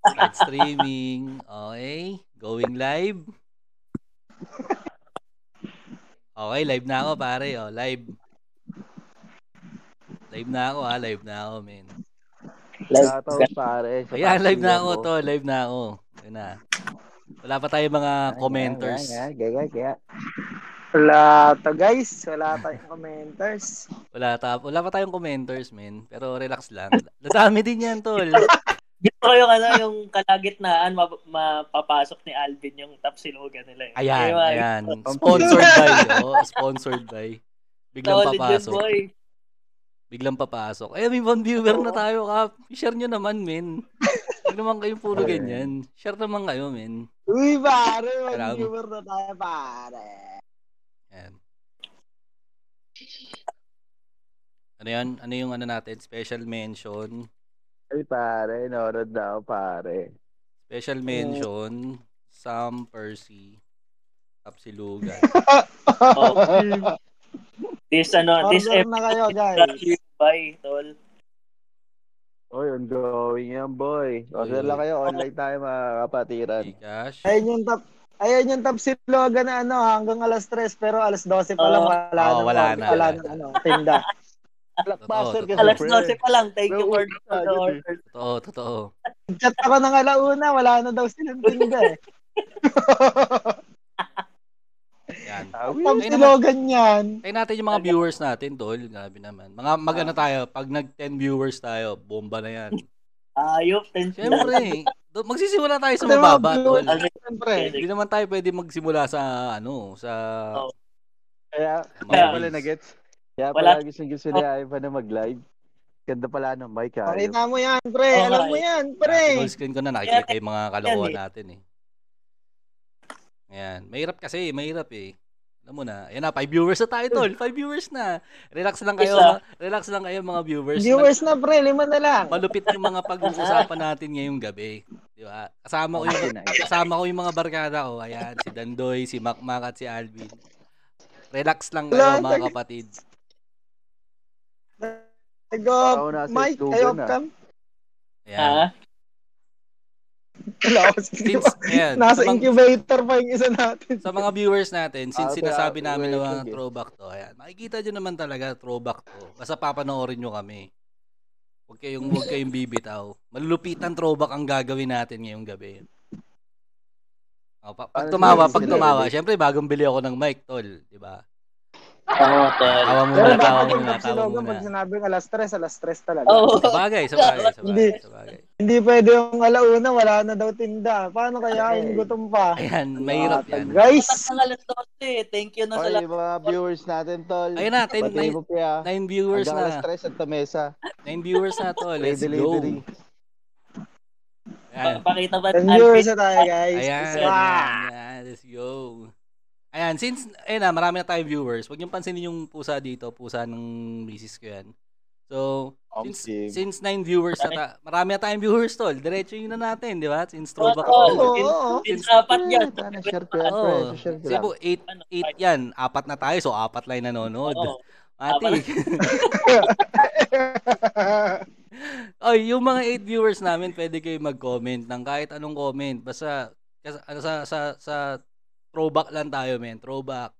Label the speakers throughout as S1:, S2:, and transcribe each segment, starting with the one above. S1: Live streaming. Okay. Going live. Okay, live na ako pare. Oh, live. Live na ako ha. Live na ako, men.
S2: Live.
S3: Shoutout, pare. Sa
S1: Ayan, live na
S3: tatlong
S1: ako
S4: oh.
S3: ko.
S1: to. Live na ako. Yun na. Wala pa tayo mga commenters.
S3: Ayan, ayan, ayan. Gaya, gaya.
S2: Wala to guys. Wala tayong commenters.
S1: Wala, ta- wala pa tayong commenters, men. Pero relax lang. Dadami din yan, tol.
S4: Gusto ko yung, ano, yung kalagitnaan, ma- mapapasok ni Alvin yung top silugan nila. eh.
S1: Ayan,
S4: Yung mga-
S1: ayan. Sponsored by. Oh, sponsored by. Biglang
S4: Solid yun,
S1: papasok.
S4: boy.
S1: Biglang papasok. Eh, may one viewer na tayo, Kap. Share nyo naman, men. Huwag naman kayong puro
S3: Okay.
S1: ganyan. Share naman kayo, men.
S2: Uy, pare.
S1: Alam.
S2: One viewer na tayo, pare.
S1: Ayan. Ano yan? Ano yung ano natin? Special mention.
S3: Ay, pare. Norod na ako, pare.
S1: Special mention. Sam Percy. Kapsilugan.
S4: Oh, this, ano, this
S2: Order
S4: episode
S2: na kayo,
S4: brought to
S2: guys.
S4: you by, tol.
S3: Oy, ongoing yan, boy. Order
S1: Oy.
S3: lang kayo. Online tayo, mga kapatiran.
S1: Gcash.
S2: Ayun yung top. Ayun yung top silogan na ano, hanggang alas 3 pero alas 12 pa lang
S4: Oh.
S2: wala
S1: Oh,
S2: nang-
S1: wala na,
S2: Wala
S1: wala
S2: nang
S1: na.
S2: ano, tinda.
S3: Blockbuster
S1: Totoo,
S3: kasi,
S4: Alas
S3: pre.
S4: 12 pa lang, thank you for
S3: Nauubos
S4: for the
S3: agad, eh.
S4: order.
S1: Totoo, totoo.
S2: Chat ako ng alauna, wala na daw silang tinda eh.
S1: Yan.
S3: Awi.
S2: Top
S1: Ay, naman.
S2: silogan yan.
S1: Tayo natin yung mga viewers natin, tol. Grabe naman. Mga magana
S2: Ah.
S1: tayo. Pag nag-10 viewers tayo, bomba na yan.
S4: Ayop, thank you.
S1: Siyempre, do- magsisimula tayo sa
S2: Ito Ano yung mga
S1: mababa,
S2: viewers
S1: tol.
S4: Alvin,
S2: Siyempre.
S1: Hindi naman tayo pwede magsimula sa, ano, sa...
S4: Oh.
S3: Kaya,
S1: mga
S3: kaya
S4: Yeah.
S3: pala
S1: reels.
S3: nag-gets. Kaya
S4: Wala.
S3: pala gusto gusto ni Ivan na mag-live. Ganda pala ng mic, ah. ha?
S2: Pakita mo yan, pre.
S4: Okay.
S2: Alam mo yan, pre.
S1: Nasa full screen ko na nakikita yung mga kalokohan
S4: Yan eh.
S1: natin eh. Ayan. Mahirap kasi, mahirap eh. Alam mo na. Ayan na, 5 viewers na tayo tol. 5 viewers na. Relax lang kayo.
S4: Isa.
S1: mga- Relax lang kayo mga viewers.
S2: Viewers na, pre. Lima na lang.
S1: Malupit yung mga pag-uusapan natin ngayong gabi. Di ba? Kasama ko yung kasama ko yung mga barkada ko. Ayan, si Dandoy, si Makmak at si Alvin. Relax lang kayo
S2: Wala,
S1: mga
S2: nag-
S1: kapatid.
S2: Nag-off.
S3: Ako na si
S2: Mike,
S3: Dugan,
S2: ay off
S3: ah.
S2: cam.
S1: Ayan.
S4: Ha?
S2: Wala ako sa
S1: Since, ayan,
S2: Nasa
S1: sa mga-
S2: incubator pa yung isa natin.
S1: sa mga viewers natin, since
S3: Ah,
S1: sinasabi
S3: kaya-
S1: namin
S3: wait,
S1: na mga
S3: sige.
S1: throwback to, ayan, makikita nyo naman talaga throwback to. Basta papanoorin nyo kami. Huwag kayong, huwag kayong bibitaw. Malulupitan throwback ang gagawin natin ngayong gabi. O, pa- pag
S3: Ano
S1: tumawa,
S3: sinabi
S1: pag
S3: sila,
S1: tumawa,
S3: Rudy?
S1: syempre bagong bili ako ng mic, tol, di ba?
S4: Oo, tol.
S1: Tawa
S2: Pero
S1: muna, tawa
S2: dapat yung
S1: muna,
S2: top
S1: tawa
S2: silogan,
S1: muna.
S2: pag sinabing alas 3, alas 3 talaga.
S4: Oo.
S1: Sabagay, sabagay,
S2: Hindi.
S1: sabagay, sabagay.
S2: Hindi pwede yung alauna, wala na daw tinda. Paano kaya yung gutom pa?
S1: Ayan, mahirap yan.
S2: Guys,
S4: Ang alas 12, thank you na sa
S3: Oy,
S4: lahat.
S3: mga viewers natin, tol.
S1: Ayun na, 10,
S3: Batiin mo kaya.
S1: 9 viewers
S3: Hanggang alas
S1: na.
S3: 3 at tamesa.
S1: 9 viewers na, tol.
S3: Free
S1: Let's go.
S3: delivery.
S1: Ayan.
S4: Pakita ba
S2: and
S4: ni
S2: viewers
S4: Alvin?
S2: na tayo, guys.
S1: Ayan,
S2: Wow.
S1: ayan, ayan, let's go. Ayan, since, ayun na, marami na tayong viewers. Huwag niyong pansinin yung pusa dito, pusa ng misis ko yan. So, since,
S3: Okay.
S1: since nine viewers na ta, marami na taying viewers, tol. Diretso yun na natin, di ba? Since throwback.
S4: Oo,
S1: Oh,
S2: Oo, oo.
S4: Since apat yan.
S3: Eh, tara, share ko yan,
S1: oh.
S3: pre. Share ko lang.
S1: Sibo, eight,
S4: Ano,
S1: eight yan. Apat na tayo, so apat lang yung nanonood.
S4: Oo.
S1: Ate. Oy, yung mga 8 viewers namin, pwede kayo mag-comment ng kahit anong comment. Basta kas- ano sa sa sa throwback lang tayo, men. Throwback.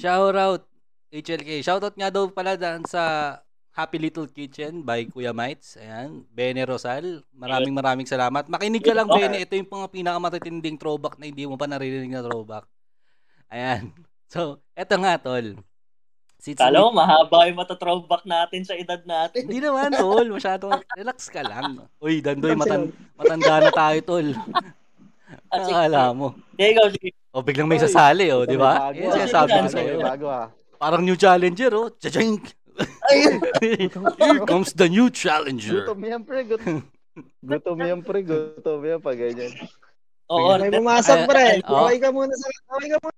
S1: Shout out HLK. Shout out nga daw pala dyan sa Happy Little Kitchen by Kuya Mites. Ayan, Bene Rosal. Maraming maraming salamat. Makinig ka lang,
S4: Okay.
S1: Bene. Ito yung mga pinakamatitinding throwback na hindi mo pa naririnig na throwback. Ayan. So, eto nga, tol. Since
S4: Kala ko mahaba yung matathrowback natin sa edad natin.
S1: hindi naman, tol. Masyado. Relax ka lang. Uy, Dandoy,
S2: Relax
S1: matan matanda na tayo, tol.
S4: At sige,
S1: Nakakala mo.
S4: Sige, ikaw, sige.
S1: O, biglang may sasali, o, di ba?
S3: Bago,
S1: Yan
S3: ah.
S1: siya sabi ko
S4: Bago,
S1: sa'yo.
S3: May Bago, ah.
S1: Parang new challenger, o. Tsa-tsing!
S4: Ayun.
S1: Here comes the new challenger.
S3: Gutom yan, pre. Gut- Gutom yan, pre. Gutom yan, pag ganyan.
S4: Oo,
S2: May
S1: Ay,
S4: order.
S2: pumasok, pre.
S1: ay, oh. oo.
S2: Okay ka muna sa... Okay ka muna.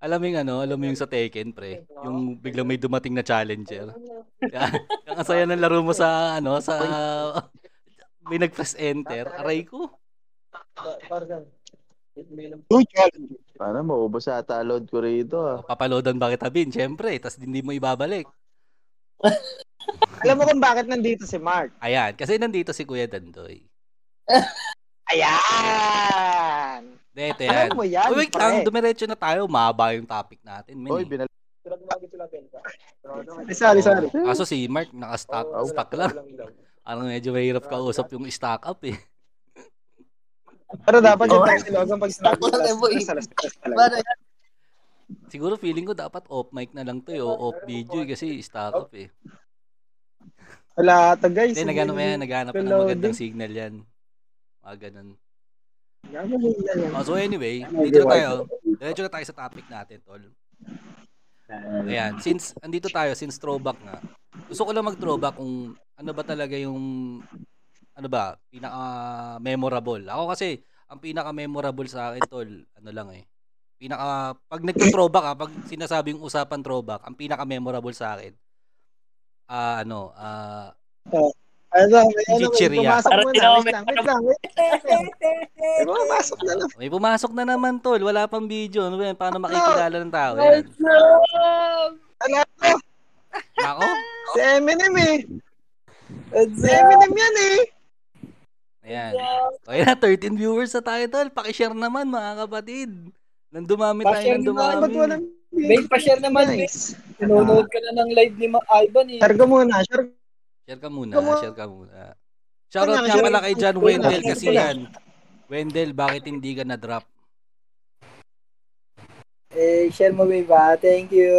S1: Alam mo yung ano, alam mo yung sa Tekken, pre. Yung biglang may dumating na challenger. Yan. Yung ang saya ng laro mo sa, ano, sa... May nag-press enter. Aray ko.
S3: Paano, maubos ata load ko rito, ah.
S1: Papalodan ba kita, Bin? Siyempre. Tapos hindi mo ibabalik.
S2: Alam mo kung bakit nandito si Mark?
S1: Ayan. Kasi nandito si Kuya Dandoy.
S2: Ayan!
S1: Dete
S2: Alam
S1: yan.
S2: mo yan,
S1: Uy, wait
S2: pre.
S1: lang, dumiretso na tayo. Mahaba yung topic natin, men.
S3: Oy,
S1: eh.
S3: binal...
S2: Sorry, sorry. Oh,
S1: Oo. Kaso si Mark, naka-stock stock lang. Parang medyo mahirap kausap yung stock up eh.
S2: Pero dapat yung
S4: Oh.
S2: Tapsilog ang pag-start
S5: Wala mo eh.
S2: sa last press talaga.
S5: Paano yan?
S1: Siguro feeling ko dapat off mic na lang to eh, o off video eh, kasi stock up eh.
S2: Wala ata guys.
S1: Hindi, nagano mo yan, naghanap ka ng
S2: Reloading.
S1: magandang signal yan. Mga ganun.
S2: Nagano
S1: Oh, so anyway, dito na tayo. Diretso na tayo sa topic natin, tol. Ayan, since andito tayo since throwback nga. Gusto ko lang mag-throwback kung ano ba talaga yung ano ba, pinaka memorable. Ako kasi ang pinaka memorable sa akin, tol, ano lang eh. Pinaka pag nagto-throwback ah, pag sinasabing usapan throwback, ang pinaka memorable sa akin. Ah, ano, ah
S2: Ano, ano,
S1: Chichiria.
S2: pumasok
S4: Parang
S2: mo na.
S4: tinawag
S2: Wait lang, wait lang. Wait lang. Eh, Pumasok na lang.
S1: may pumasok na naman, tol. Wala pang video. Ano ba yan? Paano makikilala ng tao? Yan.
S2: Ano to?
S1: Ako?
S2: Si Eminem eh. Si Eminem yan eh.
S1: Ayan. Okay na, 13 viewers na tayo, tol. Pakishare naman, mga kapatid. Nang dumami tayo,
S5: Pakishare
S1: nang
S5: naman,
S1: dumami.
S2: Ba't walang
S5: Babe, pa-share naman, babe.
S2: Nice.
S5: Nanonood ka na ng live ni Ma Ivan eh.
S2: Share ka muna. Share
S1: Share ka muna,
S2: Come on.
S1: share ka muna. Shoutout
S2: Kanya,
S1: nga
S2: share
S1: pala kay John
S2: ko na.
S1: Wendell
S2: Share
S1: kasi
S2: ko na.
S1: yan. Wendell, bakit hindi ka na-drop?
S5: Eh, share mo, babe, ah. Thank you.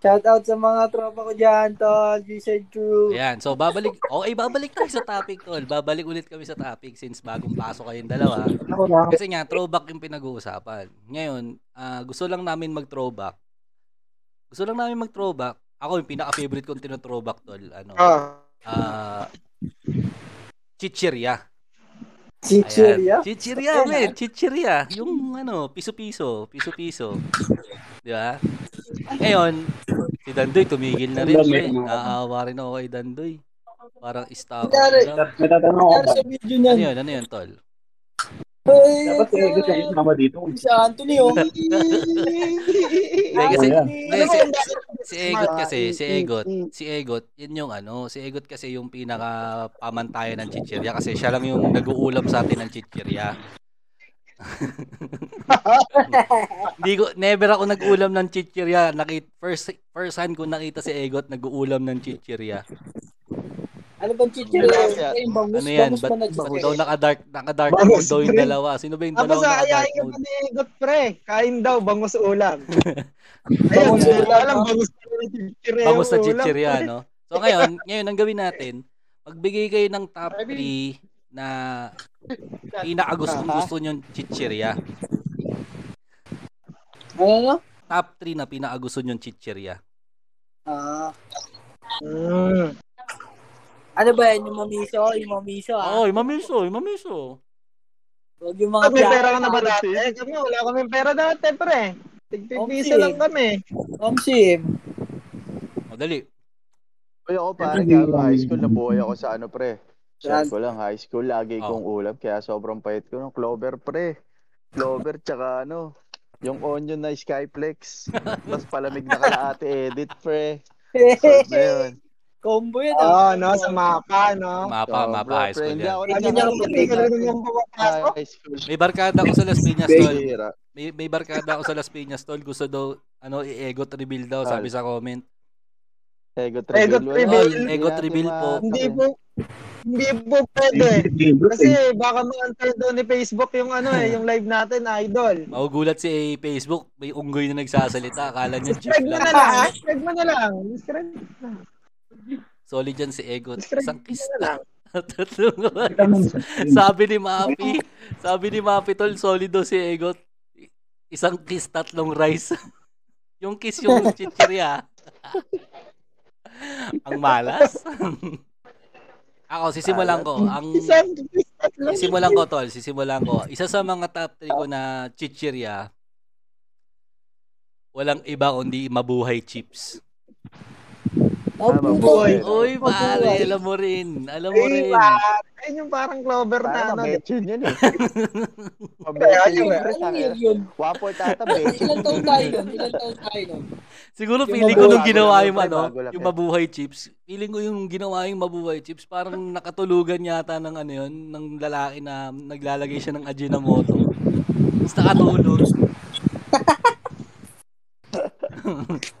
S5: Shout out sa mga tropa ko dyan, tol. You said true.
S1: Ayan, so babalik, okay, babalik tayo sa topic, tol. Babalik ulit kami sa topic since bagong pasok kayong dalawa.
S5: Ako na.
S1: Kasi nga, throwback yung pinag-uusapan. Ngayon, ah, gusto lang namin mag-throwback. Gusto lang namin mag-throwback. Ako, yung pinaka-favorite kong tinothrowback, tol. Ano?
S2: Ah,
S1: Ah, chichiria.
S5: Chichiria.
S1: Ayan. Chichiria, men. Chichiria. Yung ano, piso-piso. Piso-piso. Di ba? Ngayon, si Dandoy tumigil na rin. eh. Naaawa rin ako kay Dandoy. Parang stop.
S5: Kunyari,
S1: Ano
S3: Natatanong
S5: Kunyari sa video niyan.
S1: yun? Ano yun, tol?
S5: Ay,
S3: mama dito.
S5: Si Anthony, oh.
S1: Hindi, kasi,
S3: yan.
S1: hindi, si, si Egot kasi, si Egot,
S2: Mm,
S1: si Egot, yun yung ano, si Egot kasi yung pinaka pamantayan ng chichirya kasi siya lang yung nag-uulam sa atin ng chichirya. Hindi ko never ako nag-ulam ng chichirya. Nakit first first hand ko nakita si Egot nag-uulam ng chichirya.
S5: Ano bang chichiria?
S2: Ano
S5: Ay, bangus,
S1: Ano yan?
S5: bangus
S1: Ba't,
S5: pa
S1: ba't
S5: nagsakit.
S1: daw naka-dark, naka-dark
S2: Bago
S1: mode daw yung
S2: screen.
S1: dalawa? Sino ba yung
S2: Tapos
S1: dalawa naka-dark
S2: ayayin ka pa
S1: mode?
S2: ni Egot, pre. Kain daw, bangus ulam. Ayun,
S5: Bangus
S2: bangus
S5: ulam,
S2: ulam. Bangus na
S1: Bangus na
S2: chichirya. yung ulam,
S1: chichirya,
S2: pre.
S1: no? So ngayon, ngayon ang gawin natin, magbigay kayo ng top 3 na pinakagustong gusto nyo chichirya.
S5: Ano, no?
S1: Top 3 na pinakagusto nyo chichirya.
S5: Ah.
S2: Mm.
S5: Ano ba yan? Yung mamiso? Yung mamiso, ah.
S1: Oo, oh, mamiso, mamiso.
S5: Huwag yung mga
S2: Pag may
S5: piyano.
S2: pera ka na ba dati? Eh, kami, wala kaming pera dati, pre. Tigpipisa
S5: Okay.
S2: lang kami.
S5: Om Sim.
S1: O, dali.
S3: Uy, ako pare, gago high school na buhay ako sa ano pre.
S5: Saan?
S3: Saan ko lang, high school, lagi
S1: Oh.
S3: kong ulam, kaya sobrang pait ko ng clover pre. Clover tsaka ano, yung onion na skyplex. Tapos palamig na kalahati edit pre. Sarap na yun.
S5: Combo yan,
S2: Oo,
S5: ah.
S2: no, sa mapa, no?
S1: Mapa,
S3: Sobra,
S1: mapa high
S3: pre.
S1: school
S3: Hindi
S1: yan.
S3: ako
S2: Lagi niya ako
S3: nagkakamali
S2: pati,
S3: ng
S2: ganun yung pumapasok.
S3: high school.
S1: May barkada ako sa Las Piñas, tol.
S3: Sira.
S1: May, may barkada ako sa Las Piñas, tol. Gusto daw, ano, i-egot reveal daw, sabi sa comment.
S3: Egot
S2: Egot
S3: wala. eh.
S2: reveal.
S3: Hindi
S1: Egot
S3: natin
S1: reveal po.
S3: matanong.
S2: Hindi po, hindi po pwede. Kasi baka maantay daw ni Facebook yung ano eh, yung live natin, idol.
S1: Magugulat si Facebook, may unggoy na nagsasalita. Akala niya chip
S2: Describe mo na
S1: lang.
S2: lang, ha? Describe mo na lang. Describe
S1: Solid yan si Egot.
S2: Describe
S1: Isang
S2: mo
S1: kiss
S2: na lang.
S1: Tatlong oras. Sabi ni Mapi, sabi ni Mapi tol, solido si Egot. I- Isang kiss, tatlong rice. yung kiss yung chichirya. ang malas. Ako, sisimulan ko. Ang
S2: Isang isang lang.
S1: sisimulan ko, tol. Sisimulan ko. Isa sa mga top 3 ko na chichirya, walang iba kundi mabuhay chips.
S3: Tama,
S5: boy.
S3: boy.
S1: Uy,
S5: Opo,
S1: pare,
S5: boy.
S1: alam mo rin. Alam mo
S2: Ay,
S1: rin.
S2: pare. Ayun yung parang clover na
S3: Parang
S2: ano.
S3: na-mention yun eh.
S2: Kaya
S3: Pa-mention
S2: yun, eh.
S5: Ano
S3: yun.
S5: yun yun?
S3: Wapo tata,
S5: Ilan taon tayo nun? Ilan taon tayo nun?
S1: Siguro
S5: Yung
S1: feeling ko nung
S3: mabago lang
S1: ginawa
S3: yun,
S1: yung
S3: pre,
S1: ano,
S3: bago lang
S1: yung
S3: yun.
S1: mabuhay chips, feeling ko yung ginawa yung mabuhay chips, parang nakatulugan yata ng ano yun, ng lalaki na naglalagay siya ng Ajinomoto. Tapos nakatulog.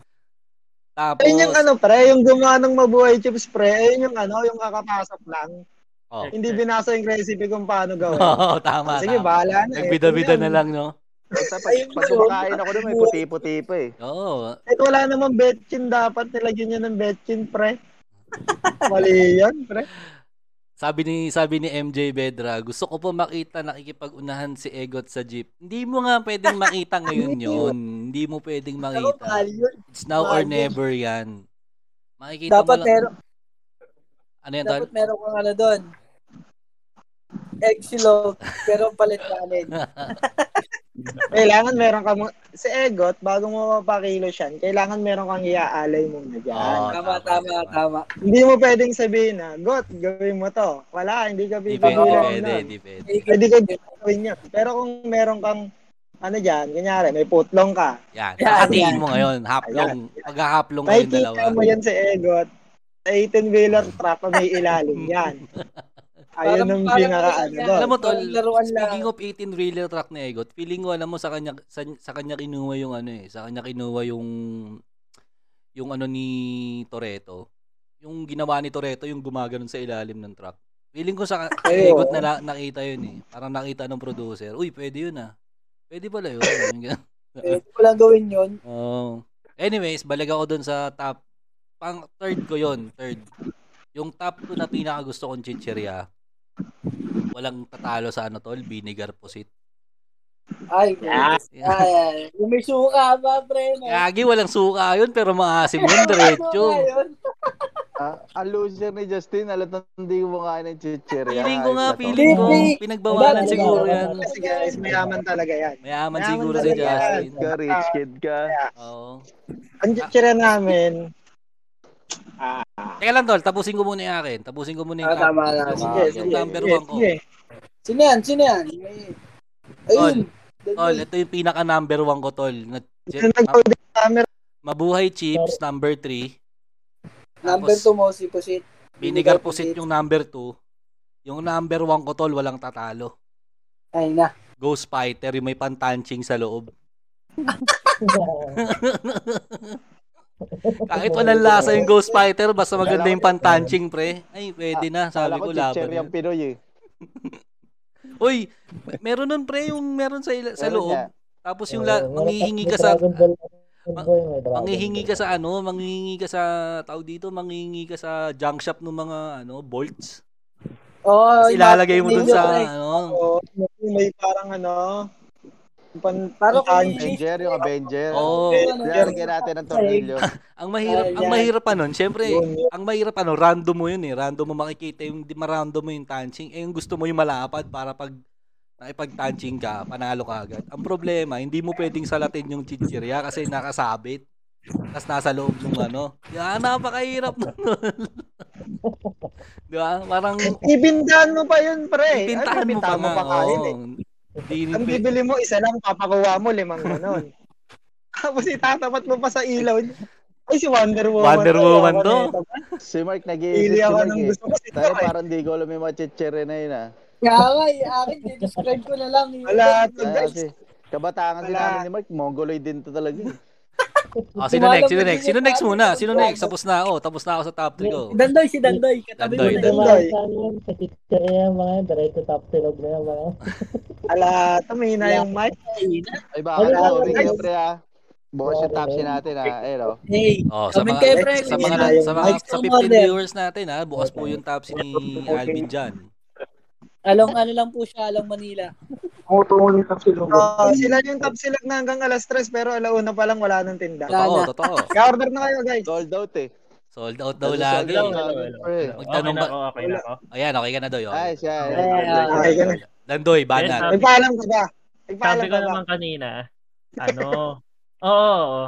S1: Tapos,
S2: Ayun yung ano, pre, yung gumawa ng mabuhay chips, pre. Ayun yung ano, yung kakapasok lang.
S1: oh.
S2: Hindi binasa yung recipe kung paano gawin. Ah,
S1: Oo, tama,
S2: Sige,
S1: tama.
S2: bahala na. eh.
S1: Nagbida-bida
S2: Yun
S1: na
S2: yun.
S1: lang, no?
S3: Basta pag, pag kumakain ako doon, may puti-puti pa eh.
S1: Oo.
S2: Kahit wala namang betchin dapat, nilagyan niya ng betchin, pre. Mali yan, pre.
S1: Sabi ni sabi ni MJ Bedra, gusto ko po makita nakikipag-unahan si Egot sa jeep. Hindi mo nga pwedeng makita ngayon yon. Hindi mo pwedeng
S5: Ako,
S1: makita.
S5: mahal yun.
S1: It's now or
S5: mahal yun.
S1: never yan. Makikita
S5: Dapat
S1: mo lang.
S5: meron,
S1: ano yan, Tol?
S6: eh.
S5: dapat meron kang ano doon. Exilo, pero palit namin.
S2: Kailangan meron ka mo- si Egot, bago mo mapakilos yan, kailangan meron kang iaalay muna dyan.
S1: Oo,
S5: Tama, tama, tama.
S2: Hindi mo pwedeng sabihin na, Got, gawin mo to. Wala, hindi ka
S1: Di pwede,
S5: Pabila
S2: pipigilan
S1: pwede,
S2: nun.
S1: di pwede.
S2: Pwede ka gawin yun. Pero kung meron kang, ano dyan, kanyari, may putlong ka.
S1: Yan.
S5: Yan,
S1: Kakatiin
S5: yan.
S1: mo ngayon. Haplong. Paghahaplong kayo dalawa.
S2: Makikita mo yan sa Egot. Sa 18-wheeler truck na may ilalim yan. Ayun ang pinaka ano doon.
S1: Alam mo, Tol,
S5: Parang laruan lang.
S1: speaking of 18-wheeler track ni Egot, feeling ko, alam mo, sa kanya, sa, sa kanya kinuha yung ano eh, sa kanya kinuha yung, yung ano ni Toreto. Yung ginawa ni Toreto, yung gumaganon sa ilalim ng truck. Feeling ko sa kay
S2: Ay, oo.
S1: Egot na la- nakita yun eh. Parang nakita ng producer. Uy, pwede yun ah. Pwede pala yun. Yung ganun.
S5: Pwede ko lang Eh, gawin yun.
S1: Oo. Anyways, balik ako dun sa top. Pang third ko yon third. Yung top ko na pinaka gusto kong chichirya. Walang tatalo sa ano tol, vinegar pusit.
S5: Ay,
S4: Yeah.
S1: Yeah.
S5: ay, ay. Yung may suka ba, pre? no?
S1: Gagi, walang suka yun, pero maasim yun, diretso.
S5: Suka yun.
S3: Ah, ang loser ni Justin, alat na hindi mo nga ng chichirya.
S1: Feeling ko nga,
S3: Ayos na to.
S1: feeling ko,
S5: Hindi.
S1: pinagbawalan
S5: Wala,
S1: siguro
S5: wala,
S1: yan.
S5: wala.
S2: Kasi guys, mayaman talaga yan.
S1: Mayaman
S2: Mayaman
S1: siguro si
S2: talaga yan.
S1: Justin.
S3: Rich ka, rich kid ka.
S1: Oo.
S2: Ang chichira namin,
S1: Teka lang tol, tapusin ko muna yung akin. Tapusin ko muna yung
S5: Ah, tama,
S1: top.
S5: tama.
S1: Yung-
S2: sige,
S1: yung
S2: sige,
S1: number
S2: sige,
S1: one ko.
S2: sige.
S5: Sino yan? Sino yan? May- Ayun.
S1: Tol, ito yung pinaka number one ko tol. Na,
S2: Yung nag-hold the camera,
S1: mabuhay chips, number three.
S5: Number
S1: Tapos-
S5: 2 mo, si Pusit.
S1: Vinegar
S5: Vinegar
S1: pusit
S5: pusit.
S1: yung number 2. Yung number 1 ko tol, walang tatalo.
S5: Ay na.
S1: Ghost Fighter, yung may pantanching sa loob. Kahit walang lasa yung Ghost Fighter, basta maganda yung pantanching, pre. Ay, pwede na. Sabi
S3: Kala ko
S1: ko, laban.
S3: chichirya
S1: yun.
S3: ang Pinoy eh.
S1: Uy, meron nun, pre, yung meron sa, ila- sa
S3: Meron
S1: loob.
S3: nga.
S1: Tapos yung la- manghihingi ka sa... Manghihingi ka sa ano, manghihingi ka sa tao dito, manghihingi ka sa junk shop ng mga ano, bolts.
S5: Oh,
S1: Tapos ilalagay mo dun
S5: medyo, pre.
S1: sa ano,
S2: ko, may parang ano, pan-
S5: Parang
S2: pantanjik.
S3: Avenger, yung Avenger.
S1: Oo.
S5: Ano,
S3: Lalagyan natin ng tornilyo.
S1: Ang mahirap,
S5: Ayan.
S1: ang mahirap pa nun, syempre,
S2: Yun.
S1: ang mahirap ano, random mo yun eh. Random mo makikita yung, di marandom mo yung tanching. Eh, yung gusto mo yung malapad para pag nakipag-tanching ka, panalo ka agad. Ang problema, hindi mo pwedeng salatin yung chichirya kasi nakasabit. Tapos nasa loob nung ano. Yan, napakahirap nun. di ba? Parang
S2: Ibindahan mo pa yun, pre.
S1: pintahan mo pa
S2: Ibintahan
S1: nga.
S2: kain eh.
S1: oo. Hindi
S2: Ang
S1: pwede.
S2: bibili mo, isa lang, papakuha mo, limang ganun. Tapos itatapat mo pa sa ilaw. Ay, si Wonder Woman.
S1: Wonder
S2: Ay,
S1: Woman
S2: ako
S1: to.
S2: nito.
S3: Si Mark nag-iisip
S2: Pili
S3: si
S2: ako
S3: Mark
S2: ng
S3: eh.
S2: gusto ko sito.
S3: Sana parang di ko alam yung mga chichirya na yun ah.
S5: Kaya nga, yung akin, describe ko na lang. yun.
S2: Wala to,
S3: Kaya
S2: guys.
S3: kasi, Ah, kabataan kasi
S2: Wala.
S3: namin ni Mark, mongoloid din to talaga. eh.
S1: Oh, sino next? Sino next? Sino next muna? Sino next? Tapos na ako. Tapos na ako sa top 3 ko.
S5: Dandoy, si Dandoy. Katabi mo
S1: Dandoy,
S5: na yun.
S2: Dandoy.
S7: Sa picture niya mga diretso top silog na yung mga.
S2: Ala, tumina yung mic.
S3: Ay baka,
S7: Wala.
S3: sorry kayo pre ah. Bukas yung top si natin ah. Ayun oh.
S5: Hey,
S1: Oh, sa
S5: Comment
S1: mga,
S5: kayo, pre,
S1: sa
S5: kung
S1: mga,
S2: sino yung
S1: sa mga,
S5: likes
S1: sa
S5: or
S1: 15
S5: model.
S1: viewers natin ha, bukas po yung top si ni Alvin dyan.
S5: along ano lang po siya, along Manila.
S2: Oh, sila yung top silag na hanggang alas 3 pero alauna pa lang wala nang tinda.
S1: Totoo, totoo.
S2: Ka-order na kayo, guys.
S3: Sold out eh.
S1: Sold out daw
S3: Sold
S1: lagi.
S3: out namin, pre.
S1: Magtanong ba-
S8: Okay na ako, okay na ako.
S1: Ayan, okay ka na doy. oh.
S3: Ay,
S1: Okay.
S3: siya. eh.
S8: Ah,
S2: Okay, ganun.
S1: Dandoy, banat.
S2: May paalam ka ba? May
S8: Sabi
S2: paalam
S8: ko
S2: ka ba?
S8: naman kanina, ano, oo,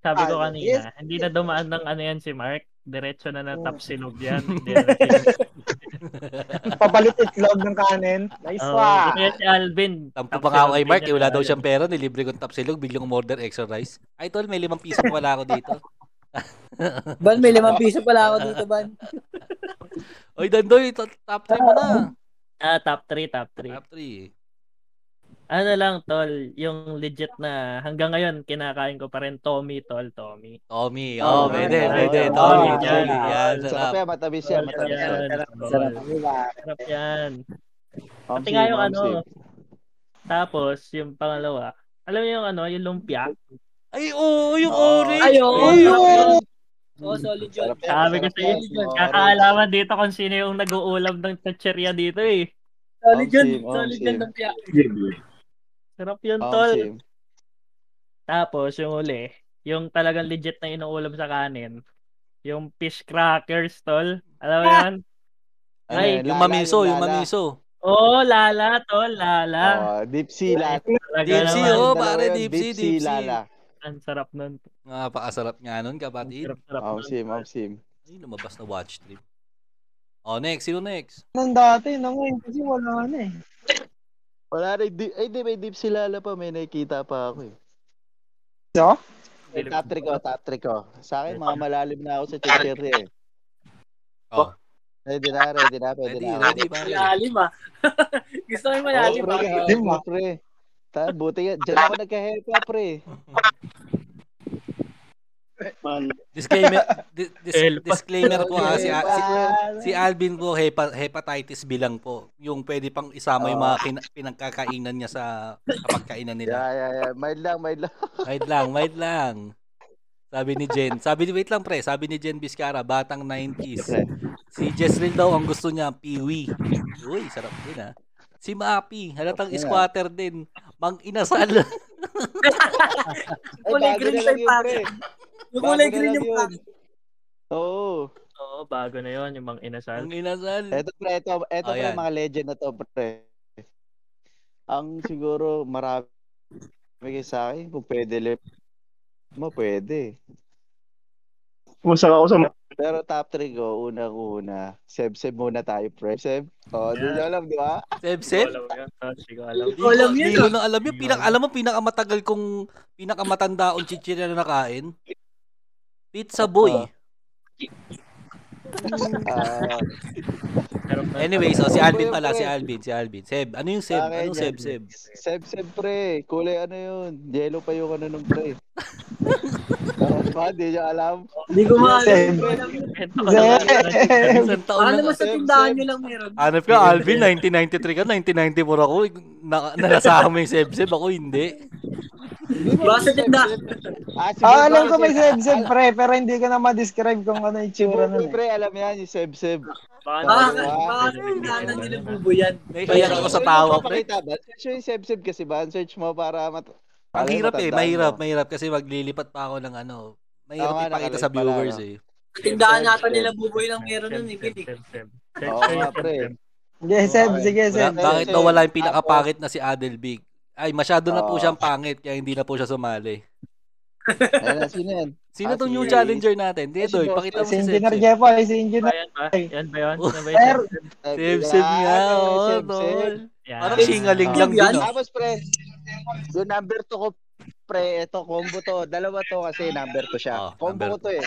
S8: sabi ko
S2: Ah,
S8: kanina,
S2: yes.
S8: hindi na dumaan ng ano yan si Mark.
S4: Diretso na na top silog yan. Diretso.
S2: Papalit itlog ng kanin. Nice
S4: Oh,
S2: ah. one.
S4: kaya si Alvin.
S1: Tampo
S4: top
S1: pa nga ako
S4: silog
S1: kay
S4: din
S1: Mark, eh,
S4: yan
S1: wala daw
S4: tayo.
S1: siyang pera, nilibre ko tapsilog, biglang umorder extra rice. Ay, tol, may limang piso pa wala ako dito.
S5: Ban, may limang piso pala ako dito, Ban.
S1: Oy, Dandoy, to- top 3 mo na.
S4: Ah, top 3, top 3.
S1: Top 3.
S4: Ano lang, tol, yung legit na hanggang ngayon kinakain ko pa rin Tommy, tol, Tommy.
S1: Tommy. Oh,
S3: Oh,
S1: pwede,
S3: oh,
S1: pwede.
S3: oh,
S1: Tommy,
S5: oh,
S1: yan.
S4: oh,
S1: Yan,
S3: Sarap
S1: sarap.
S3: yan, matamis yan,
S4: Sarap
S3: matamis
S4: yan.
S3: yan.
S5: Sarap,
S4: tol.
S5: di ba?
S4: Sarap yan.
S3: Ma'am
S4: Pati nga
S3: Steve,
S4: yung
S3: Ma'am
S4: ano.
S3: Steve.
S4: Tapos, yung pangalawa, alam niyo yung ano, yung lumpia.
S1: Ay, oo, yung
S3: Oh.
S1: orange.
S5: Ay, oo, sarap
S1: Ay, oo.
S5: yun. Oo, Oh, solid yun.
S3: Sarap yan,
S4: Sabi ko
S3: sarap
S4: sa
S3: yan.
S4: inyo,
S3: Orange.
S4: kakaalaman dito kung sino yung nag-uulam ng chicheria dito eh.
S5: Solid yun.
S3: Om Sim, Om
S5: Solid yun
S3: Sim.
S5: ng piyak.
S4: Sarap yun,
S3: Ma'am
S4: tol.
S3: Steve.
S4: Tapos, yung uli, yung talagang legit na inuulam sa kanin, yung fish crackers, tol. Alam mo yun?
S3: Ano
S4: Ay,
S3: yan,
S1: Yung
S3: lala,
S1: mamiso, yung
S3: lala.
S1: mamiso.
S4: Oo, lala, tol, lala.
S3: Oh, deep sea lala.
S4: Talaga
S1: Deep sea,
S4: naman.
S1: oh.
S3: Dalawa
S1: pare,
S3: yun,
S1: deep sea, deep sea.
S3: lala.
S4: Ang sarap nun.
S1: Napakasarap nga nun, kapatid.
S4: Sarap, sarap
S3: Om
S4: nun.
S3: Sim, Om Sim.
S1: Ay, lumabas na watch trip. Oh, next. Sino next?
S2: Nang dati, nang ngayon kasi wala na eh.
S3: Wala rin, di, ay di, may deep sea lala pa, may nakikita pa ako eh.
S2: So?
S3: Ay, top trick ko, top trick ko. Sa akin, mga malalim na ako sa chichiri eh.
S1: Oh.
S3: Ready na, ready na, pwede
S1: Ready,
S3: na.
S1: ready, pare.
S5: Malalim ah. Gusto ko yung malalim
S3: Oo,
S5: ah.
S3: pre,
S2: Malalim,
S3: oo, pre. Ta, buti yan. Diyan ako eh. nagka-help ka, pre.
S1: Disclaimer, dis- dis-
S4: El-
S1: disclaimer po ha, ah, si, si,
S3: Pare.
S1: si Alvin po hepa, hepatitis bilang po. Yung pwede pang isama yung mga
S3: Ah.
S1: kin- pinagkakainan niya sa, sa pagkainan nila.
S3: Yeah, yeah, yeah. Mild lang, mild lang.
S1: Wait lang, wait lang. Sabi ni Jen, sabi ni, wait lang pre, sabi ni Jen Biscara, batang 90s. Si Jesril daw ang gusto niya, piwi. Uy, sarap din ha. Si Mapi, halatang
S3: Sarap. ah.
S1: squatter din. Mang inasal.
S3: Ay,
S5: Kulay
S3: bago
S5: green
S3: na
S5: siya
S3: lang
S5: yung
S3: yun,
S5: packet.
S3: pre.
S5: Yung kulay
S3: Bago na
S5: green
S3: lang
S5: yung
S3: yun.
S5: packet.
S3: Oo.
S4: Oo, bago na yun, yung mga inasal.
S1: Mang inasal.
S3: Eto pre, eto, eto
S1: Oh,
S3: pre,
S1: yan.
S3: mga legend na to pre. Ang siguro marami kayo sa akin, kung pwede lip mo, pwede.
S8: Pusak ako sa mga
S3: Pero top 3 ko, unang-una, Seb-Seb muna tayo, pre. Seb, oh, di nyo alam, di ba?
S1: Seb,
S4: Hindi
S1: Seb.
S4: ko alam yun, tol. Hindi ko alam.
S1: Di ko-
S5: Alam yun,
S1: Di ko na alam yun. Pinak, alam mo, pinakamatagal kong, pinakamatanda kong chichirya na nakain. Pizza Boy.
S3: Ah,
S4: Sarap nun.
S1: Anyway, so si Alvin pala, si Alvin, si Alvin. Seb, ano yung Seb?
S3: sa akin
S1: Anong
S3: yan.
S1: Seb, Seb?
S3: Seb-Seb, pre. Kulay ano yun? Yellow pa yung ano nung pre. Parang ba, di nyo alam.
S5: Hindi ko maalam.
S2: Seb.
S4: Kwento ko lang yun.
S1: Isang taon
S5: Ano
S1: na.
S5: mo sa
S3: Same,
S5: tindahan
S3: same.
S5: nyo lang meron?
S1: Hanap ka, Alvin, 1993 ka, 1994 ako. Na, nalasahan mo yung Seb, Seb, ako hindi.
S5: Baka sa tindahan.
S3: Ah, siguro
S2: Ah, alam ko may
S3: si-
S2: seb-seb pre, pero hindi ko na ma-describe kung ano yung tsura
S3: Siguro,
S2: nun eh.
S3: pre, alam yan, yung Seb-Seb.
S4: Baka
S5: Baka
S3: Ah,
S4: naman- ano
S5: baka sa tindahan nyo lang bubo yan.
S1: Naiiyak ako
S3: eh,
S1: sa tawa, pre.
S3: Pakita ba? Search mo yung Seb-Seb kasi ba? Search mo para mat...
S1: Ang
S3: Alam,
S1: hirap eh,
S3: matandaan
S1: mahirap,
S3: mo.
S1: mahirap kasi maglilipat pa ako ng ano. Mahirap
S3: Tama,
S1: ipakita
S3: nakalike
S1: sa
S3: pala,
S1: viewers
S3: no?
S1: eh.
S5: Sa tindahan
S3: Same,
S5: nata
S3: same.
S5: nila bubo lang meron nun eh.
S4: Seb,
S5: Pili.
S4: Seb, Seb.
S3: Oo
S4: Seb,
S3: nga,
S4: Seb,
S3: pre.
S4: Seb.
S2: Sige, seb,
S3: Okay.
S2: sige,
S1: Wala,
S2: seb.
S3: Seb,
S1: bakit
S3: Seb.
S1: daw wala yung
S3: Tapos-
S1: pinakapangit na si Adel Big? Ay, masyado na po
S3: Oo.
S1: siyang pangit, kaya hindi na po siya sumali.
S3: Ayun, sino yan?
S1: Sino
S3: Ah,
S1: tong
S3: si-
S1: new challenger natin? Hindi,
S3: si
S1: Doy,
S3: Boss
S1: pakita mo
S2: Si
S1: si Seb.
S2: Engineer
S1: Seb.
S2: Jeffoy, si Engineer.
S4: Ba, yan ba? Yan ba yun?
S1: Oh.
S4: Ano ba
S2: Sir,
S4: yun?
S1: Seb, Seb nga,
S3: Ano yung
S1: oh,
S3: Seb-Seb? Ah,
S1: tol.
S4: Yan.
S1: Parang singaling lang
S5: Yan.
S1: din, oh.
S3: Tapos pre, yung number 2 ko, pre, eto combo to. Dalawa to kasi number 2
S1: Ah,
S3: siya. combo
S1: number
S3: ko to eh.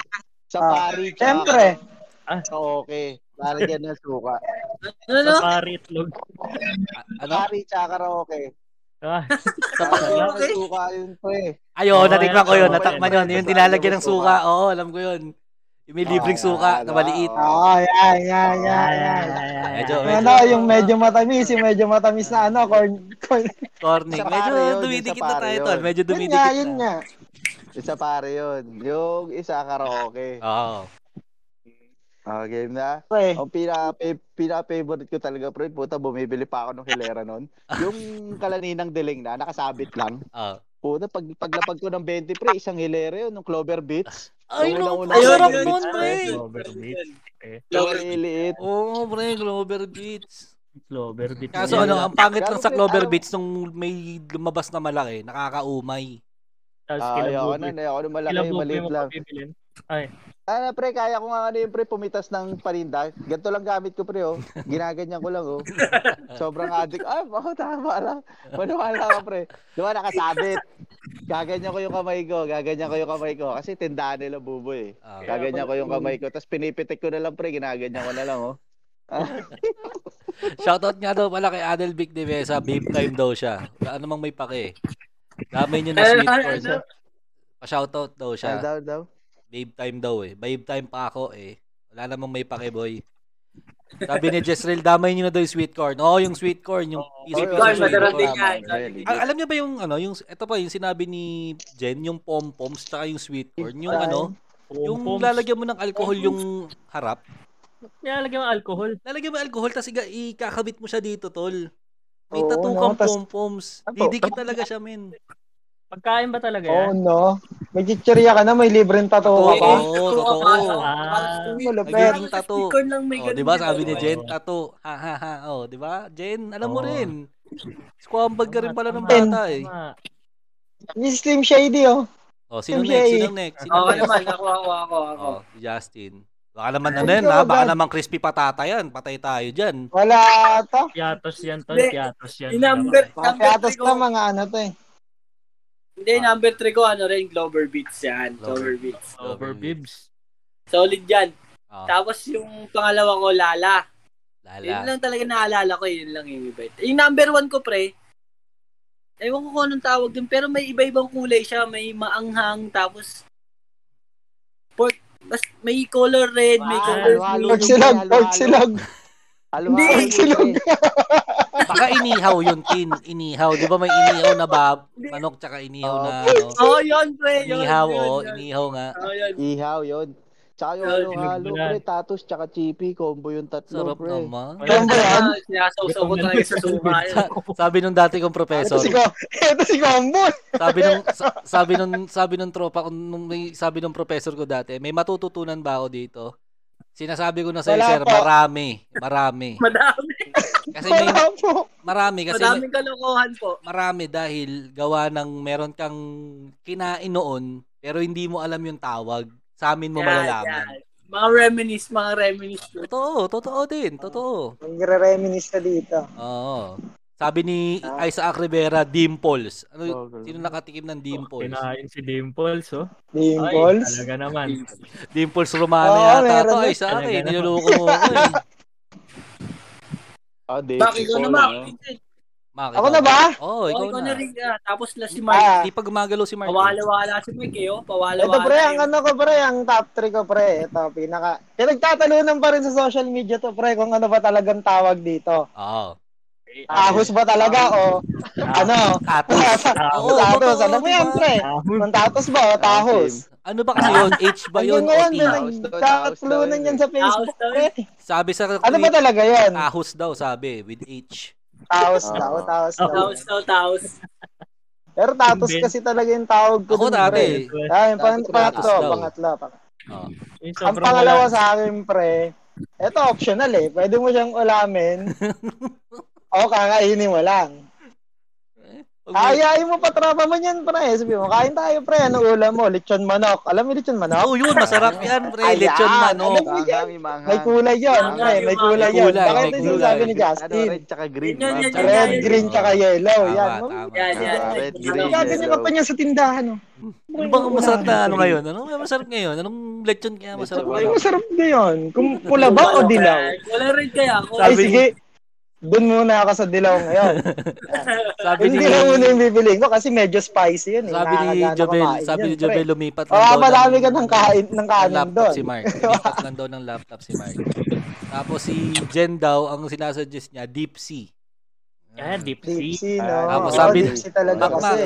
S3: Sa
S2: Ah,
S3: pari, tsaka-
S2: Siyempre,
S3: Sa okay. Para dyan ng suka.
S5: Ano no?
S4: Sa pari itlog.
S1: A- Ano?
S3: Pari, tsaka karaoke.
S4: Ah,
S3: Para dyan ng
S5: Okay.
S3: suka yun, pre.
S1: Ayo,
S4: Oo,
S1: natikman
S4: yan,
S1: ko yun,
S4: oo,
S1: natakman
S3: yan.
S1: yun. Yung dinalagyan ng suka, oo, alam ko yun. Yung may
S3: Ah,
S1: libreng suka
S3: yan,
S1: na maliit.
S3: oo.
S2: ah, yan, yan, yan, yan.
S1: Medyo,
S2: Yung
S1: medyo,
S2: Ano, yung medyo matamis, yung medyo matamis na ano, corn, corn.
S1: corny.
S3: Sa
S1: Medyo
S3: pare yun,
S1: dumidikit
S3: sa
S1: na
S3: pare
S1: tayo,
S3: yun.
S1: tol. Medyo
S2: Yun nga,
S1: dumidikit
S2: yun
S1: na.
S2: nga.
S3: Isa pare yun. Yung isa karaoke.
S1: Oo.
S3: Ah, game na.
S2: Pre,
S3: Ang pinaka favorite ko talaga pre, puta bumibili pa ako ng hilera noon. Yung kalaninang diling na nakasabit lang.
S1: oo.
S3: Puta pag paglapag ko ng 20 pre, isang hilera yun ng Clover Beats.
S1: Ay,
S3: Yung
S1: no,
S3: una-una-
S5: Ayun,
S1: sarap
S5: yun,
S1: nun,
S5: yun,
S1: pre.
S5: yun.
S4: Clover beat.
S3: Yung liliit.
S1: Oo, pre, Clover Beats.
S4: Clover beat.
S1: Kaso
S4: Yan.
S1: ano, ang pangit lang
S3: Pero,
S1: sa
S3: pre,
S1: Clover
S3: ano-
S1: Beats nung may lumabas na malaki, nakakaumay.
S4: Tapos
S3: Ah,
S4: kilabuhi.
S3: ayoko na, ayoko na malaki,
S4: Kilabuhi
S3: maliit
S4: mo
S3: lang.
S4: pabibilin.
S3: Ano pre, kaya ko nga ano yung pre, pumitas ng paninda. Ganito lang gamit ko pre, oh. Ginaganyan ko lang, oh. Sobrang addict. Ah, ako tama lang. Maniwala ka pre. Diba nakasabit? Gaganyan ko yung kamay ko, gaganyan ko yung kamay ko. Kasi tindahan nila bubo eh.
S1: Ah,
S4: Kaya-
S3: Gaganyan ko yung kamay ko. Tapos pinipitik ko na lang pre, ginaganyan ko na lang, oh.
S1: Shoutout nga daw pala kay Adel Vic de Mesa. Babe time daw siya. Ano mang may pake. Dami niyo na
S4: Ano,
S1: sweet
S4: ano,
S1: corn.
S4: ano?
S1: Pa-shoutout daw siya.
S3: Siya. Ah, daw, daw.
S1: Babe time daw eh. Babe time pa ako eh. Wala namang may pake, boy. Sabi ni Jezreel, damay niyo na daw yung sweet corn. Oo, yung sweet corn. Yung isip ko
S3: Oo,
S1: yung
S3: oo, oo,
S1: sweet
S3: madarating
S1: corn.
S3: yan.
S1: Ah, alam niyo ba yung ano, yung ito pa yung sinabi ni Jen, yung pom-poms tsaka yung sweet corn, yung ano, yung lalagyan mo ng alcohol yung harap.
S4: Nilalagyan mo alcohol.
S1: Lalagyan mo ng alcohol tapos iga- ikakabit mo siya dito, tol. May
S2: Oo,
S1: tatong
S2: no?
S1: kang
S2: Tas-
S1: pom-poms.
S2: Ano?
S1: Didikit talaga siya, men.
S4: Pagkain ba talaga
S2: Oh
S4: yan?
S2: no. May chichirya ka na, may libreng tatuwa ka.
S1: Oo, totoo.
S4: Ah,
S2: Malupet.
S1: Nagiging tattoo.
S6: Ikaw lang may
S1: Oh,
S6: ganun
S1: 'di ba
S6: din.
S1: sabi ni
S4: Oo.
S1: Jen, tattoo. Ha ha ha. Oh, 'di ba? Jen, alam mo
S4: Oo.
S1: rin. Squambag ka rin pala ng
S4: Tama,
S1: bata eh.
S4: tama.
S2: Yung Slim Shady oh.
S1: Oh, sino
S2: Yung
S1: next?
S2: siya eh.
S1: Sino next? Sino
S6: Oo
S1: next?
S6: naman, nakuha ko ako. ako.
S1: Oh, si Justin. Baka naman ano
S2: Ay,
S1: yan, ha? Baka
S2: God.
S1: naman crispy patata yan. Patay tayo dyan.
S2: Wala ata.
S4: Piatos yan, tol.
S6: Hindi.
S4: Piatos yan.
S6: Inumber,
S2: Mga piatas na mga ano to eh.
S6: Hindi, number 3 ko, ano rin, Glover Beats yan.
S1: Glover
S6: Glover Beats.
S4: Over bibs.
S6: Solid yan.
S1: Oh,
S6: Tapos yung pangalawa ko, Lala. Yun
S1: lala.
S6: lang talaga naalala ko, yun lang yung iba. Yung number 1 ko, pre, ewan ko kung anong tawag dun, pero may iba-ibang kulay siya. May maanghang, tapos pork, bas, may color red, may
S3: Wow.
S6: color
S3: Halo-halo
S6: blue.
S2: Pork silog,
S3: halo-halo.
S2: pork silog.
S3: ah, Aluhahan
S6: Hindi,
S3: mo, pre.
S1: Baka inihaw yun, tin. Inihaw. Di ba may inihaw na bab? Manok tsaka inihaw na ano?
S6: Oo, oh, yun, pre. Yun,
S1: Inihaw,
S6: yun,
S1: oh.
S6: yun.
S1: Inihaw nga.
S6: Oo, yun.
S3: Ihaw, yun. Tsaka yung
S6: Yun,
S3: halo-halo,
S4: yun.
S3: pre. Tatos, tsaka chippy. Combo yung tatlo,
S1: Sarap
S3: pre.
S1: naman.
S4: Ayan.
S2: Combo yan.
S6: Ah, Sinasawsaw ko talaga sa suka. yun.
S1: Sa- sabi nung dati kong
S2: Ito
S1: professor,
S2: Ano si Ko. Ito si eh. Combo.
S1: sabi nung sa- sabi nung sabi nung tropa ko nung may sabi nung professor ko dati, may matututunan ba ako dito? Sinasabi ko na sa
S2: Wala
S1: sir,
S2: po.
S1: marami, marami.
S6: Madami,
S1: Kasi may
S2: Wala po.
S1: marami kasi may-
S6: madaming kalokohan po.
S1: marami dahil gawa ng meron kang kinain noon pero hindi mo alam yung tawag. Sa amin mo
S6: Yan,
S1: malalaman.
S6: yan. Mga reminis, mga reminis.
S1: Totoo, totoo din, totoo.
S2: Nagre-reminis na dito.
S1: Oo. Sabi ni
S2: Ah.
S1: Isaac Rivera, dimples. Ano,
S3: Oh, ganun.
S1: sino nakatikim ng dimples?
S4: Kinain si Dimples, oh. Ay,
S2: Dimples.
S4: talaga naman.
S1: Dimples Romano
S2: Oo,
S1: yata
S2: meron
S1: to.
S2: na.
S1: Ay, sa akin,
S4: Talaga naman.
S1: niluluko mo ako eh.
S3: Ah, di.
S6: Bakit ko
S3: Nicole, ano?
S6: naman?
S1: Bakit
S2: Ako na ba?
S1: Oo,
S6: Oh,
S1: ikaw
S6: ikaw
S1: na.
S6: na rin. ah. Tapos la si Mark.
S2: Ah,
S1: Hindi pa gumagalaw si Mark. eh.
S6: Pawala-wala si Mike, eh, oh. Pawala-wala.
S2: ito pre, ang
S6: eh.
S2: ano ko pre, ang top 3 ko pre. Ito, pinaka. Pinagtatalunan pa rin sa social media to pre kung ano ba talagang tawag dito.
S1: Oo.
S2: Ahos ba talaga o ano?
S1: Tatos. Oo,
S2: Tatos,
S1: totoo,
S2: alam mo yan
S1: diba?
S2: pre. Kung tatos ba o tahos?
S1: Ano ba kasi yun? H ba yun?
S2: Ayun
S1: O
S2: ngayon,
S1: T?
S2: may
S3: Taos daw, taos daw
S2: nagtatlunan
S3: yun
S2: yan
S3: eh.
S2: sa Facebook
S6: Taos daw
S2: pre.
S1: Sabi sa
S2: Ano ba talaga yun?
S1: Ahos daw, sabi. With H.
S2: Taos
S3: Ah.
S2: daw, taos daw.
S6: Taos daw, taos.
S2: Pero tatos
S4: Invent.
S2: kasi talaga yung tawag ko
S1: Ako eh.
S2: dun,
S1: dati.
S2: pre. Ay, pang,
S3: Tatos daw.
S2: pangatlo,
S1: Tatos daw.
S2: pangatlo, pangatlo.
S1: Oo.
S2: Ang pangalawa sa akin, pre, eto optional eh. Pwede mo siyang ulamin o kakainin mo lang.
S1: Pag may-
S2: Ayayin mo patrapa mo yan, pre. Sabi mo, kain tayo, pre. Ano ulam mo? Lechon manok. Alam mo lechon manok?
S1: Oo, yun. Masarap yan, pre.
S2: Ayan,
S1: Lechon manok.
S2: alam mo yan.
S3: Manghang, manghang.
S2: May kulay yun,
S6: Manghang,
S2: pre. May
S6: yung
S2: kulay
S1: manghang.
S2: yun.
S1: Kulay,
S2: Bakit
S1: may
S2: yung sinabi
S1: kulay.
S2: ni
S3: Ano,
S2: Justin?
S3: red tsaka green.
S6: Yan, yan,
S3: ma'am.
S6: yan,
S2: Red,
S6: yan.
S2: green, tsaka yellow.
S1: Tama,
S2: Yan.
S1: tama.
S6: Yan, yan.
S3: Ah, red, green,
S6: Ano,
S2: Sabi niyo pa niya sa tindahan, oh.
S1: Ano ba ang masarap na ano ngayon? Ano nga masarap ngayon? Anong lechon kaya masarap?
S2: Ay,
S3: Lechon.
S2: Ano masarap na yun. Kung pula ba o dilaw?
S6: Wala rin kaya ako.
S2: Ay,
S1: Sabi-
S2: sige. Doon muna ako sa dilaw ngayon.
S1: Sabi ni...
S2: Hindi na muna yung bibili ko kasi medyo spicy yun. Eh.
S1: Sabi ni
S2: Nakakagana
S1: Jobel,
S2: kumain
S1: sabi
S2: yun,
S1: ni
S2: pre.
S1: Jobel lumipat
S2: Oo,
S1: lang
S2: oh,
S1: daw
S2: madami ka ng kain ng kanin
S1: laptop
S2: doon.
S1: si Mark. Lumipat lang daw ng laptop si Mark. Tapos si Jen daw, ang sinasuggest niya, deep sea.
S4: Ah, deep sea.
S2: Deep sea, no?
S3: Ah,
S1: tapos
S2: Oo,
S1: sabi
S2: deep sea talaga
S1: Bakma.
S2: kasi.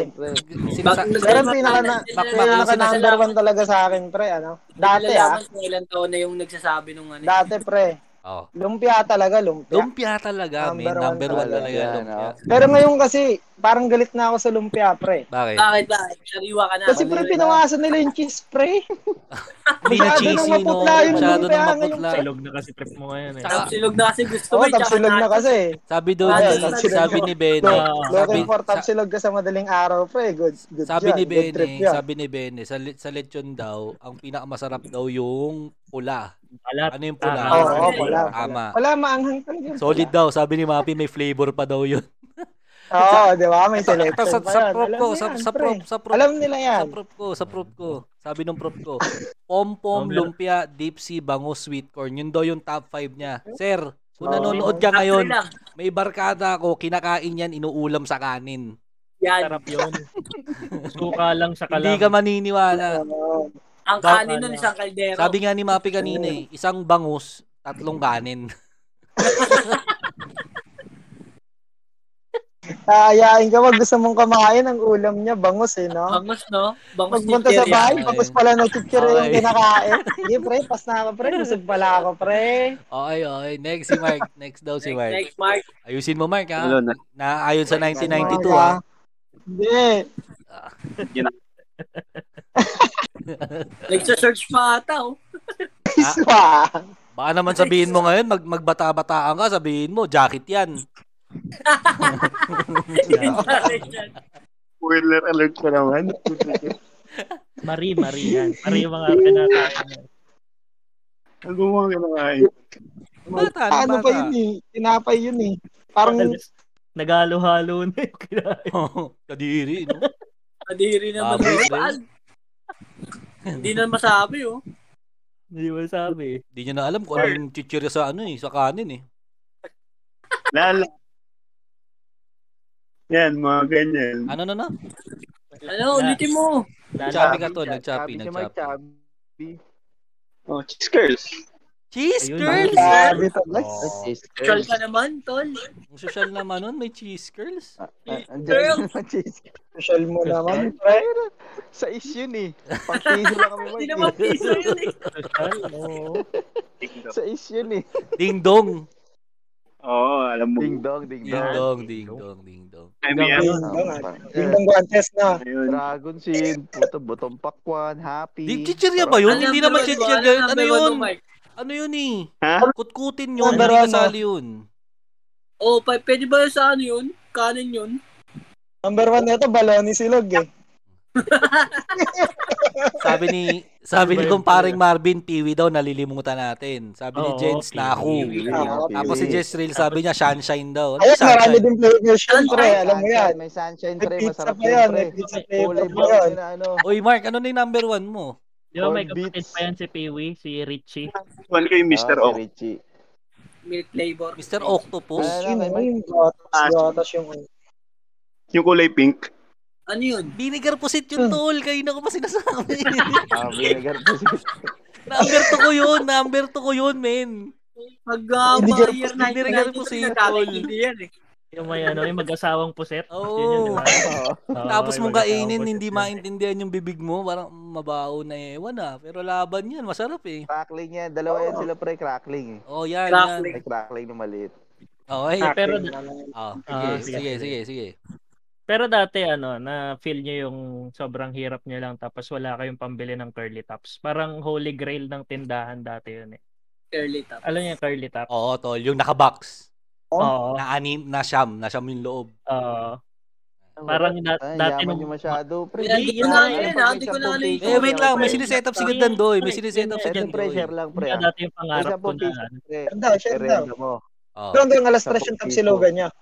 S1: Sinasa-
S6: Bakit-
S2: Pero ang pinaka na,
S1: Bakma.
S2: pinaka number one talaga sa akin, pre, ano? Dati, ah.
S6: Nalalaman kung ilang taon na yung nagsasabi nung ano.
S2: Dati, pre.
S1: Oh.
S2: Lumpia talaga, lumpia.
S1: Lumpia talaga, number man.
S2: Number one
S1: Number one
S3: talaga
S1: talaga,
S3: yan,
S1: lumpia.
S3: oh.
S2: Pero ngayon kasi, parang galit na ako sa lumpia, pre.
S1: Bakit?
S6: Bakit ba? Sariwa ka na.
S2: Kasi pre, pinangasan nila yung cheese, pre.
S1: Hindi na
S2: masyado
S1: cheesy,
S2: nang
S1: no?
S2: maputla yung
S1: Masyado
S2: lumpia
S1: nang
S2: ngayon,
S1: maputla.
S4: Silog na kasi trip mo ngayon eh.
S1: Tsaka-
S6: Tapsilog na kasi gusto
S2: Oo,
S6: mo.
S2: oh,
S6: eh, tsaka
S2: tapsilog na
S6: natin.
S2: kasi.
S1: Sabi daw
S6: Ah,
S1: ni,
S6: yes,
S1: sabi ni Benny,
S4: No,
S1: sabi,
S2: Looking for tapsilog ka sa madaling araw, pre. Good, good
S1: sabi
S2: yan.
S1: ni
S2: Good trip
S1: Benny,
S2: yan.
S1: sabi ni Benny, sa, le- sa lechon daw, ang pinakamasarap daw yung pula.
S4: Balat.
S1: Ano yung pula?
S4: Ah,
S2: Oo,
S6: eh.
S2: wala.
S1: Tama.
S2: Wala, maanghang talaga. yun.
S1: Solid daw. Sabi ni Mapi, may flavor pa daw yun.
S2: Oo, di ba? May
S1: Ito, ito, sa,
S2: selection pa
S1: sa
S2: yan.
S1: prop
S2: Alam
S1: ko,
S2: nila
S1: sa,
S2: yan,
S1: sa
S2: pre.
S1: prop, sa prop.
S2: Alam nila yan.
S1: Sa prop ko, sa prop ko. Sabi nung prop ko, pom-pom, lumpia, deep sea, bango, sweet corn. Yun daw yung top 5 niya. Sir, kung
S2: Oo.
S1: nanonood ka
S6: After
S1: ngayon,
S6: lang.
S1: may barkada ako, kinakain yan, inuulam sa kanin.
S6: Yan.
S4: Sarap yun. Suka lang sa kalam.
S1: Hindi ka maniniwala.
S2: Oo.
S6: Ang
S1: Daw-
S6: kanin nun isang kaldero.
S1: Sabi nga ni Mapi kanina eh, isang bangus, tatlong kanin.
S2: Ayain ka, wag gusto mong kumain ang ulam niya, bangus eh, no?
S6: Bangus, no? Bangus
S2: Pagpunta sa
S6: chichirya.
S2: bahay,
S1: Okay.
S2: bangus pala nagkikira yung
S1: Okay.
S2: kinakain. Hindi, pre, pas na ako, pre. Busog pala ako, pre.
S1: Okay, okay. Next si Mark. Next daw si
S6: Next,
S1: Mark.
S6: next, Mark.
S1: Ayusin mo Mark ha.
S8: Ano na?
S1: Naayon sa 1992
S2: Ano
S1: ha.
S2: ka? Hindi.
S1: Ah.
S6: Nagsa-search pa ata, oh.
S2: Iswa.
S1: Baka naman sabihin mo ngayon, mag magbata-bataan ka, sabihin mo, jacket yan.
S8: Spoiler alert ko naman.
S4: Marie, Marie yan. Marie yung mga kinakain. mo.
S8: Ang gumawa ka na nga eh.
S1: Bata, ano
S2: Ano
S1: bata?
S2: pa yun eh? Tinapay yun eh. Parang,
S4: Madalas, Nagalo-halo na yung kinain.
S1: Kadiri, no?
S6: Kadiri naman.
S1: Baboy,
S6: yun.
S1: pre.
S6: Hindi na masabi, oh.
S4: Hindi mo sabi.
S1: Hindi niya na alam kung ano yung chichirya sa ano eh, sa kanin eh.
S8: Lala. Yan, mga ganyan.
S1: Ano na na?
S6: Ano, ulitin mo.
S1: Nagchapi
S4: Lala.
S1: ka to, nagchapi,
S3: Sabi si Mike
S1: nagchapi.
S3: Chubby.
S8: Oh, cheese curls.
S1: Cheese
S4: Ayun,
S1: curls!
S4: Mike.
S2: grabe talaga.
S1: Oh,
S3: Cheese
S6: Tol
S3: curls.
S6: ka naman, tol.
S1: ang social naman nun, may cheese curls.
S3: Ah, ang dami
S6: Girl!
S3: ng cheese.
S2: Social mo naman, pre.
S3: Sa is yun eh. Pang-cheese lang kami
S6: Hindi naman
S3: Mike. eh.
S6: piso yun eh.
S4: Oo.
S8: TikTok.
S3: Sa is yun eh.
S1: Ding dong!
S8: Oo, alam mo.
S3: Ding dong, ding
S1: Ding
S3: dong.
S1: dong, ding dong, ding dong.
S8: IBM.
S2: Ding dong, ah.
S3: Parang-
S2: Yung bang guantes na.
S8: Ayun.
S3: Dragon Seed, puto butong pakwan, happy.
S1: Di chichirya ba yun?
S6: Ang
S1: Hindi naman
S6: number one ko,
S1: chichirya
S6: ang
S1: yun. Ano
S6: number one
S1: yun?
S6: ko, Mark.
S1: Ano yun eh?
S8: Ha?
S1: Kutkutin yun,
S2: Number
S1: hindi
S2: one,
S1: kasali yun.
S6: Oh, pa- pwede ba yun sa ano yun? Kanin yun?
S2: Number one na ito, baloni silog eh.
S1: Sabi ni sabi ni
S4: Number one
S1: kumparing Marvin, Piwi daw nalilimutan natin. Sabi ni
S4: Oo,
S1: Jens
S4: Piwi.
S1: Naku.
S3: Piwi,
S2: Ah,
S3: happy.
S1: Tapos si Jess Reel sabi niya sunshine daw. Ano
S2: Ayun, marami
S1: sunshine?
S2: din flavors yun, pre.
S3: May
S2: Alam mo
S3: sunshine,
S2: yan.
S3: May sunshine,
S2: May
S3: pre.
S2: pizza
S3: Masarap
S2: pa
S3: yun,
S2: yan.
S3: pre.
S2: May pizza
S3: Kulay
S2: flavor pa
S3: brown
S2: yun.
S3: yun, ano.
S1: Oy Mark, ano na yung number one mo?
S4: Di ba may
S3: Corn
S4: kapatid
S3: beats.
S4: pa yan si Peewee, si Richie.
S8: One kay Mr.
S3: Ah, si
S8: O.
S3: Richie.
S6: Milk flavor.
S1: Mr. Octopus?
S3: Ay,
S2: Yun,
S3: ay, ay.
S2: yun. Gatas, gatas yung
S8: Yung kulay pink.
S6: Ano yun?
S1: Vinegar pusit yung tol. Kayo na ko pa sinasabi.
S3: Ah, vinegar po si
S1: number 2 ko yun. Number 2 ko yun, men.
S6: Pag uh,
S2: Hindi
S6: mga
S2: ka-
S6: year
S1: hindi rin ganun po
S6: 1993
S1: si
S6: nagkakain,
S1: Paul.
S6: hindi yan eh.
S4: Yung may ano, yung mag-asawang puset.
S1: Oo.
S4: Yun yun, di ba?
S3: Oo.
S4: Oo,
S1: Tapos
S4: yung
S1: mong
S4: mag-asawang
S1: kainin,
S4: puset
S1: hindi
S4: yun.
S1: maintindihan yung bibig mo. Parang mabaho na ewan ah. Pero laban yan. Masarap eh.
S3: Crackling yan. Dalawa yan sila, pre. Crackling eh.
S1: Oh, yan, yan.
S6: Crackling.
S3: May crackling na maliit.
S1: Okay.
S2: Ah.
S4: Eh, Pero,
S1: Oh,
S4: Ah,
S1: sige, sige, sige, sige.
S4: pero dati ano, na feel niyo yung sobrang hirap niyo lang tapos wala kayong pambili ng curly tops. Parang holy grail ng tindahan dati yun eh.
S6: Curly top.
S4: Alam niyo yung curly tops?
S1: Oo, tol. Yung nakabox.
S4: Oo.
S1: Na anim, na siyam. Na siyam yung loob.
S4: Oo. Parang da-
S3: Ay,
S4: dati
S3: yaman
S4: nung
S3: yung masyado, pre.
S6: Hindi,
S4: yun na yun,
S6: ah, hindi ko na ano yun.
S1: Eh, wait lang. May
S6: Siyempre.
S1: siniset up si Gandoy. May siniset up si
S3: Ito, pre,
S1: Gandoy.
S3: share lang, pre.
S4: Kaya
S3: ah.
S4: dati yung
S3: Isa
S4: pangarap
S3: po,
S4: ko na
S3: piso,
S4: ano,
S3: pre.
S2: Share daw, share daw.
S3: Irenda mo.
S1: Oh.
S2: Pero hanggang alas tres
S3: Sabog
S2: yung
S3: piso.
S2: tapsilogan niya.
S3: Ha?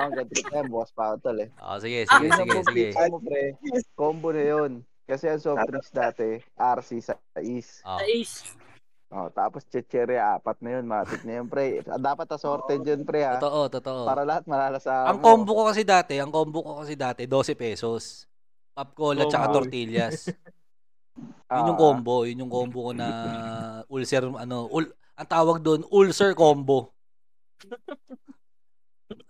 S3: Ah, Ang ganda ka, boss pa ako tol eh.
S1: Oh, sige, sige,
S2: Ah,
S3: Yung
S1: sige, sige.
S3: sampung piso mo,
S2: eh,
S3: pre. Combo na yun. Kasi ang soft drinks dati, RC sa is.
S1: Oh.
S6: Sa Ace.
S3: Oh, tapos chicherya, apat na yun, matik na yun, pre. Ah, Dapat assorted yun, pre, ha?
S1: Totoo, totoo.
S3: Para lahat malalasahan
S1: Ang combo ko kasi dati, ang combo ko kasi dati, 12 pesos. Pop cola
S4: Oh,
S1: tsaka
S4: wow.
S1: tortillas. Yun
S3: Ah,
S1: yung combo, yun yung combo ko na ulcer, ano, ul, ang tawag doon, ulcer combo.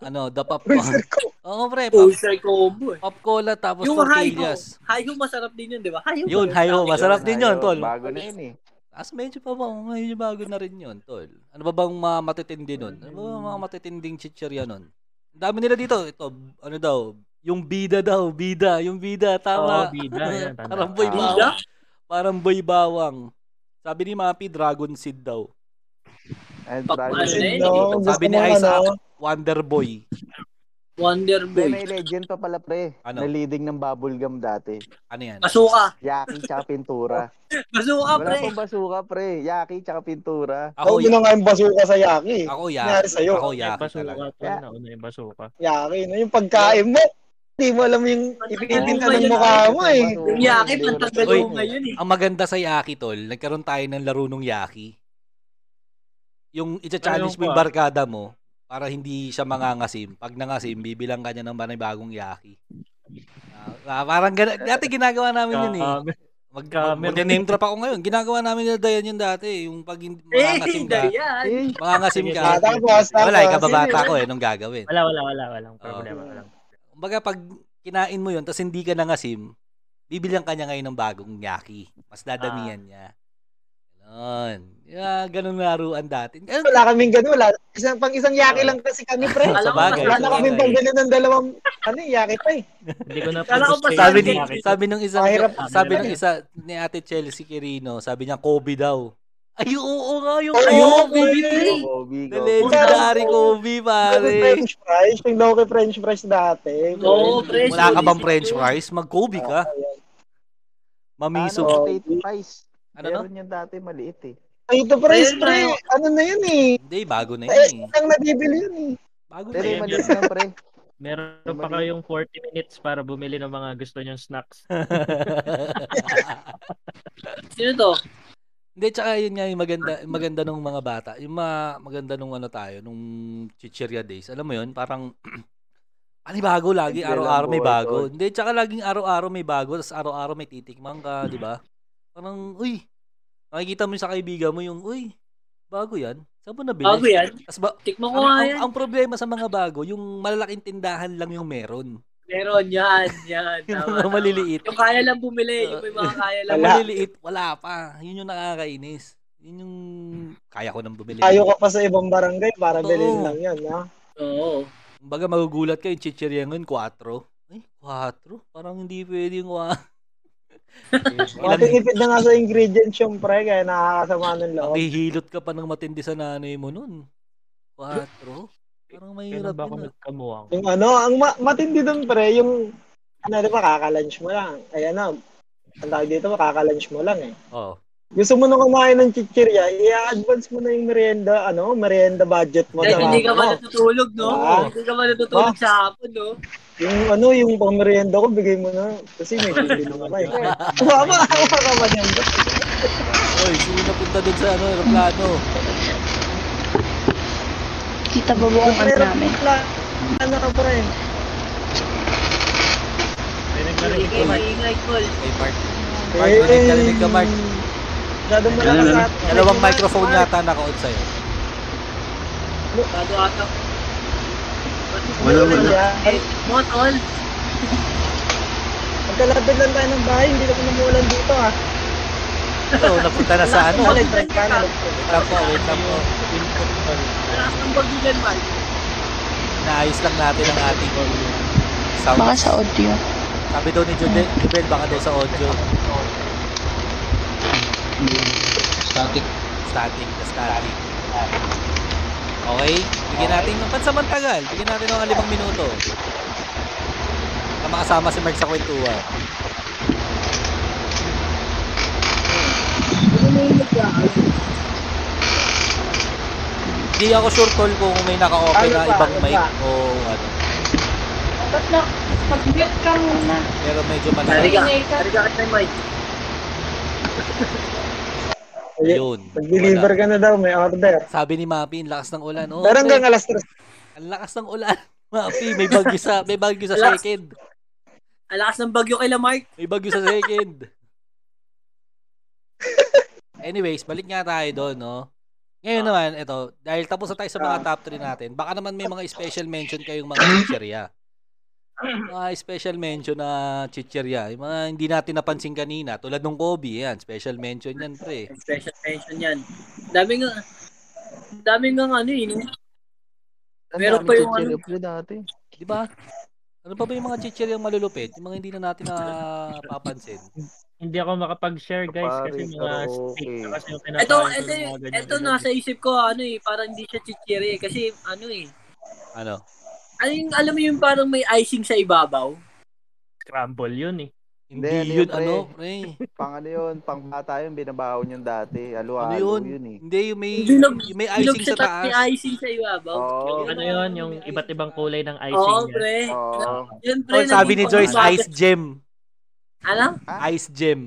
S1: ano, the pop cola. Oo, pre, pop,
S6: Ulcer combo eh.
S1: pop cola tapos
S6: Yung high ho.
S1: tortillas.
S6: High ho masarap din yun, di ba? High ho.
S1: Yun, hayo, masarap din yun, tol.
S3: Bago na yun, eh.
S1: Tapos Ah, medyo pa ba, medyo bago na rin yun, tol. Ano ba bang mga matitindi nun? Ano ba bang mga matitinding chichirya nun? Ang dami nila dito. Ito, ano daw, yung bida daw, bida, yung bida,
S4: Oo,
S1: tama.
S4: oh, bida. Yan, tanda.
S1: parang boy
S4: Tama.
S1: bawang. Parang boy bawang. Sabi ni Mapi, dragon seed daw.
S3: And
S6: Bakbal
S3: probably-
S6: na eh.
S2: No, gusto
S1: Sabi ni
S2: mong
S1: Isaac,
S2: ano,
S1: Wonder Boy.
S6: Wonder
S3: Hindi,
S6: Boy.
S3: may legend pa pala pre.
S1: Ano?
S3: Na leading ng bubblegum dati.
S1: Ano yan?
S6: Basuka.
S3: Yaki tsaka
S1: Ah,
S3: pintura.
S6: Basuka,
S3: Wala
S6: pre.
S3: pang basuka pre. Yaki tsaka pintura.
S1: Ako,
S2: ako nga oh, yung basuka sa yaki.
S1: ako
S2: nangyari
S1: yaki.
S2: sa'yo?
S1: Ako
S4: May
S1: yaki
S4: basuka
S1: talaga.
S4: pa. Nauna yung basuka.
S2: Yaki, no? yung pagkain mo, hindi mo alam yung ipipinta ng mukha mo eh.
S6: Yung yaki, pantangalo
S1: Uy.
S6: ngayon eh.
S1: Ang maganda sa Yaki, tol, nagkaroon tayo ng laro ng Yaki. Yung i-challenge
S4: Ayun
S1: mo yung
S4: pa.
S1: barkada mo para hindi siya mangangasim. Pag nangasim, bibilang ka niya ng panibagong Yaki. Ah, ah, parang gana- dati ginagawa namin yun eh.
S4: Kami.
S1: Mag, mag,
S4: Camera.
S1: name drop ako ngayon. Ginagawa namin nila Dayan yun dati. Yung pag hindi-
S6: Eh,
S1: mangangasim ka.
S6: Dayan.
S3: Eh,
S1: Mangangasim ka.
S2: Ah, tapos, tapos.
S1: Wala, ikababata ko eh, nung gagawin.
S4: Wala, wala, wala. Walang
S1: Oh.
S4: problema.
S2: Oo.
S4: Walang.
S1: Kumbaga, pag kinain mo yun, tapos hindi ka nangasim, bibilang ka niya ngayon ng bagong yaki. Mas dadamihan
S2: Ah.
S1: niya. Ganon. Yeah, ganun laruan dati. Eh,
S2: Wala kaming ganun. Wala. Isang, pang isang yaki lang kasi kami, pre.
S1: Sa bagay.
S2: Wala na kami pang ganun ng dalawang, ano, yaki pa eh.
S4: Hindi ko na
S6: Kala ko pa
S4: pag-gusto
S1: sabi
S4: yung
S1: ni
S4: bakit.
S1: sabi nung isang
S2: Mahirap.
S1: sabi nung isa ni Ate Chelsea Quirino, sabi niya Kobe daw. Ay, oo, oo nga, yung
S2: Ay, oo,
S1: Kobe.
S2: Kobe.
S3: Kobe,
S1: The
S3: Kobe.
S1: legendary Kobe,
S2: Ano
S1: pare.
S2: French fries? Yung low kay French fries dati.
S6: Oo, pre.
S1: Wala ka bang French fries? Mag-Kobe
S2: Oh,
S1: ka.
S3: Ano,
S1: Mamiso.
S3: potato fries.
S1: Ano, no?
S3: Meron yan dati, maliit eh.
S2: Ito fries,
S6: Ayun,
S2: pre.
S6: pre.
S2: Ano na yun eh.
S1: Hindi, bago na
S2: Eh,
S1: yun eh.
S2: isang nabibili yun eh.
S1: Bago na
S3: Pero
S1: yun.
S3: yung maliit na pre.
S4: Meron pa kayong 40 minutes para bumili ng mga gusto nyong snacks.
S6: Sino to?
S1: Hindi, tsaka yun nga yung maganda, yung maganda nung mga bata. Yung ma, maganda nung ano tayo, nung chichirya days. Alam mo yun, parang, ano bago lagi,
S3: Hindi
S1: araw-araw
S3: lang
S1: may
S3: buhay,
S1: bago. Hindi, tsaka laging araw-araw may bago, tapos araw-araw may titikman ka, di ba? Parang, uy, makikita mo sa kaibigan mo yung, uy, bago yan. Saan mo nabili?
S6: Bago yan.
S1: Tas ba,
S6: Tikman ko
S1: ang,
S6: nga
S1: ang-
S6: yan.
S1: ang problema sa mga bago, yung malalaking tindahan lang yung meron.
S6: Meron yan, yan.
S1: Yung mga
S6: Tama, tama.
S1: maliliit.
S6: Yung kaya lang bumili. Yung may mga kaya lang.
S1: Yung
S2: Wala.
S1: maliliit, wala pa. Yun yung nakakainis. Yun yung, kaya ko nang bumili.
S2: Ayaw ka pa sa ibang barangay para
S1: Oo.
S2: bilhin lang yun, ha?
S6: Oo.
S1: Kumbaga magugulat kayo, chichirya ngayon, 4. Ay, 4? Parang hindi pwede yung 4.
S2: Mga
S1: Ilan,
S2: tingipid na nga sa ingredients yung pre, kaya nakakasama ng loob.
S1: makihilot ka pa ng matindi sa nanay mo nun. 4? Parang
S4: Kailan
S1: mahirap
S4: Ano ba ako
S1: yun. ah.
S4: nagkamuwang?
S2: Yung ano, ang ma- matindi doon pre, yung, ano, di ba, kakalunch mo lang. Ayan na, ang tawag dito, kakalunch mo lang eh.
S1: Oo.
S2: Gusto mo nang kumain ng chichirya, i-advance mo na yung merienda, ano, merienda budget mo.
S6: Dahil
S2: sa
S6: hindi ka
S2: ano.
S6: ba natutulog, no?
S2: Oo.
S6: Hindi ka ba natutulog
S2: Ah.
S6: sa hapon, no?
S2: Yung ano, yung pang merienda ko, bigay mo na. Kasi may bibili na ako eh. Mama, ako ka naman yan.
S1: Oy, sino napunta dun sa ano, aeroplano?
S9: Kita ba mo ang ano namin?
S2: Ano ka pre?
S4: May nagkarinig
S6: Maingay,
S4: ko ba?
S6: maingay, Paul.
S1: Ay, Mark. Mark,
S2: Eh,
S1: narinig ka, narinig ka, Mark.
S2: Masyadong malakas
S8: Ano,
S2: at...
S1: Dalawang microphone yata nakaon sa'yo.
S6: Bago ata.
S8: Wala, wala.
S6: Eh, Mot, all.
S2: Magkalapit lang tayo ng bahay, hindi na kumulan dito ah.
S1: Ano, napunta na sa ano?
S2: Wala,
S1: Wait
S2: drag ka na.
S1: lang po, wait lang po.
S6: Wala kang bagigan, man.
S1: Naayos lang natin ang ating sound.
S9: Baka sa audio.
S1: Sabi daw ni Jodel, Jodel baka daw sa audio.
S10: Static.
S1: Static, na static. Okay, bigyan natin ng pansamantagal. Bigyan natin ng limang minuto. Na makasama si Mark sa kwentuhan. Hindi ako sure tol kung may naka-open
S2: Ano
S1: na
S2: ba?
S1: ibang
S2: Ano
S1: mic
S2: ba?
S1: o ano.
S9: Ba't na? Pag-mute ka muna.
S1: Pero medyo
S6: Sorry ka.
S1: malalim.
S9: Ingay ka.
S6: Sorry ka at may mic.
S1: Ayun.
S2: Pag-deliver
S1: Wala.
S2: ka na daw, may order.
S1: Sabi ni Mapi, ang lakas ng ulan. Oh,
S2: Pero hanggang alas 3.
S1: Ang lakas ng ulan. Mapi, may bagyo sa, may bagyo sa
S6: Lakas.
S1: second.
S6: Ang lakas ng bagyo kay Lamarck.
S1: May bagyo sa second. Anyways, balik nga tayo doon, no? Ngayon naman, ito, dahil tapos na tayo sa mga top 3 natin, baka naman may mga special mention kayong mga pizzeria. mga special mention na chicherya. Yung mga hindi natin napansin kanina. Tulad nung Kobe, yan. Special mention yan, pre.
S6: Special mention yan. Dami nga, dami nga ano eh, no? Meron pa yung ano,
S3: dati.
S1: Di ba? Ano pa ba yung mga chicherya malulupit? Yung mga hindi na natin napapansin.
S4: Hindi ako makapag-share guys kasi
S1: Kapare,
S4: mga
S1: karaoke.
S4: steak na kasi yung pinapakain
S6: Ito,
S4: ko ng
S6: ito,
S4: mga ganyan.
S6: ito nasa isip ko, ano eh, parang hindi siya chichiri eh, kasi ano eh,
S1: Ano?
S6: ano yung, alam mo yung parang may icing sa ibabaw?
S4: Scramble yun eh.
S1: Hindi,
S3: ano
S1: yun,
S3: pre.
S1: ano, pre.
S3: Pang ano yun, pang bata yun, binabawon yun dati. Alualo
S1: Ano
S3: yun?
S1: yun?
S3: eh.
S1: Hindi, yung may,
S6: Bilog-
S1: yung may
S6: bilog
S1: icing sa
S6: ta- May
S1: taas.
S6: icing sa ibabaw.
S3: Oo.
S4: Ano yun, yung iba't ibang kulay ng Oh, icing
S6: Oo,
S4: niya.
S6: pre.
S3: Oo.
S6: Yun, pre.
S1: Oh, sabi ni
S6: naging
S1: Joyce,
S6: pang-
S1: ice gem.
S6: Ano?
S1: Ice gem.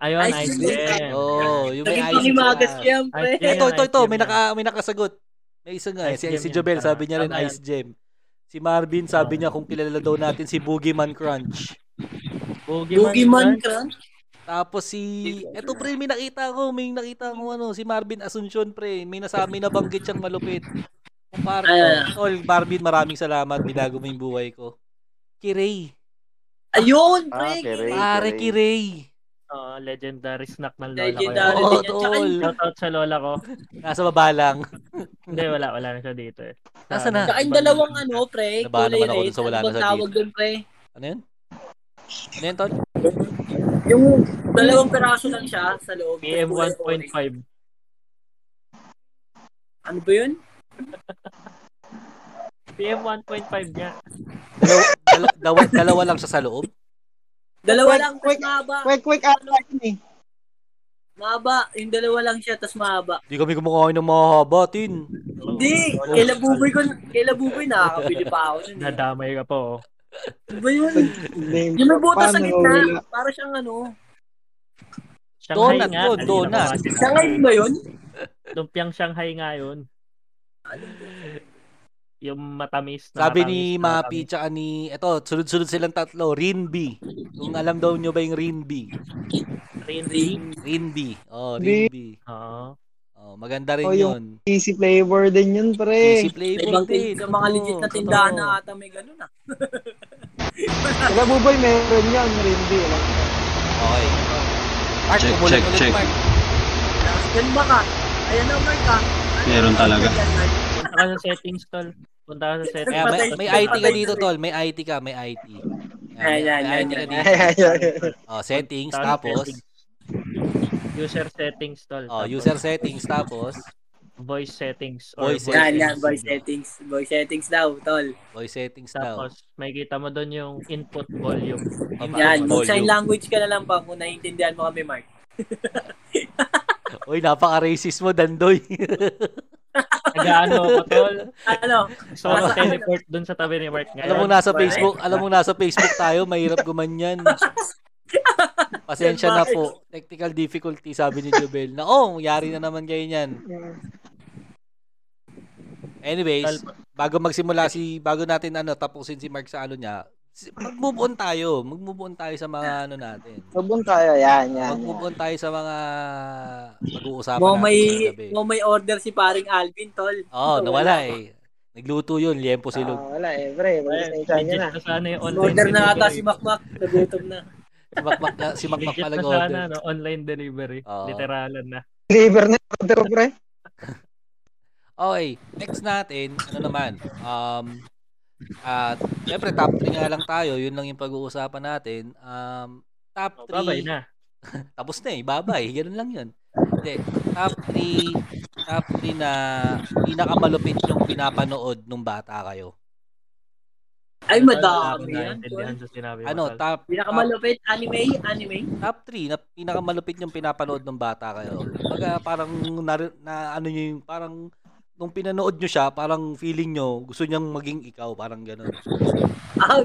S4: Ayun,
S6: Ice
S4: ice
S6: cream.
S4: cream.
S1: Oo, oh, yung may
S6: Naging
S1: icing sa
S6: pangimagas
S1: taas.
S6: siya, pre.
S4: Ice cream.
S1: Ito, ito, ito.
S4: Ice gem
S1: May,
S4: yan.
S1: naka, may nakasagot. May isa nga. eh.
S4: Ice
S1: Si,
S4: gem
S1: si
S4: yan,
S1: Jobel,
S4: tama.
S1: sabi niya rin
S4: Tama yan.
S1: Ice Gem. Si Marvin, sabi niya kung kilala daw natin si Boogeyman Crunch.
S6: Boogeyman
S4: Crunch.
S6: Crunch.
S1: Tapos si... Eto pre, may nakita ko. May nakita ko ano. Si Marvin Asuncion pre. May nasabi na banggit siyang malupit. Kung par-
S6: Ah.
S1: Tol, Marvin, maraming salamat. Binago mo yung buhay ko. Kiray.
S6: Ayun,
S3: Ah,
S6: pre.
S3: Kiray.
S1: Pare, Kiray.
S4: Oo, Oh, legendary snack ng lola
S6: Legendary
S1: Oo,
S6: din yan. Tsaka
S1: Oh, tol.
S6: yung-
S4: ko. Shoutout sa lola ko.
S1: Nasa baba lang.
S4: Hindi, wala. Wala na siya dito eh.
S1: Nasa na?
S4: Sa-
S6: Tsaka yung dalawang ano, pre.
S1: Nabahan
S6: Kulay
S1: naman ako
S6: red.
S1: dun sa wala
S6: Ano
S1: na
S6: bang
S1: sa
S6: tawag
S1: gilid.
S6: dun, pre?
S1: Ano yun? Ano yun, Tol?
S6: Yung dalawang peraso lang siya sa loob.
S4: PM
S6: Kulay orange.
S4: 1.5.
S6: Ano ba yun?
S4: PM 1.5 niya.
S1: Dalawa, dal- dalawa, dalawa lang siya sa loob.
S6: Dalawa
S2: Quick,
S6: lang,
S2: quick,
S6: tas mahaba.
S2: Quick, quick, ano yun eh.
S6: Mahaba. Yung dalawa lang siya, tas mahaba.
S1: Hindi kami kumakain ng mahaba, tin.
S6: Hindi! Kaila buboy ko, kaila buboy nakakapili pa ako. nun eh.
S4: Nadamay ka po. oh.
S6: Ano ba yun? Yung may butas sa gitna. Para siyang ano.
S4: Shanghai
S1: Donut
S4: nga.
S1: yun,
S4: kanina
S1: donut.
S4: ko kasi-
S6: Shanghai ba yun?
S4: Lumpiang Shanghai nga yun. Yung matamis na
S1: Sabi
S4: matamis
S1: ni
S4: na
S1: Mapi
S4: matamis.
S1: tsaka ni eto, sunod-sunod silang tatlo, Rinby. Kung alam daw nyo ba yung Rinby?
S4: Rindy.
S1: Rinby. Oh, Rinby.
S4: Oo.
S1: Oh, maganda rin
S2: Oh,
S1: yun.
S2: yung- Easy flavor din yun, pre.
S1: Easy
S6: May
S1: flavor
S6: ibang
S1: din.
S6: tin- sa mga
S1: Totoo,
S6: legit na tindahan
S1: totoo.
S6: na ata may ganun ah.
S2: Kaya Diba, buboy, meron yan, Rindy. diba? alam ko.
S1: Okay. Mark,
S8: Check,
S1: umulit
S8: check,
S1: ulit,
S8: check.
S1: Mark.
S6: Yan ba ka? Ayan na, Mark ah. Ayan
S8: Meron
S6: na,
S8: talaga.
S6: Mark, yan, Mark.
S4: Punta ka sa settings, tol. Punta ka sa settings.
S1: Kaya may, may IT ka
S6: Patay
S1: dito,
S6: na eh.
S1: tol. May IT ka, may IT. Ayan,
S6: Ayan, ayan,
S1: may
S6: ayan,
S1: IT ka
S6: ayan.
S1: dito. Oh, settings,
S4: Punta ka sa
S1: tapos.
S4: settings. User settings, tol.
S1: Oh,
S4: Tapos
S1: user settings, tapos.
S4: Voice settings. or
S1: Voice
S6: Yan, yan,
S1: settings.
S6: boy settings. Boy settings daw, tol.
S1: Voice settings daw.
S4: Tapos, may kita mo doon yung input volume.
S1: Tama.
S6: Yan,
S1: Volume.
S6: mag sign language ka na lang pa kung naiintindihan mo kami, Mark.
S1: Uy, napaka-racist mo, Dandoy.
S4: Nagaano ako, tol.
S6: Ano?
S4: So,
S6: Nasa-
S4: teleport doon sa tabi ni Mark ngayon.
S1: alam mo nasa Facebook, alam mo nasa Facebook tayo, mahirap gumanyan. Pasensya na po. Technical difficulty, sabi ni Jubel. Na, oh, yari na naman kayo niyan. Anyways, bago magsimula si, bago natin ano, tapusin si Mark sa ano niya, si- mag-move on tayo. Mag-move on tayo sa mga ano natin.
S2: Sabon tayo, yan, yan. yan.
S1: Mag-move on tayo sa mga pag-uusapan
S6: Mo
S1: natin
S6: may,
S1: sa gabi.
S6: mo may order si paring Alvin, tol.
S1: Oo, oh, nawala eh. Nagluto yun, liempo silog.
S2: Ah, wala eh, pre. Wala
S4: Ay,
S2: sa niya na.
S4: legit na sana yung online
S6: Order na ata si
S4: delivery.
S6: Makmak. Nagutom na.
S1: Si Makmak, na- si Makmak
S4: Legit
S1: pala
S4: na sana,
S1: order.
S4: no? online delivery.
S1: Oo.
S4: Literalan na.
S2: Deliver na yung order, pre.
S1: Okay, next natin, ano naman? Um at syempre top 3 nga lang tayo, yun lang yung pag-uusapan natin. Um
S4: Oh,
S1: top 3.
S4: babay na.
S1: Tapos na eh, babay, ganun lang 'yun. Hindi, top 3 top 3 na pinakamalupit yung pinapanood nung bata kayo.
S6: Ay,
S4: Tol, wala akong
S6: madami yan, tol.
S4: Diba? ano naintindihan sa sinabi mo,
S1: Ano,
S4: tol.
S1: top top,
S6: Pinakamalupit, anime, anime.
S1: top 3 na pinakamalupit yung pinapanood nung bata kayo. Kumbaga parang na, na ano nyo yung parang nung pinanood nyo siya, parang feeling nyo, gusto niyang maging ikaw, parang ganun.
S6: Ah,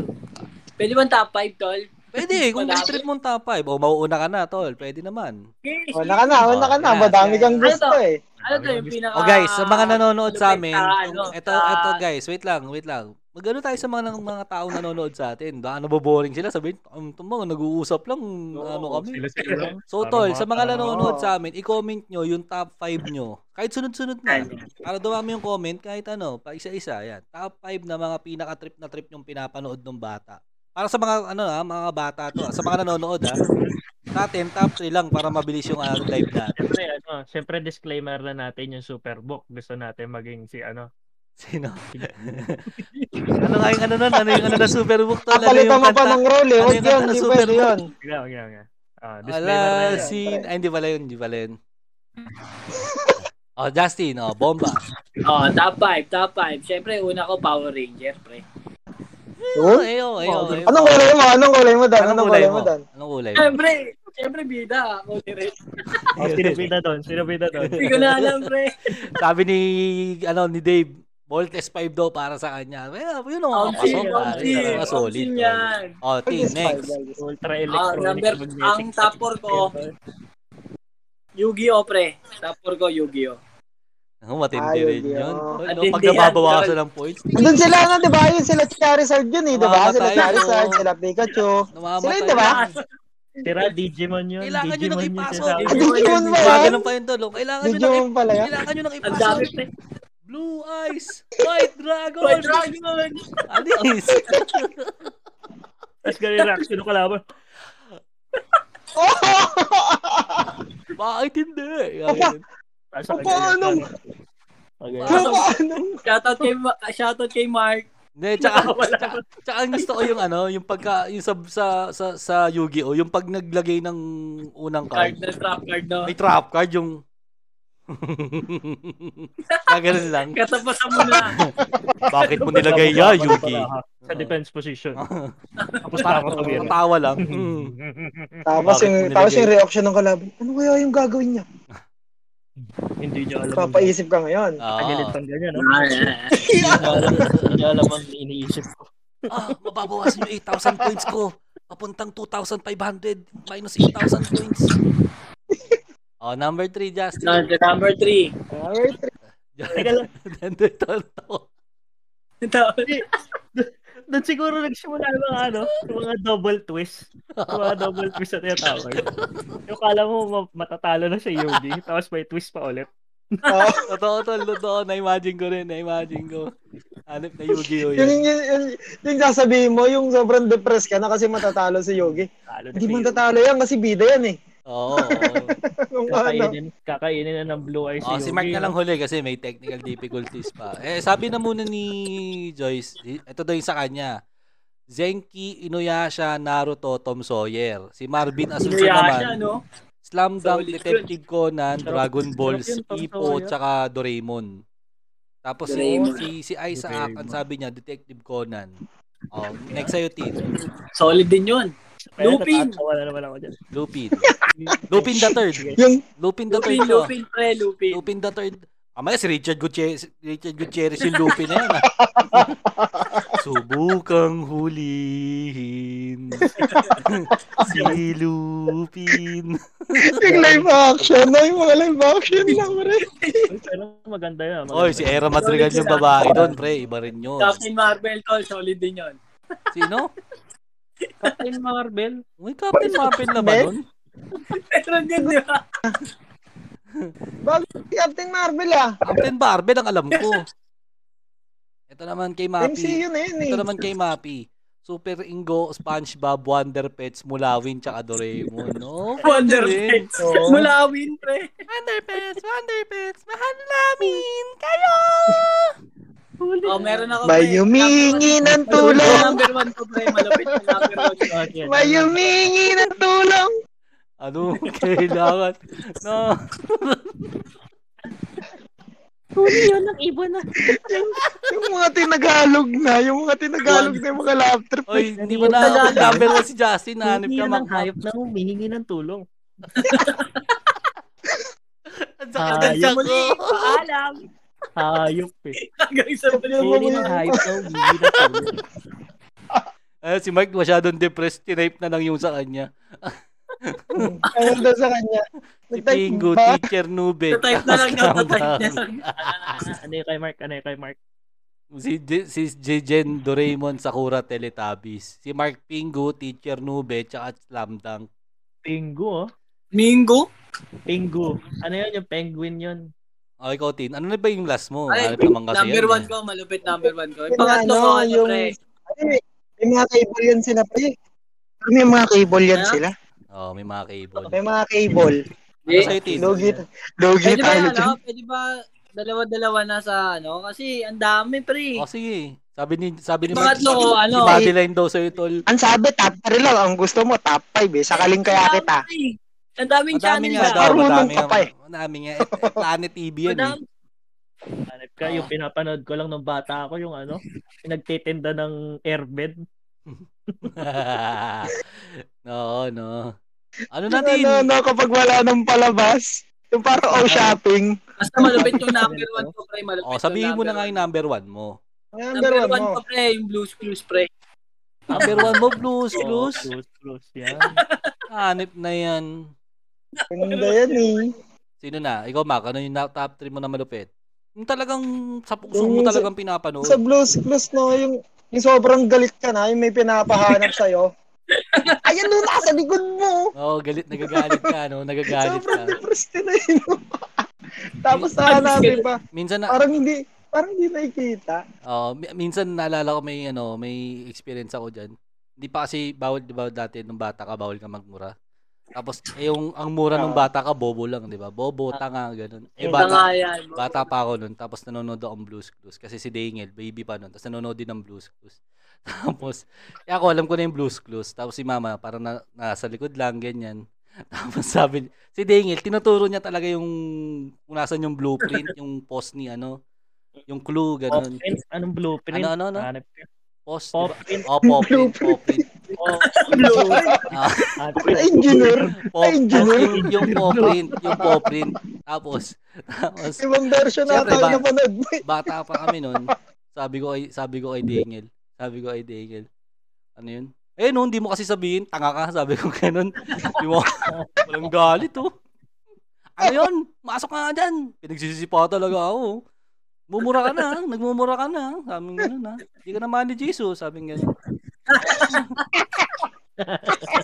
S6: pwede bang top 5, tol?
S1: Pwede, kung
S6: Madami.
S1: trip mong top 5, o mauuna ka na, tol, pwede naman.
S6: Yes,
S2: Wala ka Oh, na, wala ka na.
S1: Yeah.
S2: Madami kang gusto eh.
S1: Oh,
S6: Ano to yung pinaka...
S1: O guys, sa mga nanonood sa amin,
S6: Ano,
S1: ito,
S6: sa-
S1: ito guys, wait lang, wait lang. Magano tayo sa mga mga tao nanonood sa atin. Baka naboboring sila, sabihin, um, tumo, nag-uusap lang, ano kami.
S11: sila sila. Parang
S1: So, tol,
S11: mga
S1: sa mga
S11: tao.
S1: nanonood sa amin, i-comment nyo yung top 5 nyo. Kahit sunod-sunod na. Para dumami yung comment, kahit ano, pa isa-isa, yan. Top 5 na mga pinaka-trip na trip yung pinapanood ng bata. Para sa mga, ano ha, mga bata to, ha, sa mga nanonood ha. Sa atin, top 3 lang para mabilis yung ah, live natin.
S4: Siyempre, ano, siyempre disclaimer na natin yung Superbook. Gusto natin maging si ano.
S1: Sino? ano nga yung ano nun? Ano yung ano na Superbook tol? Ano
S2: Papalitan
S1: yung
S2: mo pa
S1: kanta?
S2: ng role eh.
S1: Ano yung
S2: Huwag yun,
S1: kanta
S2: hindi pwede
S1: Superbook?
S2: yun.
S4: Ginawa, ginawa, ginawa. Ah, disclaimer na
S1: Ala,
S4: yan.
S1: sin... Ay, hindi pala yun, hindi pala yun. Oh, Justin, oh, bomba.
S6: Oh, top 5, top 5. Siyempre, una ko Power Ranger, pre.
S1: Yun? Ayo, ayo, ayo.
S2: Anong kulay mo? Anong kulay mo, Dan?
S1: Anong
S2: Anong
S1: kulay
S2: kulay
S1: mo?
S2: mo, Dan?
S1: Anong kulay mo?
S6: Siyempre, siyempre bida ako ni Red.
S4: Oh, sinubida doon, sinubida doon.
S6: Hindi ko na alam, pre.
S1: Sabi ni, ano, ni Dave, Voltes 5 daw para sa kanya. Well, yun ang mga
S6: Ang team,
S1: pasok,
S6: ang
S1: pare.
S6: team,
S1: Mga
S6: ang
S1: solid.
S6: team
S1: tol.
S6: yan.
S1: Oh, team, next.
S4: Ultra
S6: Ah,
S4: electronic
S6: number,
S4: magnetic.
S6: ang top 4 ko, Yu-Gi-Oh, pre. Top 4 ko, Yu-Gi-Oh.
S1: Ang matindi rin
S2: Ayun,
S1: yun.
S2: yun.
S1: Ano,
S6: Matindi
S1: pag
S6: yan,
S1: nababawasan
S6: tol.
S1: ng points,
S2: Andun sila na, di ba? Yun sila Charizard yun eh, di ba? Sila
S1: Namamatay,
S2: Charizard,
S1: oo.
S2: sila Pikachu. Sila
S1: namamatay.
S2: yun, di ba?
S4: Tira, Digimon yun.
S1: Kailangan nyo
S4: Digimon
S1: nang
S4: yun
S1: ipasok.
S4: sinasabi.
S2: Ah, Digimon ba
S1: Mga
S2: yan?
S1: ganun pa yun, tol. Kailangan nyo nang
S2: Digimon pala yan?
S1: Kailangan nyo nang
S6: Ang
S1: ipasok.
S6: dami, pre.
S1: Blue eyes, white dragon.
S6: White Dragon!
S1: Anis.
S4: Tapos ganun yung reaction ng kalaban.
S1: Bakit hindi?
S2: Opa,
S4: Tapos
S2: opa, anong?
S4: Okay.
S2: Opa, anong?
S6: Shoutout kay, Ma- shoutout kay Mark.
S1: Hindi, tsaka, tsaka, tsaka ang gusto ko yung ano, yung pagka, yung sa, sa, sa, sa Yu-Gi-Oh, yung pag naglagay ng unang
S6: Card
S1: card,
S6: na trap card, no?
S1: may trap card, yung... Kaya ganun lang.
S6: Katapasan mo na.
S1: Bakit mo nilagay yan, Yugi?
S4: Sa
S6: Ah.
S4: defense position. Tapos "Hmm."
S1: Parang
S4: nakakatabi yan.
S1: matawa lang. Mm.
S2: Tapos
S1: Bakit
S2: yung,
S1: mo
S2: tapos yung
S1: nilagay?
S2: reaction ng kalaban, ano kaya yung gagawin niya?
S4: Hindi nyo alam.
S2: Papaisip ka ngayon.
S1: Ano Ah.
S4: Tagalit pang ganyan, no?
S6: Ah, yeah.
S4: Hindi nyo alam- Hindi nyo alam ang iniisip ko.
S1: ah, mababawasan yung 8,000 points ko. Papuntang 2,500 minus 8,000 points. oh, number 3, Justin.
S6: Number- Number 3.
S2: Alright,
S4: Teka lang.
S1: Nandito ako.
S4: Doon siguro nagsimula yung mga ano, yung mga double twist. Yung mga double twist na tinatawag. Yung kala mo ma- matatalo na si Yugi, tapos may twist pa ulit.
S1: Totoo, tol. Totoo. Na-imagine ko rin. Na-imagine ko. Hanip na Yu-Gi-Oh
S2: Yung,
S1: yun.
S2: yung, yung, yung sasabihin mo, yung sobrang depressed ka na kasi matatalo si Yogi.
S4: Talo na
S2: Hindi
S4: si Yugi.
S2: matatalo yan kasi bida yan eh.
S1: Oo. oo.
S2: Nung ano.
S4: Kakainin, kakainin na ng blue eyes
S1: Oh, si Mark na lang huli kasi may technical difficulties pa. Eh, sabi na muna ni Joyce, ito daw yung sa kanya. Zenki, Inuyasha, Naruto, Tom Sawyer. Si Marvin Asusa naman.
S6: Inuyasha, no?
S1: Slam Dunk,
S6: Solid
S1: Detective Conan,
S4: Sarap-
S1: Dragon Ball,
S4: sarap yun, Tom
S1: Ipo,
S4: Sawyer.
S1: tsaka Doraemon. Tapos si,
S6: Doraemon.
S1: si, si Isaac, ang sabi niya, Detective Conan. Oh, next sa'yo, Tin.
S6: Solid din yun. Lupin!
S4: Lupin! Wala naman ako dyan.
S1: Lupin. Lupin the third.
S2: Yung,
S1: Lupin the
S6: Lupin,
S1: third. oh.
S6: Lupin, pre, Lupin.
S1: Lupin the third. Amaya si Richard Gutierrez, Richard Gutierrez yung Lupin na yan. ah. Subukang hulihin si Lupin.
S2: yung live action, no? Yung mga live action lang, pre.
S4: Uy, Pero maganda yun. maganda
S1: Oy, si
S4: yun.
S1: Era Madrigal yung babae doon, pre. Iba rin yun.
S6: Captain Marvel, tol, solid din yun.
S1: Sino?
S4: Captain Marvel.
S1: Uy, Captain Marvel na ba nun?
S6: Meron yun, di ba?
S2: Bago si Captain Marvel ah.
S1: Captain Marvel ang alam ko. Ito naman kay Mapi.
S2: MCU na yun eh.
S1: Ito naman kay Mapi. Super Ingo, SpongeBob, Wonder Pets, Mulawin, tsaka Doraemon. No?
S6: Wonder
S1: Pwede rin.
S6: Pets.
S2: Oo.
S6: Mulawin, pre.
S1: Wonder Pets, Wonder Pets, mahal namin kayo!
S6: Oh, meron ako,
S2: May
S6: pre.
S2: humingi ng
S6: Yung
S2: tulong.
S6: Number 1 ko, pre. Malapit yung number 1 ko.
S4: Okay.
S2: May humingi ng tulong.
S1: Ano kailangan? No.
S2: Yung mga tinagalog na, yung mga tinagalog na yung mga love trip.
S1: Oy, hindi mo na number mo si Justin, hanip ka
S4: ng
S1: mag-
S4: hayop na humihingi ng tulong.
S1: Ang
S6: Ah,
S1: sakit ng ko.
S6: Paalam.
S4: Hayop eh.
S6: Hanggang sa muli.
S4: Huli ng hayop na humihingi ng tulong.
S1: Ay, Eh, si Mike masyadong depressed, tinipe na lang yung sa kanya.
S2: Ayun daw sa kanya.
S1: Si
S2: Nag-type
S1: Pingu,
S2: ba?
S1: teacher Nube.
S6: Tatype na lang daw, tatype na lang.
S4: Ah, ano yung kay Mark? Ano yung kay Mark?
S1: Si, J- si Jijen Doraemon Sakura Teletubbies. Si Mark Pingo, Teacher Nube, tsaka Slam Dunk.
S4: Pingo, oh.
S6: Mingo?
S4: Pingo. Ano yun? Yung penguin yun.
S1: O, ikaw, Tin. Ano na ba yung last mo?
S6: Ay,
S1: Hanap naman kasi
S6: number
S1: yan,
S6: one
S1: eh.
S6: ko, malupit number one ko. Yung
S2: Yung
S6: pangatlo ko,
S2: ano,
S6: ano,
S2: yung-
S6: pre?
S2: Ay, may mga cable yan sila, pre. Pero may mga cable yan
S6: Ano?
S2: sila.
S1: Oh, may mga cable.
S2: May mga cable.
S1: Ano
S6: Eh,
S1: sa'yo, Tin?
S2: Logi, logi
S6: Pwede ba,
S2: tayo
S6: ano,
S2: dyan.
S6: pwede ba dalawa-dalawa na sa ano? Kasi ang dami, pre.
S1: O, sige. Sabi ni, sabi ni
S6: Pangatlo ko, ano?
S1: Si Madeline daw sa'yo, tol.
S2: Ang sabi, top 3 lang. Ang gusto mo, top 5 eh. Sakaling kaya
S6: Ang dami,
S2: kita.
S6: pre. Ang daming
S1: Madami
S6: channel
S1: nga
S6: na.
S1: daw.
S2: Marunong
S1: Madami
S2: ka
S1: nga.
S2: pa eh.
S1: Madami nga. Eh, eh, Planet TV yan eh.
S6: Madami.
S4: Hanap ka,
S1: Ah.
S4: yung pinapanood ko lang nung bata ako, yung ano, pinagtitinda ng airbed.
S1: no, no. Ano
S2: Ano,
S1: natin?
S2: ano, ano, kapag wala nang palabas. Yung parang oh, shopping.
S6: Basta malupit yung number one ko, pre. Malupit
S1: O, eh. Oh, sabihin
S6: yung
S1: mo na nga
S6: number
S1: yung number one mo.
S6: one.
S2: Number
S6: Number
S2: one
S6: one
S2: mo.
S6: ko, pre. Yung Blues Clues, pre.
S1: Number one mo, Blues
S4: Oh,
S1: Clues.
S4: Close, close. Yan.
S1: Hanip na yan.
S2: Ganda yan eh.
S1: Sino na? Ikaw, Mac, ano yung na- top 3 mo na malupit? Yung talagang sa puso mo
S2: Yung sa-
S1: talagang pinapanood.
S2: Sa Blues Clues, no, yung, yung sobrang galit ka na, yung may pinapahanap sa'yo. Ayan no, nasa likod mo.
S1: Oo, oh, galit, nagagalit ka, no? Nagagalit
S2: Sobrang
S1: ka.
S2: depressed na yun. Tapos
S1: Ano
S2: hahanapin pa.
S1: Minsan na,
S2: Parang hindi, parang hindi nakikita.
S1: Oo, mi- minsan naalala ko may ano, may experience ako diyan. Hindi pa kasi bawal 'di ba dati nung bata ka bawal ka magmura. Tapos eh, yung ang mura nung bata ka bobo lang, 'di ba? Bobo, tanga, ganun. Eh
S4: Yung
S1: bata,
S6: Tanga yan.
S1: bata pa ako noon tapos nanonood ako ng Blues Clues kasi si Daniel baby pa noon. Tapos nanonood din ng Blues Clues. Tapos eh ako alam ko na yung Blues Clues. Tapos si Mama parang na, nasa likod lang ganyan. Tapos sabi si Daniel tinuturo niya talaga yung kung nasan yung blueprint, yung post ni ano, yung clue ganun.
S4: Blueprint, anong blueprint?
S1: Ano, ano, ano?
S4: Hanap ka.
S1: Post, di ba? Oh, Poplin,
S4: Blueprint.
S1: Poplin.
S4: Oh,
S1: Ah,
S2: Ay, engineer.
S1: pop,
S2: Ay, Jun.
S1: yung Poplin, yung Poplin. Tapos, tapos,
S2: Ibang version na
S1: Siyempre,
S2: tayo
S1: ba-
S2: napanood mo eh.
S1: bata pa kami nun. Sabi ko kay, sabi ko kay Daniel. Sabi ko kay Daniel. Ano yun? Eh, no, hindi mo kasi sabihin, tanga ka, sabi ko ganun. Di mo, walang galit, oh. Ano yun? Masok ka nga dyan. Pinagsisipa talaga ako. oh. Mumura ka na, ah. nagmumura ka na. Sabi nga ganun, ha. Hindi ka naman ni Jesus, sabi nga ganun.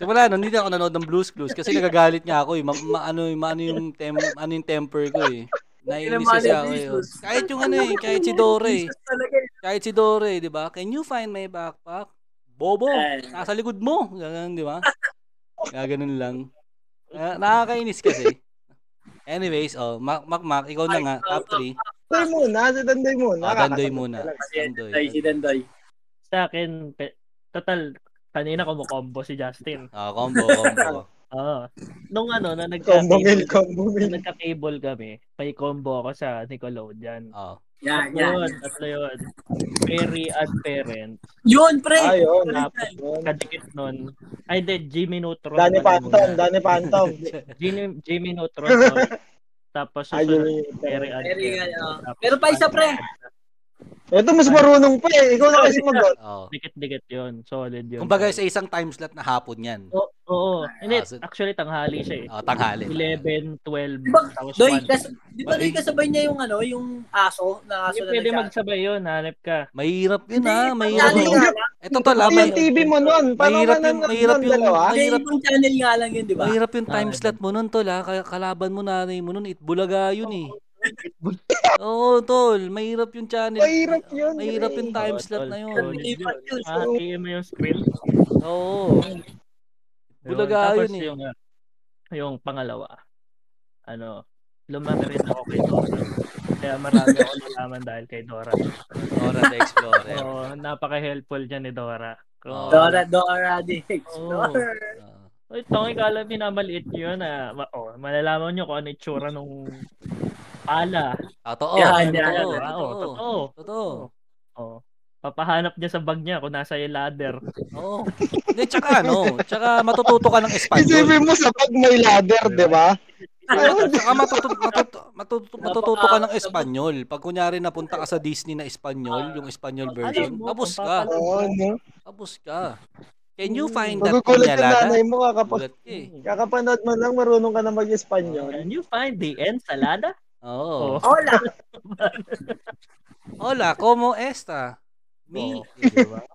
S1: Simula nun, hindi na ako nanood ng Blues Clues kasi nagagalit niya ako eh. Ma- ma- ano, ma- ano, yung tem- ano yung temper ko eh. Naiinis
S6: Kinamali
S1: siya
S6: ang
S1: ako eh.
S6: Jesus.
S1: Kahit yung ano eh, kahit si Dore eh.
S6: Jesus talaga yun.
S1: Kahit si Dore, di ba? Can you find my backpack? Bobo,
S6: Eh.
S1: nasa likod mo. Ganun, di ba? Gaganon lang. Na- nakakainis kasi. Anyways, oh, Mac, Mac, Mac, ikaw na nga, top 3.
S2: Tanday muna, si Tanday muna.
S1: Ah, Dandoy
S2: Nakakatakot
S1: muna.
S2: talaga.
S6: Kasi Dandoy, si
S1: Dandoy.
S6: Dandoy.
S4: sa akin, pe- total, kanina kumukombo si Justin.
S1: Ah, combo, combo.
S4: Oo. Nung ano, na
S2: Combo
S4: nagka-cable,
S2: meal, combo
S4: nung
S2: meal.
S4: nagka-cable kami, may combo ako sa Nickelodeon.
S1: Oh.
S6: Yan, yan.
S4: Yun, tatlo yun. Mary at Parent.
S6: Yun, pre.
S2: Ayun.
S4: Tapos, kadikit nun. Ay, de, Jimmy Neutron.
S2: Danny
S4: pala
S2: Phantom,
S4: muna.
S2: Danny Phantom.
S4: Jimmy, Jimmy Neutron. nun. Tapos,
S2: Ay,
S4: susunod,
S2: yun.
S4: Mary at
S6: Mary,
S4: Parent.
S6: ano.
S4: Tapos,
S6: Pero pa isa, pre.
S2: Ito mas marunong pa eh. Ikaw na kasi mag
S1: Oh.
S4: Dikit-dikit yun. Solid yun.
S1: Kumbaga sa isang time slot na hapon yan.
S4: Oo. oo. Hindi,
S1: Ah, so-
S4: actually, tanghali siya eh.
S1: Oh, tanghali.
S4: 11, 12,
S6: Diba,
S4: tapos
S6: Doy,
S4: 1.
S6: kas, di ba doy kasabay niya yung ano, yung aso, na
S4: Hindi
S6: aso na
S4: pwede Ah,
S6: nagka-
S4: magsabay yun. Hanap ka.
S1: Mahirap yun
S6: Hindi,
S1: ha,
S6: pag
S1: mahirap.
S6: channel nga lang.
S1: Ito tala,
S2: Ano yung
S1: may,
S2: TV mo nun? Paano
S1: Mahirap
S2: ka
S1: yung-
S2: nanonood
S1: mahirap
S2: nun
S1: yung-
S2: dalawa?
S6: Hindi,
S1: Mahirap-
S6: yung channel nga lang yun, di
S2: Diba?
S6: ba?
S1: mahirap yung time
S4: Tama.
S1: slot mo nun, tol ha. Kaya kalaban mo nanay mo nun, itbulaga yun eh. Oo, tol. Mahirap yung channel.
S2: Mahirap yun. eh.
S1: Mahirap yung time
S4: Oo,
S1: slot
S4: tol.
S1: na yun.
S4: Solid
S6: Ipat yun.
S4: Ah, PM mo yung screen.
S1: Oo. Bulaga
S4: Tapos
S1: yun eh.
S4: yung, ah, yung pangalawa. Ano, lumaki rin ako kay Dora. Kaya marami ako nalaman dahil kay Dora.
S1: Dora the Explorer.
S4: So, napaka-helpful niya ni Dora.
S1: Oo.
S4: Kung,
S6: Dora, Dora, the
S1: Oh.
S6: Explorer.
S1: Oo.
S4: oh, ito nga kala minamaliit niyo yun ah. Ma- oh, malalaman niyo kung ano itsura nung pala.
S1: Ah, Totoo.
S4: Ano
S6: Yan, yan,
S4: to?
S1: Totoo.
S4: Ah, oh,
S1: Totoo.
S4: totoo.
S1: Totoo.
S4: Oh. Papahanap niya sa bag niya kung nasa yung ladder.
S1: Oo. Hindi, tsaka ano, tsaka matututo ka ng Espanyol.
S2: Isipin mo sa pag may ladder, di ba?
S1: Ayun, Tsaka matututo, matututo, matututo, matututo ka ng Espanyol. Pag kunyari napunta ka sa Disney na Espanyol, yung Espanyol version,
S4: Alam mo,
S1: tapos
S4: kung
S1: ka.
S4: papala-
S2: Oo, no?
S1: Tapos ka. Can you find that
S2: Magugulat yung nanay
S1: punyalada?
S2: mo kakapag...
S1: Gulat ka eh.
S2: Kakapanood mo lang, marunong ka na mag-Espanyol.
S1: Oh.
S4: Oh, Can you find the ensalada?
S1: Oo.
S4: Oh.
S6: Hola!
S1: Hola, como esta? Mi.
S4: Oo,
S1: Oh,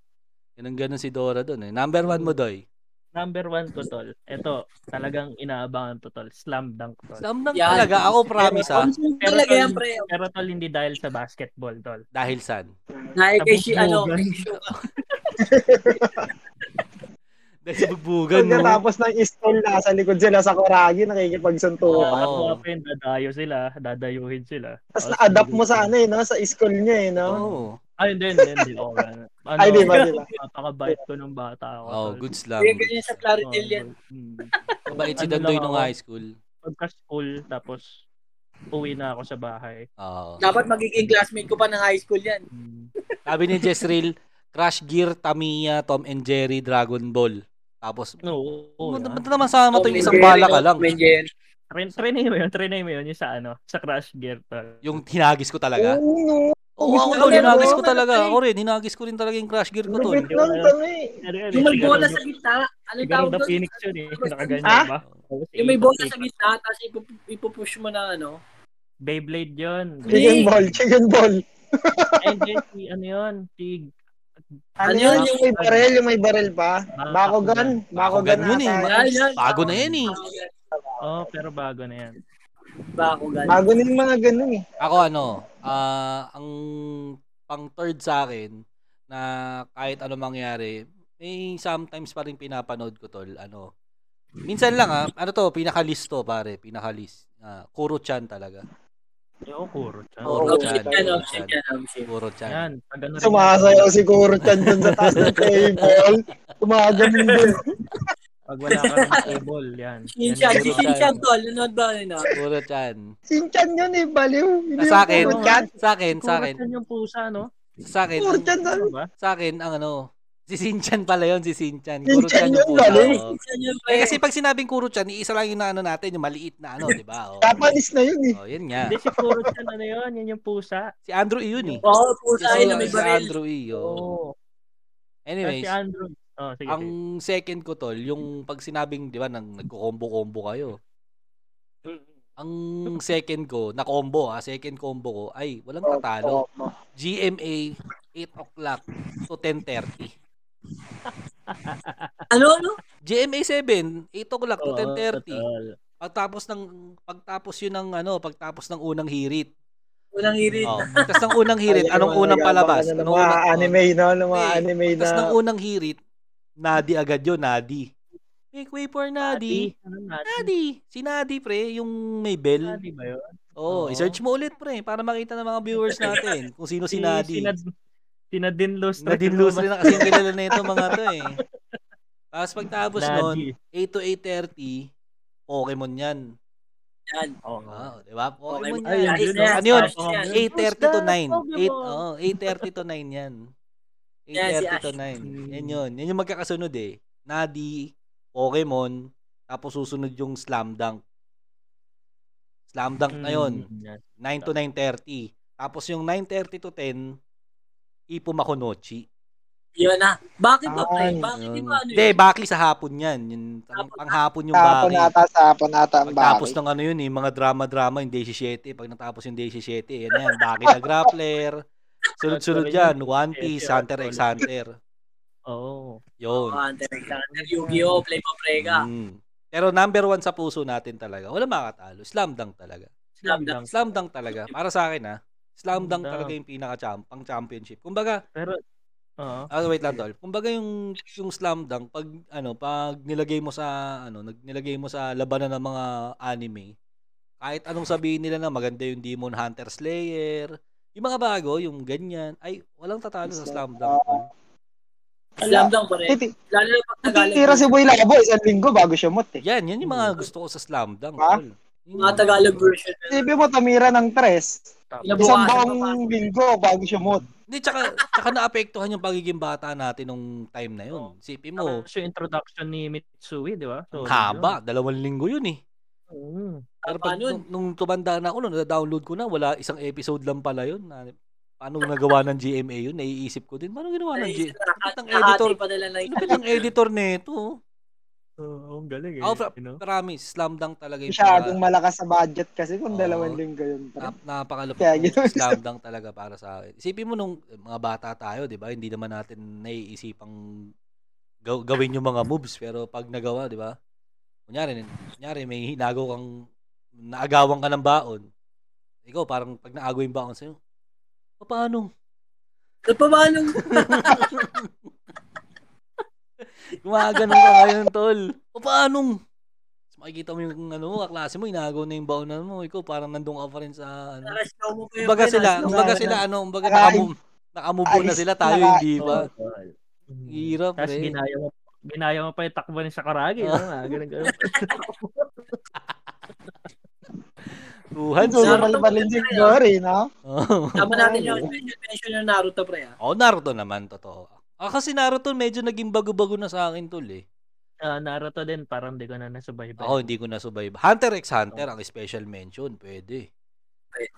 S1: Ganun ganun si Dora doon eh. Number one mo, Doy.
S4: Number one ko, tol. Ito, talagang inaabangan to, tol. Slam dunk, tol.
S1: Slam dunk Yan. talaga. Ako, promise, ah.
S6: Talaga yan, pre.
S4: Pero, tol, hindi dahil sa basketball, tol.
S1: Dahil saan?
S6: Dahil kay si, ano,
S4: Sabugbogan.
S6: kay Shuka.
S1: Dahil sa bugbugan mo.
S2: Pagkatapos ng istol, nasa likod sila sa
S1: Ah,
S2: kuragi,
S1: Oh.
S2: nakikipagsuntukan.
S4: Ako, ako yun, dadayo sila. Dadayuhin sila.
S2: Tapos na-adapt mo sa ano eh, no? sa school niya eh, no?
S1: Oo.
S4: Ay, hindi, hindi, hindi. Oo, ano,
S2: Ay, di ba, di ba?
S4: Napakabait ko ng bata ako.
S1: Oh,
S4: tol.
S1: good slam.
S6: Kaya ganyan sa Claritel yan.
S4: Mm.
S1: Mabait si
S4: Ano
S1: Dandoy
S4: lang
S1: nung
S4: ako,
S1: high school.
S4: Pagka-school, tapos uwi na ako sa bahay.
S1: Oo.
S6: Dapat magiging classmate ko pa ng high school yan.
S4: Mm.
S1: Sabi ni Jezreel, Crash Gear, Tamiya, Tom and Jerry, Dragon Ball. Tapos,
S4: No, oo.
S1: oh,
S4: na.
S1: ba't naman sama to
S6: Tom
S1: yung
S6: and
S1: isang
S6: Jerry,
S1: bala ka lang?
S6: Tom and Jerry.
S4: Trin- Trinay mo yun, trinay mo yun. Yung sa ano, sa Crash Gear. tol.
S1: Yung hinagis ko talaga?
S2: Oo, no.
S1: Oo, ako
S2: gusto
S1: tol,
S2: ko yan,
S1: hinagis
S6: oo.
S1: ko talaga. Ako rin, hinagis ko rin talaga yung Crash Gear ko tol.
S2: Lupit nun, tol eh.
S4: Ano yun,
S6: Yung may
S4: Siguro
S6: bola
S4: na-
S6: sa gitna. Ano
S4: Siguro
S6: tawag
S4: na
S6: doon?
S4: Phoenix yun eh. Nakaganyan
S2: Ah?
S4: ba? Oh,
S6: Yung may bola sa gitna, tapos ipu- ipupush mo na ano.
S4: Beyblade yun.
S2: Chicken
S6: Hindi.
S2: ball, chicken ball.
S4: And then, si, ano yun? Si
S2: Ano yun, yung may barel, yung may barel pa.
S1: Ah,
S2: Bakugan,
S1: Bakugan
S2: bakugan
S1: yun eh.
S2: na ata. Ah.
S6: Yan, yan.
S1: Bago na yan eh.
S6: Bakugan.
S4: Oh, pero bago na yan.
S6: Bakugan.
S1: Ah,
S2: Bago na yung mga ganun eh.
S1: Ako ano, ah, ang pang third sa akin na kahit ano mangyari, may sometimes pa rin pinapanood ko tol, ano. Minsan lang ah, ano to, pinaka-list to pare, pinaka-list. Ah, Kuro-chan talaga.
S4: Yung Okuro.
S1: Oo.
S4: Oh,
S6: Option
S1: Bakugan.
S6: yan, option yan, option.
S1: Kuro-chan.
S4: yan. Pag ano rin-
S2: Sumasayaw si Kurutan dun sa taas ng table. Tumagamin dun.
S4: Pag wala ka ng table, yan.
S6: Shinchan, si
S1: Yan,
S6: Shinchan tol. Nanonood ba yun ah?
S1: Kuro-chan. Ah,
S2: Sinchan yun eh, baliw. Hindi
S1: Sa
S2: yung
S1: akin,
S2: Kurutan.
S1: sa akin, sa akin,
S4: Kurutan yung pusa, no?
S1: sa akin,
S2: Kurutan na.
S4: Ano ba?
S1: sa akin, ang ano, si Sinchan pala yon si Sinchan.
S2: Sinchan
S1: Kuro-chan
S2: yun,
S1: yung pusa.
S2: bali.
S1: oo.
S6: Shinchan yun pre.
S1: Eh, kasi pag sinabing Kuro-chan, iisa lang yung na ano natin, yung maliit na ano, di ba? Oh.
S2: Japanese na yun eh.
S1: oh, yun nga.
S4: Hindi, si Kurutan, ano yun? Yan yung pusa.
S1: Si Andrew E yun eh.
S6: Oo, pusa
S1: Si-
S6: yun na Oh, may
S1: si
S6: baril.
S1: Andrew E, oo.
S4: Oo. Tapos
S1: Anyways,
S4: Oh. Si Andrew. Oh, sige.
S1: ang
S4: sige.
S1: second ko tol, yung pag sinabing, di ba, nang nagko-combo-combo kayo. Ang second ko, na combo ah, second combo ko, ay, walang tatalo. GMA, 8 o'clock to 10.30.
S6: Ano, ano?
S1: GMA 7, 8 o'clock to
S4: Oo,
S1: 10.30.
S4: totoo.
S1: Pagtapos ng, pagtapos yun ng ano, pagtapos ng unang hirit.
S6: Walang hirit.
S1: Oh, pagtas ng unang hirit, anong unang palabas?
S2: Ano
S1: Anong
S2: mga
S1: unang,
S2: anime, no? Ano mga
S1: Hindi.
S2: anime na...
S1: Tapos ng unang hirit, Nadi agad yun, Nadi. Make way for Nadi.
S4: Ano natin?
S1: Nadi. Si Nadi, pre, yung may bell.
S4: Nadi ba yun?
S1: Oo,
S4: Oo.
S1: i-search mo ulit, pre, para makita ng mga viewers natin kung sino si
S4: Si
S1: Nadi.
S4: Nad- si Nadine Luz.
S1: Nadine Luz rin na kasi yung kilala na ito, mga to eh. Tapos pagtapos nun, 8 to 8.30, Pokemon yan.
S6: Yan.
S4: Oo.
S1: Wow, di ba? Pokemon yan.
S6: Pokemon. Ay,
S1: Ah. Ay,
S6: yun na.
S1: Ano yun?
S6: Tapos yan.
S1: 8.30 to
S4: Who's that
S1: 9. 8,
S4: Pokemon?
S1: oh, 8.30 to 9 yan.
S6: Yan, si
S1: 8.30 to 9. Yan yun. Yan yung magkakasunod eh. Nadi, Pokemon, tapos susunod yung Slam Dunk. Slam Dunk na yun.
S4: Mm, yan.
S1: 9 to 9.30. Tapos yung 9.30 to 10, Ipo Makunochi.
S6: Yun na. Bakit ba, pre?
S2: Ay,
S6: Bakit di
S1: Yun.
S6: ba ano
S1: Hindi,
S6: yun?
S1: bakli sa hapon yan. Yung, pang, panghapon yung
S2: Tapon
S1: bakli.
S2: ata, tapon ata ang
S1: Pagtapos
S2: bakit.
S1: ng ano yun, eh, mga drama-drama, yung Day 17, pag natapos yung Day 17, yan yan, Baki na Grappler, sunod-sunod yan, One Piece, Hunter x Hunter.
S4: Oo.
S6: Oh,
S1: Yun.
S6: Hunter x Hunter, Yu-Gi-Oh! Play pa prega.
S1: Mm. Pero number one sa puso natin talaga, wala makatalo, slam dunk talaga.
S6: Slam dunk.
S1: Slam dunk talaga, para sa akin ha, slam
S4: Slam
S1: dunk
S4: dunk.
S1: talaga yung pinaka-championship. Kumbaga,
S4: Pero, oo.
S1: Ah, wait lang tol. Kumbaga yung yung slam dunk pag ano, pag nilagay mo sa ano, nag- nilagay mo sa labanan ng mga anime. Kahit anong sabihin nila na maganda yung Demon Hunter Slayer, yung mga bago, yung ganyan, ay walang tatalo sa slam dunk. tol. Mm.
S6: Slam dunk, pre.
S2: Titi-
S6: Lalo na pag Tagalog.
S2: Titira si Boy Labo isang linggo bago siya mut eh.
S1: Yan, yan yung mga gusto ko sa slam dunk.
S2: Ha?
S1: tol. Yung
S6: Mga Tagalog version.
S2: Sabi mo, tumira ng tres. Isang buong linggo bago siya mut.
S1: Hindi, tsaka, tsaka naapektuhan yung pagiging bata natin nung time na yun. Isipin mo,
S4: Ano, Tapos yung introduction ni Mitsui, di ba? So,
S1: haba, dalawang linggo yun eh.
S4: yun. Mm.
S1: Pero pag,
S6: Paano yun?
S1: nung, nung tumanda na ako, nung na-download ko na, wala isang episode lang pala yun. Na, paano nagawa ng GMA yun? Naiisip ko din, paano ginawa ng
S6: Ay,
S1: GMA?
S6: lahat-
S1: Ano Ang
S6: lahat
S1: editor-
S6: ay padala na
S1: Ano ba ng editor nito?
S4: Oo, ang galing eh.
S1: Ako, fra-
S4: you know?
S1: promise, slam dunk talaga yung
S2: Masyadong malakas sa budget kasi kung
S1: Oo.
S2: dalawang linggo yun. Pre.
S1: Nap- napakalupit
S2: Kaya
S1: yeah,
S2: ginawa-
S1: slam dunk talaga para sa akin. Isipin mo nung mga bata tayo, 'di ba? Hindi naman natin naiisipang gaw- gawin yung mga moves pero pag nagawa, 'di ba? Kunyari, kunyari may hinago kang naagawan ka ng baon. Ikaw parang pag naago yung baon sa'yo, "Pa- paano?
S6: Paano?
S1: Gumaganon ka ngayon, tol. "Pa- Paano? Tapos makikita mo yung ano mo, kaklase mo, inaagaw na yung baonan mo. Ikaw parang nandun ka pa rin sa ano.
S6: Nakasyaw mo pa yun,
S1: Kumbaga
S6: pre,
S1: sila,
S6: nakasyaw mo
S1: kumbaga
S6: pa yun.
S1: sila ano, kumbaga
S6: Nakain-
S1: nakamu nakamubo na
S6: Ayos
S1: sila
S6: na
S1: tayo,
S6: ka-
S1: hindi ba?
S4: Oo, tol.
S1: Hirap,
S4: Tapos
S1: pre.
S4: ginaya mo, ginaya mo pa yung takbo ni Sakuragi.
S1: eh. Ah.
S4: Ano nga, ganun, ganun.
S1: Tuhan,
S2: Tulo
S1: sir.
S2: pala pala yung Gory, no?
S1: Oo.
S6: Tama natin yung special mention ng Naruto, pre. ah.
S1: Oh, Naruto naman, totoo. Ah, kasi Naruto medyo naging bago-bago na sa akin, tol eh.
S4: Ah, Naruto din, parang di ko na nasubaybay.
S1: Ako, Oh, hindi ko nasubayba. Hunter x Hunter, ang special mention, pwede.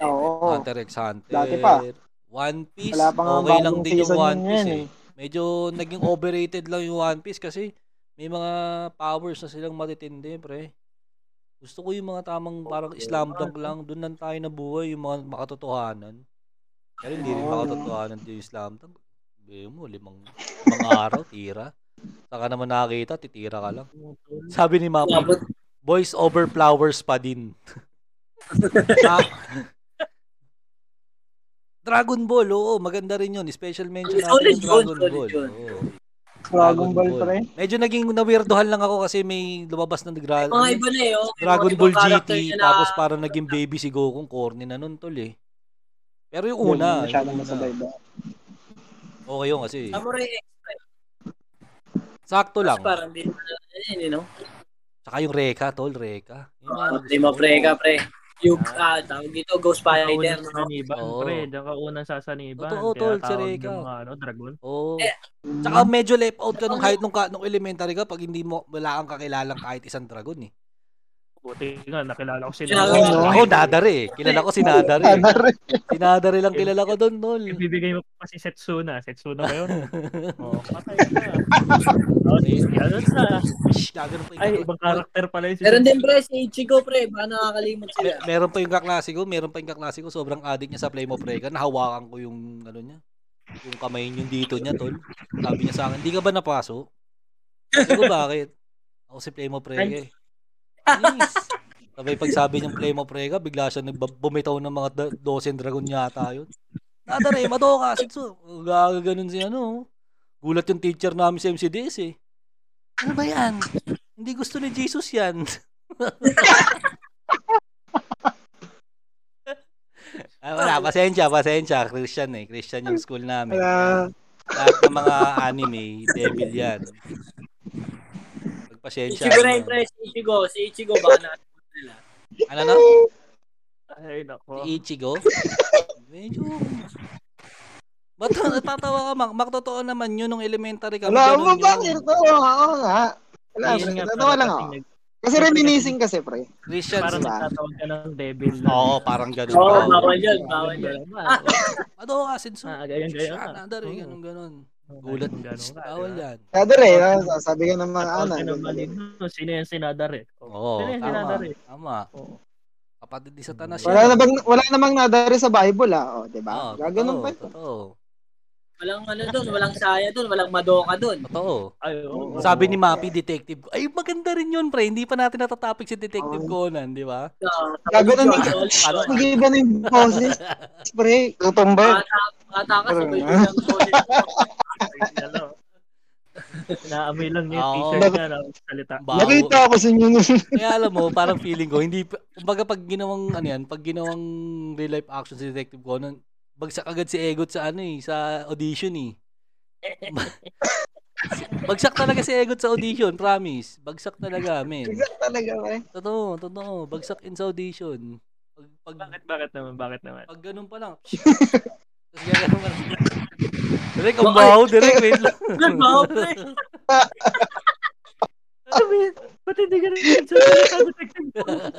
S2: Oo.
S1: Hunter x Hunter.
S2: Dati pa.
S1: One Piece,
S2: Wala pa nga ang
S1: okay lang
S2: bagong
S1: din yung
S2: season yun
S1: One Piece
S2: ngayon,
S1: eh. Medyo naging overrated lang yung One Piece kasi may mga powers na silang matitindi, pre. Gusto ko yung mga tamang parang slam dunk lang. Doon lang tayo nabuhay, yung mga makatotohanan. Pero hindi rin
S2: Oo.
S1: makatotohanan din yung slam dunk. Sabi mo, limang, limang araw, tira. Saka naman nakakita, titira ka lang. Sabi ni Mama,
S6: Umabot.
S1: boys over flowers pa din. Ah, Dragon Ball, oo, maganda rin yun. Special mention natin
S6: Solid
S1: yung
S6: yun,
S1: Dragon
S6: solid
S1: Ball.
S6: yun.
S1: oo.
S2: Dragon Ball, pre.
S1: Medyo naging nawirdohan lang ako kasi may lumabas na nagra-
S6: Mga iba na eh. oh.
S1: Dragon
S6: Mga ibang
S1: Ball
S6: character
S1: GT,
S6: na na-
S1: tapos parang naging baby si Goku, corny na nun tol eh. Pero yung una,
S2: Yun,
S1: yung
S2: Masyadong
S1: una,
S2: masabay ba?
S1: okay yun kasi.
S6: Samurai X, pre.
S1: Sakto lang.
S6: Tapos Parang hindi naman ano yun, you know?
S1: Saka yung Reka, tol, Reka. Yung mga
S6: Hindi
S1: gusto
S6: Ah, mo,
S1: ko.
S6: pre, ka, pre. Yung, ah, tawag dito, Ghost Spider.
S4: Kaunang
S6: no?
S4: sasaniban,
S1: Oo.
S4: pre. Diyan kaunang sasaniban.
S1: Totoo, tol,
S4: Tinatawag
S1: sarili ka.
S4: yung mga, ano, dragon.
S1: Oo.
S6: Eh,
S1: Tsaka medyo left out ka nung kahit nung, ka- nung elementary ka pag hindi mo wala kang kakilalang kahit isang dragon eh.
S4: Buti nga, nakilala ko sila.
S6: Kilala
S1: Ako, ako dadari eh. Kilala ko si Nadari. eh. Si Nadari lang kilala ko doon, tol.
S4: Ibibigay mo pa si Setsuna. Setsuna ba yun? Oo, patay ka. Tapos, ano na?
S1: Shhh, gagano pa yung
S4: Ay, ibang karakter pala yun si
S6: Meron din,
S4: Setsuna.
S6: pre, si Ichigo, pre. Baka nakakalimot sila.
S1: Me- meron pa yung kaklase ko, meron pa yung kaklase ko, sobrang addict niya sa Play Mo Prega, nahawakan ko yung ano niya, yung kamay niya, yung dito niya, tol. Sabi niya sa akin, hindi ka ba napaso? Sabi ko, bakit? Ako si Play Mo Prega eh. Yes. Sabay pagsabi niyang Play Mo Prega, bigla siya nagba- bumitaw ng mga da- dosen dragon yata yun. Nadare, madoka, sitso. Gaga ganun si ano. Gulat yung teacher namin sa MCDS eh. Ano ba yan? Hindi gusto ni Jesus yan. Ah, wala, pasensya, pasensya. Christian eh. Christian yung school namin.
S2: Wala.
S1: Lahat ng mga anime, devil yan. Pagpasensya.
S6: Ichigo na
S1: ano.
S6: yun, pre. Si Ichigo. Si Ichigo, baka nakakalimot nila.
S1: Ano na?
S4: Ay, nako.
S1: Si Ichigo? Medyo... Ba't natatawa ka, Mac? Mac, totoo naman yun nung elementary kami.
S2: Wala
S1: ganun
S2: mo
S1: yun.
S2: ba? Oo nga, oo nga. Wala,
S4: Ayun
S2: pre.
S4: nga,
S2: Totoo
S4: parang
S2: lang
S1: oh.
S2: ako.
S4: kasing nag-
S2: Kasi reminiscing kasi, pre.
S1: Christian,
S4: Parang
S1: diba?
S4: nagtatawag ka ng devil.
S1: Oo, parang ganun.
S6: Oo,
S1: Parang-
S6: Oh, bawal yun, bawal yun.
S1: Ano ka, Sinso?
S4: Ah, ganyan, ganyan ka.
S1: Nadari,
S4: Oo.
S1: eh, ganun, ganun.
S4: Oo,
S1: Gulat.
S4: ganun, ganun ka,
S1: Bawal
S4: di ba?
S1: yan.
S2: Nadari, ah, sabi ka ng mga
S4: Ano
S2: anak.
S4: ka naman yun? Sino yung sinadari?
S1: Oo,
S4: Sino yung
S1: tama.
S4: sinadari?
S1: Tama.
S4: Oo. Mm.
S1: Kapatid ni Satanas
S2: Wala
S1: yan.
S2: na bang wala namang nadari sa Bible ah, oh,
S1: Oo,
S2: 'di ba?
S1: totoo,
S2: Gaganon pa ito.
S1: Totoo.
S6: Walang ano doon, walang saya doon, walang madoka doon.
S1: Totoo.
S4: Ay, oo.
S1: Sabi ni Mappy, detective. Ay, maganda rin yun, pre. Hindi pa natin natatopic si Detective Conan, di ba?
S2: Gaganon
S6: Yun,
S2: din.
S6: all
S1: Ano?
S6: yun.
S2: Nagiba na yung boses. Pre, kutumba.
S6: Bata, bata ka, sabay ko lang.
S4: Ano? Naamoy lang niya yung
S1: Oo.
S4: t-shirt niya, na salita.
S1: Bago.
S2: Nakita ako sa inyo nun.
S1: Kaya alam mo, parang feeling ko, hindi, pa- kumbaga pag ginawang, ano yan, pag ginawang real life action si Detective Conan, bagsak agad si Egot sa ano eh, sa audition eh. bagsak talaga si Egot sa audition, promise. Bagsak talaga, men.
S2: Exact talaga, pre.
S1: Totoo, totoo. Bagsak in sa audition. Pag, pag,
S4: Bakit, bakit naman, bakit naman?
S1: pag ganun pa lang. Tapos ganun pa lang. Direk, ang baho, direk, wait lang.
S6: Ang baho, pre.
S4: Sabi, Ano ba't hindi ka rin salita?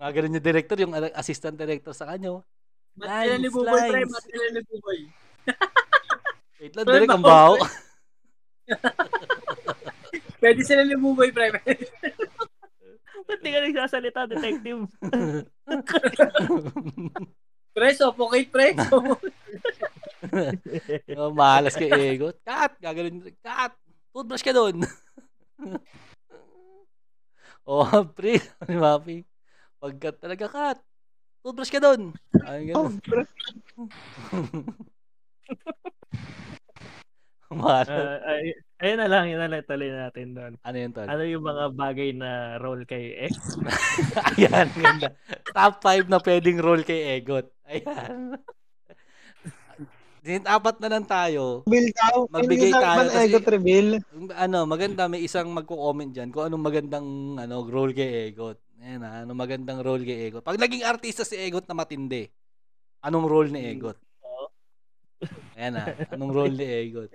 S1: Mga ganun yung director, yung assistant director sa kanya. oh.
S6: Matila ni Buboy, pre.
S1: Lines,
S6: Matila ni Buboy.
S1: Wait lang,
S6: Pre,
S1: direk, ang
S6: baho,
S1: baho.
S6: Pwede sila lumuboy, pre.
S4: Ba't di ka nagsasalita, detective?
S6: pre, suffocate, pre.
S1: oh, malas ka ego. Cut! Gagawin. Cut! Toothbrush ka doon. oh, pre. Ni Mapi. Pagkat talaga cut. Toothbrush ka doon. Ayun
S2: Oh,
S1: ganun. Malas.
S4: Ah, ay, ayun na lang, yun na lang tuloy natin doon.
S1: Ano yun, tol?
S4: Ano yung mga bagay na role kay ex?
S1: Ayan, ganda. Top 5 na pwedeng role kay Egot. Ayan. Din apat na lang tayo.
S2: Reveal daw.
S1: Magbigay
S2: Hindi na-
S1: tayo
S2: ba't
S1: kasi-
S2: egot reveal?
S1: Ano, maganda may isang magko-comment diyan kung anong magandang ano role kay Egot. Ayan, ah, anong magandang role kay Egot. Pag naging artista si Egot na matindi, anong role ni Egot? Ayan ah, anong role ni Egot?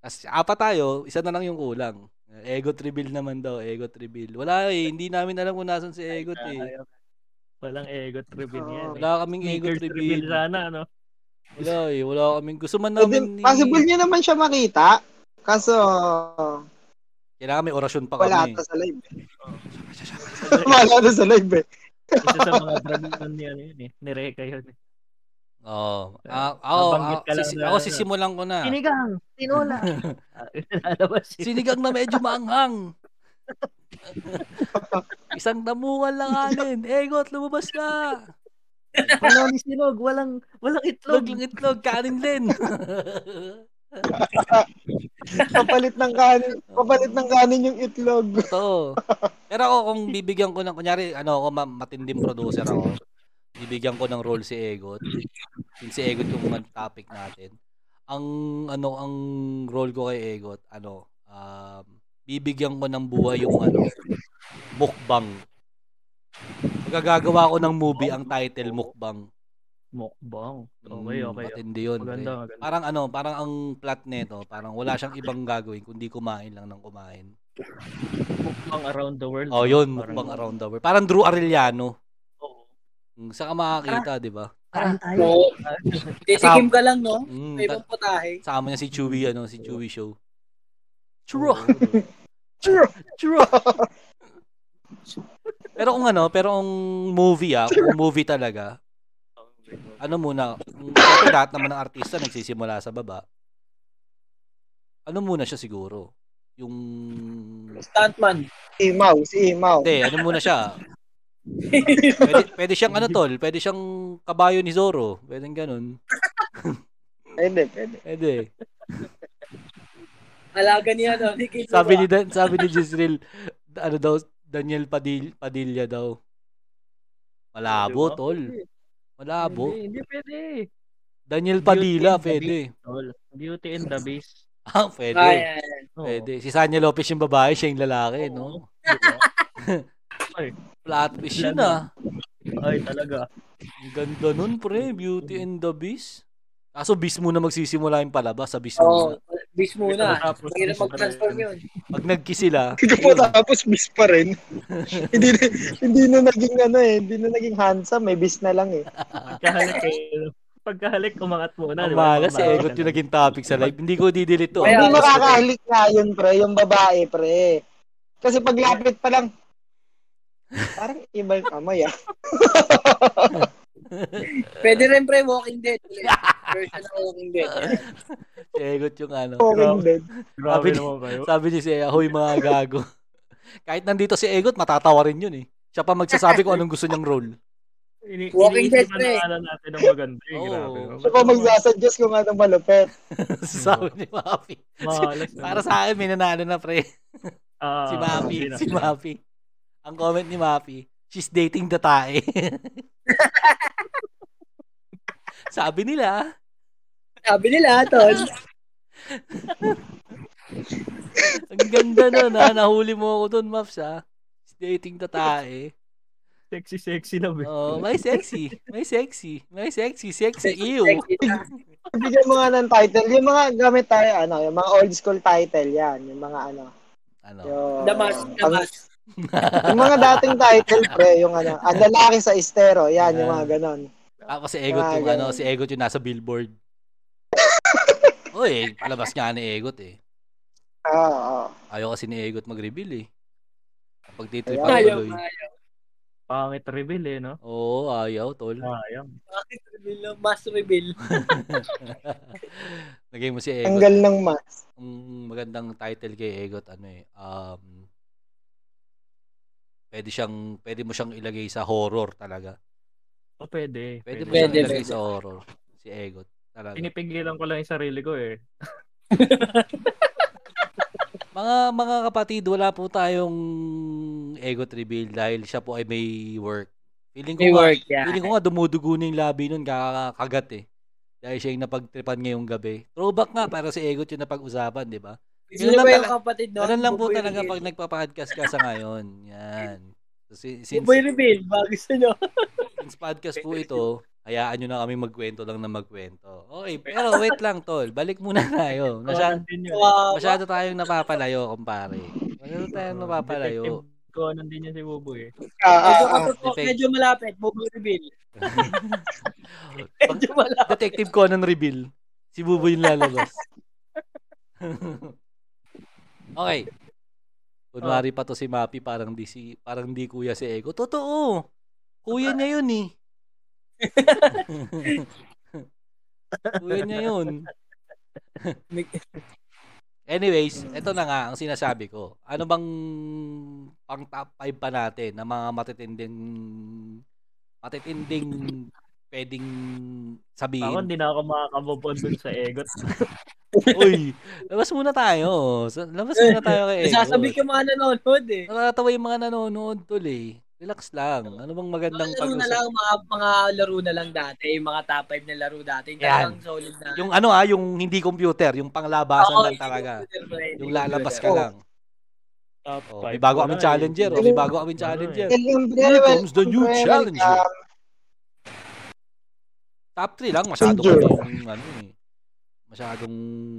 S1: As apat tayo, isa na lang yung kulang. Egot reveal naman daw, Egot reveal. Wala eh, hindi namin alam kung nasan si Egot eh.
S4: Ah, Walang ego trivial yan. eh.
S1: Wala kaming Egot
S4: Sneakers reveal
S1: reveal.
S4: sana, ano?
S1: Wala eh, wala kaming gusto man
S2: Pwede,
S1: namin. ni-
S2: possible niya naman siya makita. Kaso,
S1: Kailangan may orasyon pa
S2: wala
S1: kami.
S2: ata sa live. eh. wala ata sa live eh.
S4: Isa sa mga drug nun ni, ano yun eh. Ni Reka yun. eh.
S1: Oo.
S4: So,
S1: Ah, ako,
S4: nabanggit ka
S1: ako,
S4: lang
S1: sisi-
S4: na- ano.
S1: ako sisimulan ko na.
S4: Sinigang! Tinola! Ah, Lalabas yun.
S1: Sinigang na medyo maanghang. Isang damuhan lang alin. Egot, lumabas na.
S4: Ano ni Sinog? Walang, walang
S1: Itlog,
S4: itlog.
S1: itlog, kanin din.
S2: Papalit ng kanin, papalit ng kanin yung itlog.
S1: Totoo. Pero ako kung bibigyan ko ng, kunyari, ano ako, ma- matinding producer ako, bibigyan ko ng role si Egot. Since si Egot yung mga topic natin. Ang, ano, ang role ko kay Egot, ano, um, bibigyan ko ng buhay yung, ano, mukbang. Magagagawa ko ng movie ang title, mukbang.
S4: Mukbang. Okay,
S1: Mm,
S4: okay.
S1: Matindi yun. pre.
S4: Maganda, maganda.
S1: Parang ano, parang ang plot nito, parang wala siyang ibang gagawin kundi kumain lang ng kumain.
S4: Mukbang around the world.
S1: Oh, yun,
S4: Hmm. Parang-
S1: mukbang around the world. Parang Drew Arellano.
S4: Oo.
S1: Mm, Saan ka makakita, di ba?
S4: Parang
S1: Ah.
S4: tayo.
S6: Oo. Titikim ka lang, no?
S1: Mm,
S6: May
S1: ta-
S6: ibang putahe.
S1: sama niya si Chewy, ano, si Chewy Show.
S4: Oo.
S1: Churro! Churro! Churro! pero kung ano, pero kung movie ah, kung movie talaga, ano muna, kung syempre lahat naman ng artista nagsisimula sa baba, ano muna siya siguro? Yung...
S6: Stuntman.
S2: Si Imaw, si Imaw.
S1: Hindi, ano muna siya? Pwede, pwede siyang ano tol, pwede siyang kabayo ni Zoro. Pwede ganun.
S2: Ay, Hindi, pwede.
S1: Pwede.
S6: Alaga niya, no? Ni Kid
S1: Sabi
S4: Diba?
S1: ni
S6: Jowa.
S1: Dan, sabi ni Jisril, ano daw Daniel Padil, Padilla daw. Malabo
S4: Diba?
S1: tol. Malabo.
S4: Hindi, hindi pwede.
S1: Daniel Padilla
S4: Beauty and the
S1: pwede.
S4: Tol, Beauty and the Beast.
S1: Ah,
S6: Ay,
S1: pwede.
S6: ay, ay.
S4: Oo.
S1: Pwede. Si Sanya Lopez yung babae, siya yung lalaki, no?
S4: Diba?
S1: Flatfish yun
S4: Lalo.
S1: ah.
S4: Ay, talaga.
S1: Ang ganda nun, pre. Beauty and the Beast. Kaso Beast muna magsisimula yung palabas sa Beast
S6: Oo,
S1: muna.
S6: bis muna.
S4: Tapos,
S6: Mahirap mag-transform yun.
S1: Pag nagkiss sila,
S2: Hindi po tapos miss pa rin. hindi, na, hindi na naging ano eh, hindi na naging handsome, may bis na lang eh.
S4: Pagkahalik, eh, pagkahalik, umangat muna.
S1: ang
S4: di ba?
S1: malas eh, si
S4: Umangat
S1: Egot yung
S4: ka na.
S1: naging topic sa live. Hindi ko didelete oh. to.
S6: Kaya-
S2: Hindi makakahalik nga yun, pre, yung babae, pre. Kasi paglapit pa lang, parang iba yung kamay ah.
S6: Pwede rin, pre, Walking Dead. Version ng Walking Dead.
S1: Si Egot yung ano.
S2: Walking Dead.
S4: Grabe
S1: Sabi-
S4: naman kayo.
S1: Sabi niya si Ahoy mga gago. Kahit nandito si Egot, matatawa rin yun eh. Siya pa magsasabi kung anong gusto niyang role.
S4: Ini-
S6: Walking Dead,
S4: iniisipan
S6: pre.
S4: na alam natin ng maganda. Eh,
S1: eh. Oo.
S4: grabe. naman.
S2: Siya pa magsasuggest kung ano malupet.
S1: Sabi ni Mapi.
S4: Malas naman.
S1: Para sa akin, may nanalo na pre.
S4: Ah,
S1: Si Mapi.
S4: sino?
S1: Si Mapi. Ang comment ni Mapi, she's dating the tae. Sabi nila,
S6: Sabi nila,
S1: Ah,
S6: tol.
S1: ang ganda nun ha, nahuli mo ako dun, Maps ha. She's dating the tae.
S4: Sexy, sexy na. be.
S1: Oh, may sexy. May sexy. May sexy. Sexy. Ew.
S6: Sexy na.
S2: Bigyan mo nga ng title, yung mga gamit tayo, ano, yung mga old school title yan, yung mga ano.
S1: Ano?
S2: Yung,
S4: Ah,
S6: Damas, damas.
S2: Yung mga dating title, pre, yung ano, ang lalaki sa estero, yan, yung mga ganon.
S1: Tapos si Egot
S2: Ah,
S1: yung
S2: ganun.
S1: ano, si Egot yung nasa billboard. Uy, palabas nga ni Egot eh.
S2: Oo.
S1: Ayaw kasi ni Egot mag-reveal eh. Pag titrip ako
S6: Ayaw,
S1: tuloy.
S6: ayaw.
S4: Pangit reveal eh, no?
S1: Oo, ayaw, tol.
S6: Ah.
S4: Ayaw.
S6: Bakit reveal lang? Mass reveal.
S1: Lagay mo si Egot.
S2: Tanggal ng mask.
S1: Ang magandang title kay Egot, ano eh, um, pwede siyang, pwede mo siyang ilagay sa horror talaga.
S4: O Oh, pwede.
S1: Pwede, mo
S6: Pwede,
S1: siyang ilagay
S6: pwede.
S1: sa horror. Si Egot. Talaga.
S4: Pinipigilan ko lang yung sarili ko eh.
S1: Mga mga kapatid, wala po tayong Egot reveal dahil siya po ay may work. Feeling ko
S6: May
S1: nga,
S6: work, yeah.
S1: Feeling ko nga dumudugo na yung labi nun, kakakagat eh. Dahil siya yung napagtripan ngayong gabi. Throwback nga para si Egot yung napag-usapan, di ba?
S6: Sino
S1: lang
S6: ba yung
S1: pala-
S6: kapatid no?
S1: Ganun lang po
S6: Buboy
S1: talaga
S6: reveal.
S1: pag nagpa-podcast ka sa ngayon. Yan. So, si- since,
S6: Buboy reveal, bago sa nyo.
S1: since podcast po ito, hayaan nyo na kami magkwento lang na magkwento. Okay, pero wait lang tol. Balik muna tayo. Masyado,
S4: Conan din yun. eh.
S6: Wow.
S1: masyado tayong napapalayo, kumpare. Masyado tayong napapalayo.
S4: Detective Conan din yun si Buboy eh.
S2: Ah,
S6: Medyo,
S2: ah, ah.
S6: kapag- medyo malapit, buboy reveal.
S1: Pag-
S6: Medyo malapit.
S1: Detective Conan reveal. Si Buboy yung lalabas. okay. Kunwari pa to si Mapi, parang di si parang di kuya si Ego. Totoo. Kuya niya 'yun eh. kuya niya 'yun. Anyways, eto na nga ang sinasabi ko. Ano bang pang top 5 pa natin ng mga matitinding matitinding pwedeng
S4: Ako
S1: sabihin
S4: hindi na ako makakabobon dun sa egot.
S1: Uy, labas muna tayo. Sa- Labas muna tayo kay Egot.
S6: Nasasabi ka mga nanonood eh.
S1: Nakakatawa yung mga nanonood tol eh. Relax lang. Ano bang magandang
S6: Mga laro na
S1: pag-usap?
S6: lang, mga, mga laro na lang dati, yung mga top 5 na laro dati, yung
S1: Yan.
S6: talagang solid na.
S1: Yung ano ah, yung hindi computer, yung panglabasan
S6: Oo,
S1: lang
S6: yung
S1: talaga.
S6: computer, pre,
S1: Yung lalabas ka
S6: computer.
S1: lang.
S4: Top
S1: Oh,
S4: five
S1: may bago
S4: ko
S1: kami
S4: na eh.
S1: challenger. Oh, may bago kami
S4: Ano
S1: challenger.
S4: eh.
S2: Welcome, pre.
S1: Here
S2: Welcome,
S1: comes the new
S2: pre.
S1: challenger.
S2: Welcome.
S1: Top 3 lang. Masyado
S2: Danger.
S1: kasi yung ano eh. Masyadong,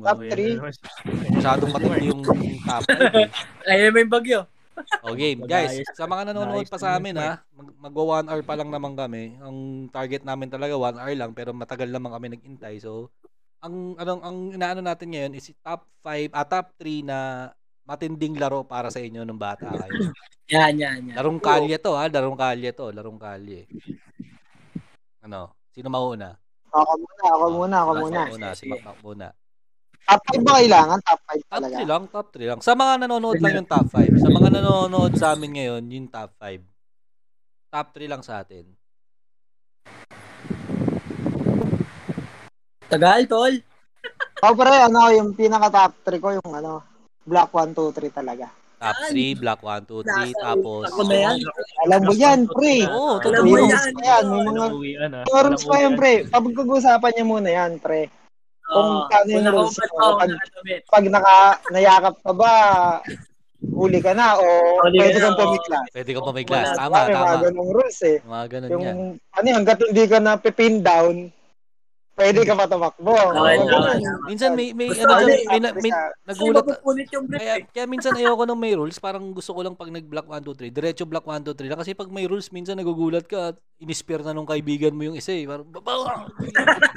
S2: Top
S1: ano, eh,
S4: Ano yan?
S2: three.
S4: Ano
S1: masyadong matindi yung top 5 eh.
S6: Ayun, may bagyo.
S1: O game, guys. Sa mga nanonood pa sa amin ha, mag- magwa one hour pa lang naman kami. Ang target namin talaga one hour lang pero matagal naman kami naghintay. So, ang anong ang inaano natin ngayon is top 5 ah, top 3 na matinding laro para sa inyo nung bata kayo.
S6: Yan, yan, yan.
S1: Larong kalye to ha, larong kalye to, larong kalye. Ano? Sino mauuna?
S2: Ako muna, ako muna, ako
S1: Ah,
S2: muna.
S1: si Mac muna, si Mac Mac muna.
S2: Top 5 ba kailangan? Top 5
S1: Top
S2: talaga.
S1: 3 lang, top 3 lang. Sa mga nanonood lang yung top 5. Sa mga nanonood sa amin ngayon, yung top 5. Top 3 lang sa atin.
S6: Tagal, tol.
S2: Ako pre, ano, yung pinaka top 3 ko, yung ano, Black 1, 2, 3 talaga.
S1: Top
S6: Yan.
S1: 3, Black 1, 2, 3,
S6: Nasa
S1: tapos...
S6: Ako na yan.
S2: Alam mo yan, pre.
S1: Oo,
S6: Alam
S1: totoo
S6: mo
S1: yun.
S6: yan.
S2: Ayan, may mga
S4: Walang uwian, ah.
S2: mga rules pa
S4: Walang uwian.
S2: yan, pre. Pag-usapan niya muna yan, pre. Kung
S6: Oo.
S2: paano yung
S6: Kung
S2: rules
S6: nakaupat
S2: mo,
S6: pa ako
S2: pag-
S6: nakatumit.
S2: Pag naka, nayakap ka ba, huli ka na o
S6: Huli ka
S2: pwede
S6: na,
S2: kang
S6: oo.
S2: pumikla.
S1: Pwede ka pa may
S6: Wala.
S1: class. Tama,
S2: May
S1: tama.
S2: mga ganung rules eh.
S1: Mga ganun
S2: Yung,
S1: yan.
S2: ano, hanggat hindi ka na pipin down, pwede ka pa tumakbo.
S6: Okay,
S2: Mga
S6: tama,
S2: ganun.
S6: tama.
S1: Minsan may, may,
S6: Basta
S1: ano,
S6: ano
S1: dyan,
S6: eh,
S1: may, na- may,
S6: Kasi
S1: nagulat.
S6: mapupunit yung brief
S1: Kaya,
S6: eh.
S1: kaya minsan ayoko nung may rules. Parang gusto ko lang pag nag-Black 1, 2, 3. Diretso Black 1, 2, 3 lang. Kasi pag may rules, minsan nagugulat ka at inispire na nung kaibigan mo yung isa eh. Parang, babaw!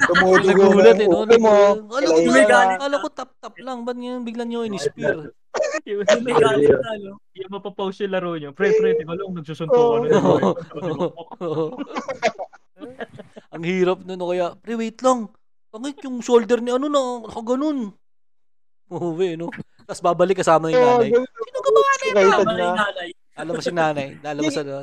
S2: Dumudugo na
S1: Nagulat eh.
S2: yung
S1: No?
S2: ulo mo.
S1: Nagulat. Kala ko,
S2: Kilay
S6: na.
S1: kala ko tap-tap lang. Ba't ngayon bigla nyo in-spear?
S6: Yung may galit na, no?
S4: Yung mapapost yung laro nyo. Pre, pre, di ba lang nagsusuntukan na
S1: Oo.
S4: yun.
S1: Ang hirap nun o kaya, pre, wait lang. Pangit yung shoulder ni ano na, ako ganun. Uwi, no? Tapos babalik kasama yung nanay. Sino gumawa na yun?
S2: Excited
S6: Tama
S2: na.
S6: yung nanay.
S1: Lalabas yung nanay. Lalabas na.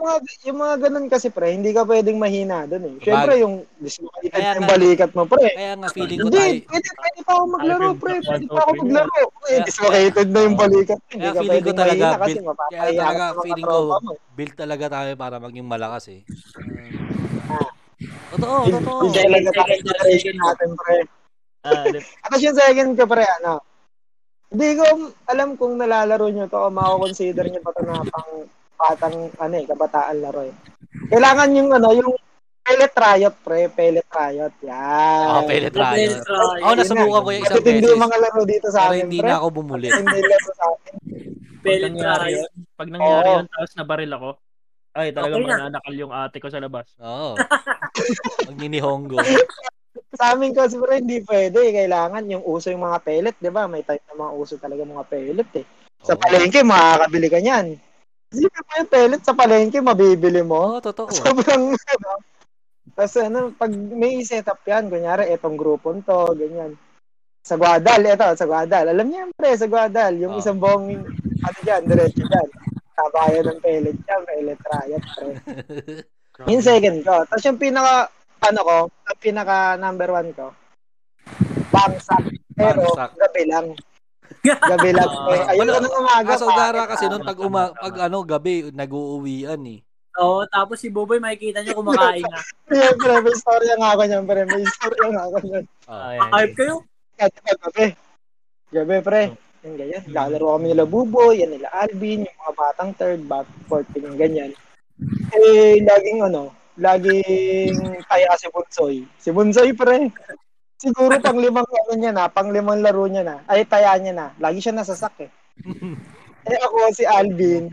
S2: Yung mga, yung mga ganun kasi pre, hindi ka pwedeng mahina doon eh. Siyempre yung dislocated
S1: Kaya
S2: yung
S1: nga-
S2: balikat mo pre.
S1: Kaya nga feeling ko tayo,
S2: Hindi, pwede, pwede pa ako maglaro
S4: Ay,
S2: pre.
S4: yung
S2: Pwede
S4: one,
S2: pa ako
S4: two, three
S2: maglaro. Eh,
S1: Kaya-
S2: dislocated na yung balikat. mo. Hindi
S1: kaya
S2: ka
S1: feeling ko
S2: pwedeng
S1: talaga,
S2: mahina kasi
S1: build-
S2: mapapahiya
S1: kaya talaga
S2: ka sa mga
S1: feeling ko-
S2: katropa mo.
S1: build talaga tayo para maging malakas eh. Ah. Totoo,
S2: Yun-
S1: totoo.
S2: yun talaga
S6: Second
S2: tayo generation
S6: generation.
S2: natin pre.
S4: Ah, di-
S2: At yung second ko pre, ano, hindi ko alam kung nalalaro nyo to o makukonsider nyo pa to na pang patang, ano eh, kabataan laro eh. Kailangan yung ano, yung pellet riot pre, pellet riot. Yan.
S1: Oh, pellet riot.
S6: Pellet
S1: Ako nasubukan ko yung isang
S2: Matitindi
S1: beses.
S2: yung mga laro dito sa
S1: Pero
S2: amin,
S1: hindi
S2: pre.
S1: na ako bumuli.
S2: Matitindi yung laro sa amin.
S6: Pellet
S4: nangyari
S6: riot.
S4: Pag nangyari
S2: Oo.
S4: yun, tapos nabaril ako. Ay, talaga
S6: Okay na.
S4: mananakal yung ate ko sa labas.
S1: Oo. Magninihongo.
S2: Sa amin kasi bro, hindi pwede. eh. Kailangan yung uso yung mga pellet, di ba? May type na mga uso talaga mga pellet eh. Sa palengke, makakabili ka niyan. Kasi pa yung pellet sa palengke, mabibili mo.
S1: Oo, totoo.
S2: Sobrang, ano. Tapos ano, pag may setup yan, kunyari, etong grupo to, ganyan. Sa Guadal, eto, sa Guadal. Alam niyo yan, pre, sa Guadal. Yung
S1: Oo.
S2: isang buong, ano dyan, diretso dyan. Sabayan ng pellet dyan, pellet riot, pre. Yung second ko. Tapos yung pinaka, ano ko, ang pinaka number one ko, bangsak. Pero,
S1: Bangsak.
S2: gabi lang. Gabi lang. pre.
S1: Ah,
S2: Ayun,
S1: wala.
S2: ano umaga.
S1: Kaso gara
S2: pangit,
S1: kasi
S2: ah.
S1: noon pag, uma, pag ano, gabi, nag-uuwian eh.
S6: Oo, tapos si Boboy makikita niyo kumakain na.
S2: Yeah, pre, may story ang ako niyan, pre. May story ang ako niyan.
S1: Ah.
S6: Hype kayo?
S2: At at gabi. Gabi, pre. Yung ganyan. Lalaro kami nila Bubo, yan nila Alvin, yung mga batang third, bat, fourth, yung ganyan. Eh, laging ano, laging kaya si Bunsoy. Si Bunsoy, pre. Siguro pang limang ano niya na, pang limang laro niya na. Ay, taya niya na. Lagi siya nasasak eh. eh ako, si Alvin,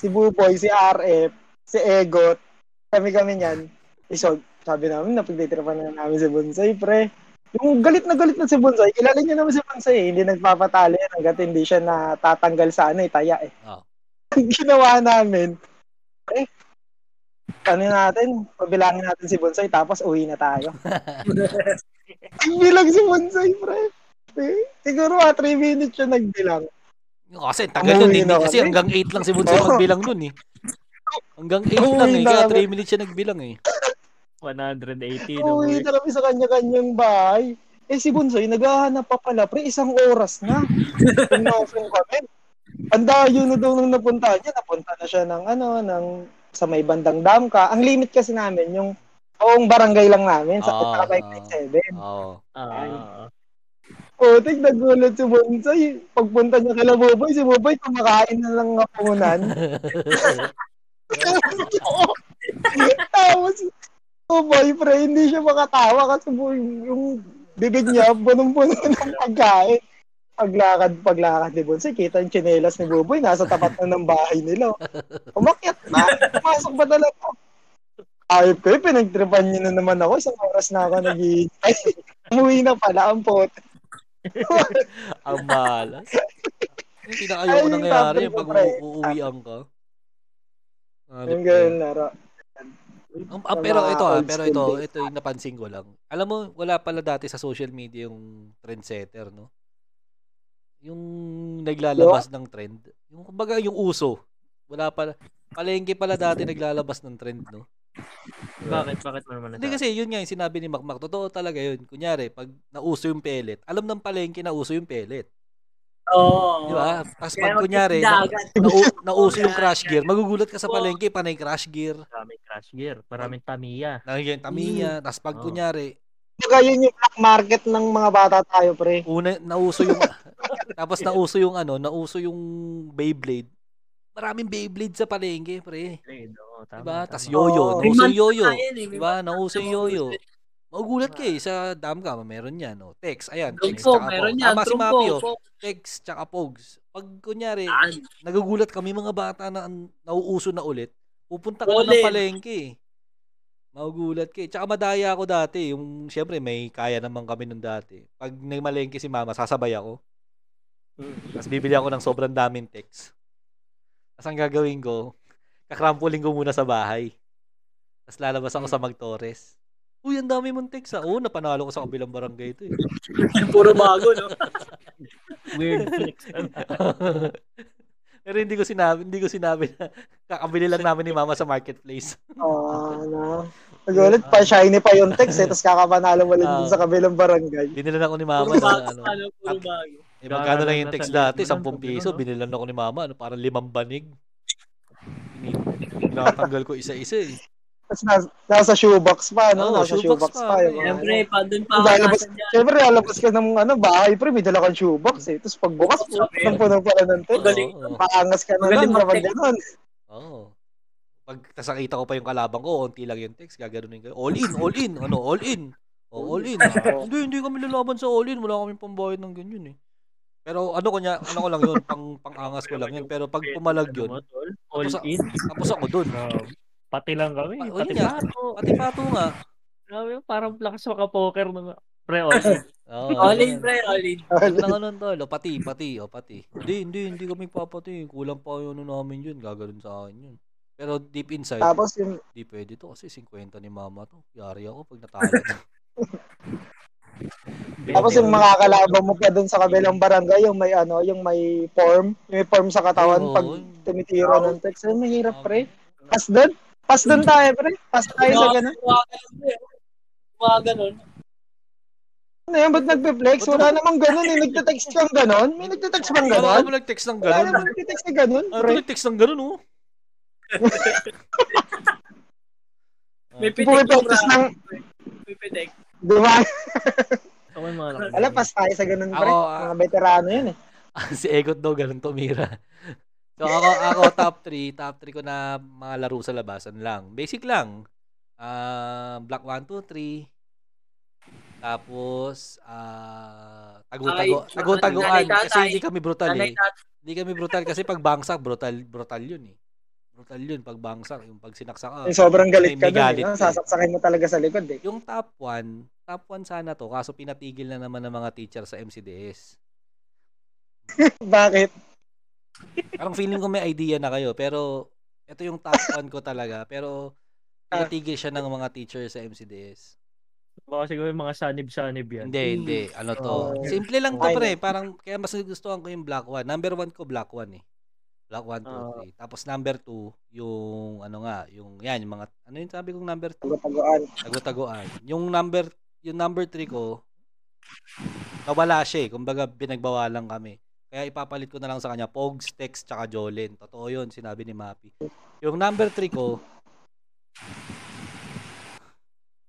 S2: si Buboy, si RF, si Egot, kami-kami niyan. Eh, so, sabi namin, napagtitrapan na namin si Bonsai, pre. Yung galit na galit na si Bonsai, kilala niyo naman si Bonsai, eh. hindi nagpapatalo yan hanggat hindi siya natatanggal sa ano, eh, taya eh.
S1: Oo.
S2: Ang ginawa namin, pre, ano natin, pabilangin natin si Bonsai, tapos uwi na tayo. Ang bilang si Bonsai, pre. Eh, siguro mga 3 minutes siya nagbilang.
S1: Kasi tagal nun,
S2: Umuwi
S1: hindi
S2: na
S1: kasi
S2: kami.
S1: hanggang 8 lang si Bonsai
S2: Oo.
S1: magbilang nun eh. Hanggang 8
S2: Umuwi
S1: lang eh,
S2: na
S1: kaya
S2: kami.
S1: 3 minutes siya nagbilang eh.
S4: 180 no
S2: Uwi na kami sa kanya-kanyang bahay. Eh si Bunsoy, naghahanap pa pala, pre, isang oras na. Tumasin kami. Eh, Ang dayo na daw nung napunta niya. Napunta na siya ng ano, ng sa may bandang damka. Ang limit kasi namin, yung buong barangay lang namin sa
S1: Ah,
S2: Pitaka by
S1: ah.
S2: 7.
S1: Oo.
S4: Ah.
S2: Putik, Oh, nagulat si Bunsoy. Pagpunta niya kila Boboy, si Boboy kumakain na lang ng punan. Tapos, oh boyfriend, hindi siya makatawa kasi bu- yung bibig niya, bunong-buno ng pagkain. Paglakad, paglakad ni Bonsai, kita yung tsinelas ni Buboy, nasa tapat na ng bahay nila. Umakyat na, pumasok pa talaga. Ay, ko, pinagtripan niyo na naman ako, isang oras na ako naghihintay. Umuwi na pala ang pot.
S1: Ang malas. Yung pinakayoko
S2: Ay,
S1: nangyayari
S2: tapos
S1: yung pag
S2: yung pre-
S1: uuwian ka. Ah,
S2: Yung
S1: pre.
S2: ganun laro.
S1: Ang- ang-
S2: Sa
S1: pero
S2: mga
S1: ito ah,
S2: old
S1: pero
S2: school
S1: ito,
S2: days.
S1: ito yung napansin ko lang. Alam mo, wala pala dati sa social media yung trendsetter, no? Yung naglalabas ng trend. Yung kumbaga yung uso. Wala pala. Palengke pala dati naglalabas ng trend, no?
S4: Bakit? Bakit mo naman
S1: Hindi kasi yun nga yung sinabi ni Makmak. Totoo talaga yun. Kunyari, pag nauso yung pellet, alam ng palengke na uso yung pellet. Di
S6: Oo.
S1: ba? Tapos
S6: Kaya
S1: pag kunyari, na,
S6: magtinda agad.
S1: nau- nauso yung crash gear, magugulat ka sa
S6: Oo.
S1: palengke, panay crash gear.
S4: Maraming crash gear. Maraming Tamiya.
S1: Nangyayang
S2: Mm.
S1: tamiya. Tapos pag
S4: Oo.
S1: kunyari,
S2: Kumbaga yun yung black market ng mga bata tayo, pre.
S1: una nauso yung tapos nauso yung ano, nauso yung Beyblade. Maraming Beyblade sa palengke, pre.
S4: Blade, oo, tama,
S1: 'Di ba?
S4: tama.
S1: Diba? Tas yoyo,
S2: Oo.
S1: nauso yung yoyo.
S6: May mantika yan eh, may
S1: 'Di ba? Nauso yung yoyo. Magugulat ka eh, sa damga, meron yan. No? Tex, ayan. Tex,
S6: Trumpo,
S1: tsaka
S6: meron
S1: Pogs.
S6: yan.
S1: Tama si
S6: Trumpo.
S1: Mapio.
S6: po.
S1: Tex, tsaka Pogs. Pag kunyari,
S6: Yan.
S1: nagugulat kami mga bata na ang- nauuso na ulit, pupunta ka
S6: Ulit.
S1: ng palengke. eh. Magugulat ka. eh. Tsaka madaya ako dati. Yung, syempre, may kaya naman kami nun dati. Pag nagmalengke si mama, sasabay ako. Tapos bibili ako ng sobrang daming text. Tapos ang gagawin ko, kakrampuling ko muna sa bahay. Tapos lalabas ako sa Magtores. Uy, ang dami mong text ah. Oo, napanalo ko sa kabilang barangay ito eh.
S6: Puro bago, no?
S4: Weird flex. ano?
S1: Pero hindi ko sinabi, hindi ko sinabi na kakabili lang namin ni Mama sa marketplace.
S2: Oo, ano. Nagulit pa, shiny pa yung text eh, tapos kakapanalo mo lang dun sa kabilang barangay.
S1: Binilan ako ni Mama
S6: Puro
S1: na
S6: bago,
S1: ano.
S6: ano? Puro bago.
S1: Eh, magkano lang yung
S4: Nasa
S1: text
S4: liit
S1: dati?
S4: mo lang,
S1: 10
S4: sabi nun,
S1: piso.
S4: no?
S1: Binilan ako ni Mama. Ano, parang limang banig. Ini- Natanggal ko isa-isa eh.
S2: Tapos nas, nasa shoebox pa, no?
S1: Oo,
S2: nasa
S1: shoebox
S2: shoebox,
S1: pa,
S2: pa. yung
S1: pre.
S2: mga ano.
S6: Siyempre, pa doon pa ako
S2: Lalabas,
S6: nasan dyan.
S2: syempre, lalabas ka ng ano, bahay, pre, may dala kang shoebox eh. Tapos pagbukas,
S6: Oo, sabi.
S2: punong puno pala ng text.
S6: Magaling.
S1: Oo, oo.
S2: Paangas ka na
S6: Magaling
S2: nun kapag
S6: mag-text.
S2: ganun.
S1: Oo. Pag tasakita ko pa yung kalabang ko, onti lang yung text, gaganunin ko. All in, all in, ano, all in. Oh, all in. Ah, hindi, hindi kami lalaban sa all in. Wala kaming pambayad ng ganyan eh. Pero ano ko niya, ano ko lang yun, pang pangangas ko lang yun. Pero pag pumalag
S4: Ano mo,
S1: yun,
S4: tol? All
S1: Tapos-
S4: in.
S1: tapos ako dun.
S4: Pati lang kami.
S1: Pa-
S4: Pati
S1: yun nga.
S4: pato.
S1: Pati pato nga.
S4: Grabe, parang lakas makapoker ng pre oh, all.
S1: Oo,
S6: All
S1: ganun.
S6: in, Oh, pre, all in.
S1: Huwag na ganun tol. O, pati, pati, o, pati. Hindi, hindi, hindi kami papati. Kulang pa yung ano namin yun. Gaganon sa akin yun. Pero deep inside,
S2: Tapos yung-
S1: di pwede to kasi 50 ni mama to. Yari ako pag natalo.
S2: Tapos yung makakalaban mo pa dun sa kabilang barangay, yung may ano, yung may form, yung may form sa katawan pag tumitira ng text. Ay, mahirap, pre. Pass dun. Pass dun tayo, pre. Pass tayo sa ganun.
S6: oh. Mga ganun.
S2: Ano yan? Ba't nagpe-flex? Wala namang ganun eh. Nagte-text kang ganun? May nagte-text bang
S1: Wala
S2: ganun?
S1: naman nag-text ng
S2: Wala
S1: ganun.
S2: namang nagte-text na ganun,
S1: Ano
S2: pre.
S1: nag-text ng ganun, oh? Oh.
S6: May pitik na
S2: Pumipractice ng...
S6: May pitik.
S2: Di ba?
S4: Ako yung mga
S2: Wala, pass tayo sa ganun, pre.
S1: Ako, ah.
S2: Mga veterano yun eh.
S1: si Egot daw ganun tumira. So ako, ako top 3, top 3 ko na mga laro sa labasan lang. Basic lang. Ah, Black 1 2 3. Tapos ah tago-tago,
S6: Ay,
S1: tago-taguan
S6: nanay,
S1: kasi
S6: tatay.
S1: hindi kami brutal
S6: Nanay,
S1: eh. Hindi kami brutal kasi pag bangsak brutal brutal 'yun eh. Brutal 'yun pag bangsak, yung pag sinaksak ka.
S2: Yung sobrang
S1: Ah,
S2: galit
S1: may-
S2: ka
S1: may
S2: dun eh.
S1: galit
S2: no?
S1: ka eh.
S2: Sasaksakin mo talaga sa likod eh.
S1: Yung top 1, top 1 sana to kaso pinatigil na naman ng mga teacher sa MCDS.
S2: Bakit?
S1: Parang feeling ko may idea na kayo, pero ito yung top 1 ko talaga. Pero pinatigil siya ng mga teacher sa MCDS.
S4: Baka siguro yung mga sanib-sanib yan.
S1: Hindi, hindi. Ano to?
S4: Oh.
S1: Simple lang to,
S2: Ay,
S1: pre. Parang, kaya mas nagustuhan ko yung black 1. Number 1 ko, black 1 eh. Black 1, 2, 3. Tapos number 2, yung ano nga, yung yan, yung mga, ano yung sabi kong number 2?
S2: Tago-tagoan.
S1: Tago-tagoan. Yung number, yung number 3 ko, nawala siya eh. Kumbaga, pinagbawalan kami. Kaya ipapalit ko na lang sa kanya, Pogs, Tex, tsaka Jolin. Totoo yun, sinabi ni Mappy. Yung number 3 ko,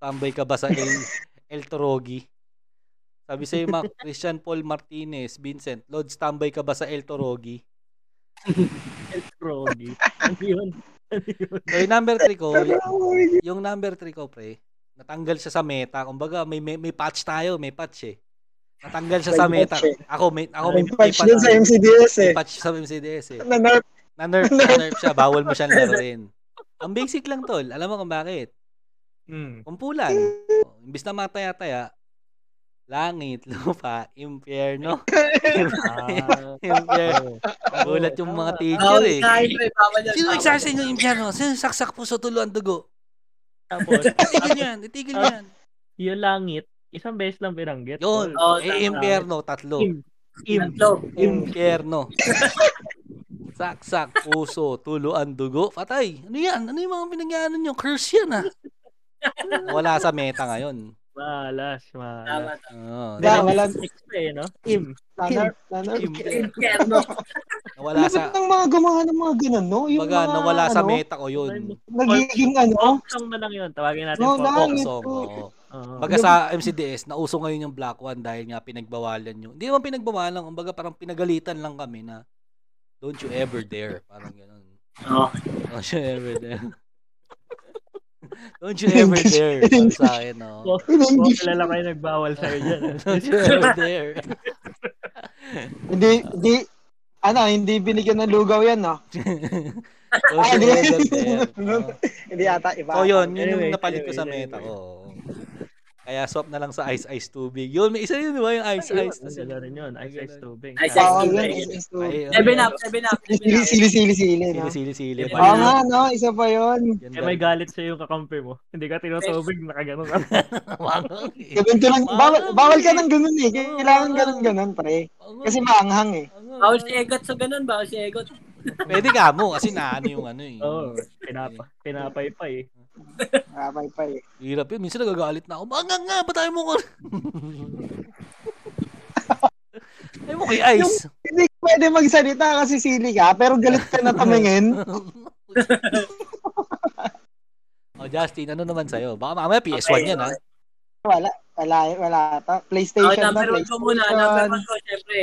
S1: tambay ka ba sa El, El Torogi? Sabi sa'yo, Mac, Christian Paul Martinez, Vincent, Lods, tambay ka ba sa El Torogi?
S4: Froggy. Ano yun? Ano yun?
S1: So, yung number 3 ko,
S2: Tago-tagoan.
S1: yung number 3 ko, pre, natanggal siya sa meta. Kumbaga, may, may, may patch tayo, may patch eh. Natanggal siya sa
S2: May
S1: meta.
S2: patch eh.
S1: Ako, may, ako may,
S2: May
S1: may
S2: patch dun sa MCDS eh.
S1: May patch sa MCDS eh.
S2: Na nerf.
S1: Na-nerf, na-nerf siya. Bawal mo siyang laruin. Ang basic lang, tol. Alam mo kung bakit?
S4: Hmm.
S1: Kumpulan. Oh, imbis na mataya-taya, langit, lupa, impyerno.
S4: Ah,
S1: impyerno.
S4: oo.
S1: Gulat yung mga teacher
S6: Bawal
S1: eh.
S6: na, Oh, pre. Bawal na.
S1: Sino nagsasin yung impyerno? Sino saksak puso tulo ang dugo?
S4: Tapos,
S1: Itigil yan, itigil
S2: Ah.
S1: yan.
S4: yung langit, isang beses lang binanggit.
S1: Yun,
S6: Oo,
S1: eh,
S6: tama.
S1: impyerno, tatlo.
S4: Im. Im.
S6: Tatlo.
S1: Impyerno. Saksak, puso, tuluan, dugo, patay. Ano yan? Ano yung mga pinagyanan nyo? Curse yan ah. Wala sa meta ngayon.
S4: Malas, malas.
S6: Tama.
S1: Oo,
S2: Ba-
S1: na-
S2: wala.
S4: Eh, no? Im.
S2: Na nerf. Na nerf.
S6: Inferno.
S1: nawala
S2: Wala
S1: sa
S2: ng mga gumawa ng mga ganun, no? Ano Yung
S1: baga,
S2: mga,
S1: nawala sa
S2: ano,
S1: meta ko yun.
S2: Nagiging ano?
S4: Folk song na lang yun. Tawagin natin
S2: No,
S4: folk
S2: dahil-
S1: Folk
S4: song.
S2: Langit
S1: song.
S2: ko.
S1: oo.
S4: Oo.
S1: Baga sa MCDS, nauso ngayon yung Black One dahil nga pinagbawalan yun. Hindi naman pinagbawalan, kumbaga parang pinagalitan lang kami na don't you ever dare. Parang ganun.
S6: Oo.
S1: Don't you ever dare. don't you ever dare. Sabi sa akin, no?
S4: Folk- Folk kilala kayo nagbawal sa'yo dyan.
S1: Don't you ever dare.
S2: Hindi, hindi, ano, hindi binigyan ng lugaw yan, no?
S1: don't you ever dare. No?
S2: Hindi ata, iba.
S1: So
S6: Oh,
S1: Oh, yun, yun
S4: Anyway,
S1: yung napalit ko sa
S4: anyway,
S1: meta ko. Kaya swap na lang sa Ice Ice Tubig. Yun, may isa yun, di ba? Yung Ice Ice.
S4: Ang
S1: Tas
S4: gala
S1: yun.
S4: rin yun. Ice Ice Tubing.
S6: Ice Ice
S2: Oo,
S6: Tubing.
S2: yun,
S6: Ay,
S2: is- is-
S1: Ay, ay,
S6: Seven up, seven up. seven
S2: Sili,
S6: up.
S2: sili, sili, sili, no?
S1: Sili, sili, sili.
S4: Sili,
S2: Oo
S4: sili.
S2: nga, no? Isa pa yun.
S1: Yan
S4: Eh, may
S1: daw.
S4: galit sa'yo yung kakampi mo. Hindi ka tinutubig, nakaganon ka.
S1: Wangang eh.
S2: Gawin ko lang, bawal, bawal ka ng ganun eh. Kailangan ka ng ganun, pre.
S1: Wangang.
S2: Kasi maanghang eh.
S1: Wangang.
S6: Bawal si Egot sa ganun. Bawal si Egot.
S1: Pwede ka mo kasi naano yung ano eh.
S4: Oo, pinapa, pinapay pa eh.
S2: Kapay pa eh.
S1: Hirap yun. Minsan nagagalit na ako. Banga nga, ba tayo mo ko? Ay mo kay Ice.
S2: Hindi ka pwede magsalita kasi sili ka, pero galit ka na tumingin.
S1: oh, Justin, ano naman sa'yo? Baka mamaya PS1 yan, ha?
S2: Wala, wala, wala ata.
S6: Oh,
S2: PlayStation na,
S6: number one ko muna. Number
S2: PlayStation.
S6: one ko, syempre.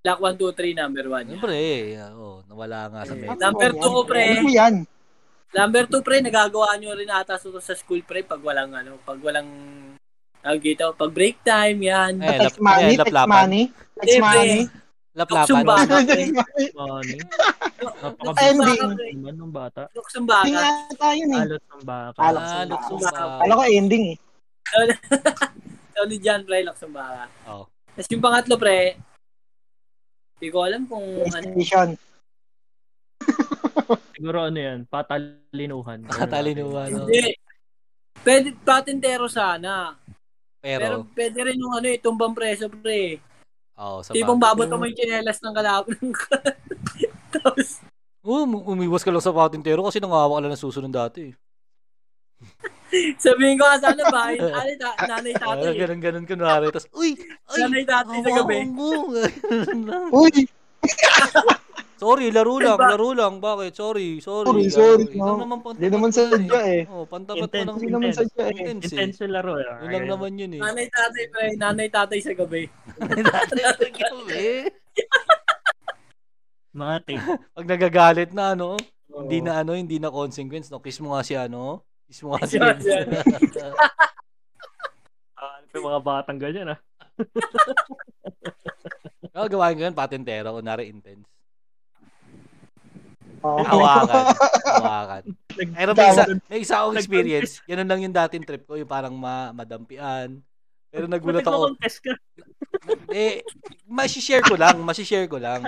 S6: Black 1, 2, 3, number one. yan.
S1: Siyempre, eh. Oh, nawala nga sa
S6: Eh,
S1: meta.
S6: Number two ko, pre.
S2: Ano yan?
S6: Number 2, pre, nagagawa nyo rin ata sa, sa school, pre, pag walang, ano, pag walang, tawag dito, pag break time, yan.
S1: Eh, lap,
S2: Text money,
S1: eh,
S2: text
S1: laplapan.
S2: money. Text
S6: Libre.
S2: money.
S6: Sumba.
S1: Laplapan.
S2: Text money.
S4: Money.
S6: Sumba ka,
S2: ending.
S6: pre.
S4: Naman ng bata.
S6: Luksong baka.
S2: eh. Tingnan tayo ni.
S4: Alot ng baka.
S2: Alot.
S1: Ah,
S2: Sumba.
S1: Luksumba.
S2: Alam ko ending eh.
S6: Tawag ni John Fry Laksumbara.
S1: Oo.
S6: Tapos yung pangatlo, pre, hindi ko alam kung ano.
S2: PlayStation.
S4: Siguro ano yan, patalinuhan.
S1: Patalinuhan, oo.
S6: Hindi. Pwede patentero sana. Pero,
S1: Pero,
S6: pwede rin yung ano, itong preso, pre.
S1: oo, sa
S6: Tipong babato mo yung chinelas ng kalapon. Tapos,
S1: Oo, um- umiwas ka lang sa patintero kasi nangawa ka lang ng susunod dati. eh.
S6: sabihin ko, saan na ba? Nanay, ta- nanay
S1: Ah,
S6: tatay.
S1: ganun, ganun, kunwari. Tapos, uy, ay,
S6: Nanay tatay eh. sa gabi.
S1: hawakan mo. Ganun lang.
S2: Uy!
S1: Sorry, laro lang,
S6: Ba-
S1: laro lang. Bakit? Sorry, sorry. Laro.
S2: Sorry, sorry,
S1: Yun lang
S2: no.
S1: naman pang-
S2: Hindi naman sadya eh.
S1: Oh, pantapat mo
S4: Intense,
S1: ng
S2: Hindi naman
S4: Intense.
S2: sadya eh.
S1: intense. eh.
S4: Intense yung laro. eh.
S1: Yun lang naman yun eh.
S6: Nanay tatay, pre. Nanay tatay sa gabi.
S1: Eh,
S4: Mga tape.
S1: Pag nagagalit na ano, hindi na ano, hindi na consequence, no? Kiss mo nga si ano. Kiss mo nga si
S6: Kiss mo nga si ano.
S4: Ah, yung mga batang ganyan ah.
S1: Oh, gawain ko yun, patentero, kunwari intense.
S6: Oh
S2: Oo.
S1: Hawakan. Hawakan. Pero may isa, may isa akong
S4: Nag-
S1: experience. Ganun lang yung dating trip ko, yung parang ma madampian. Pero nagulat ako.
S4: Nagko-contest ka.
S1: Eh, masishare ko lang, masishare ko lang.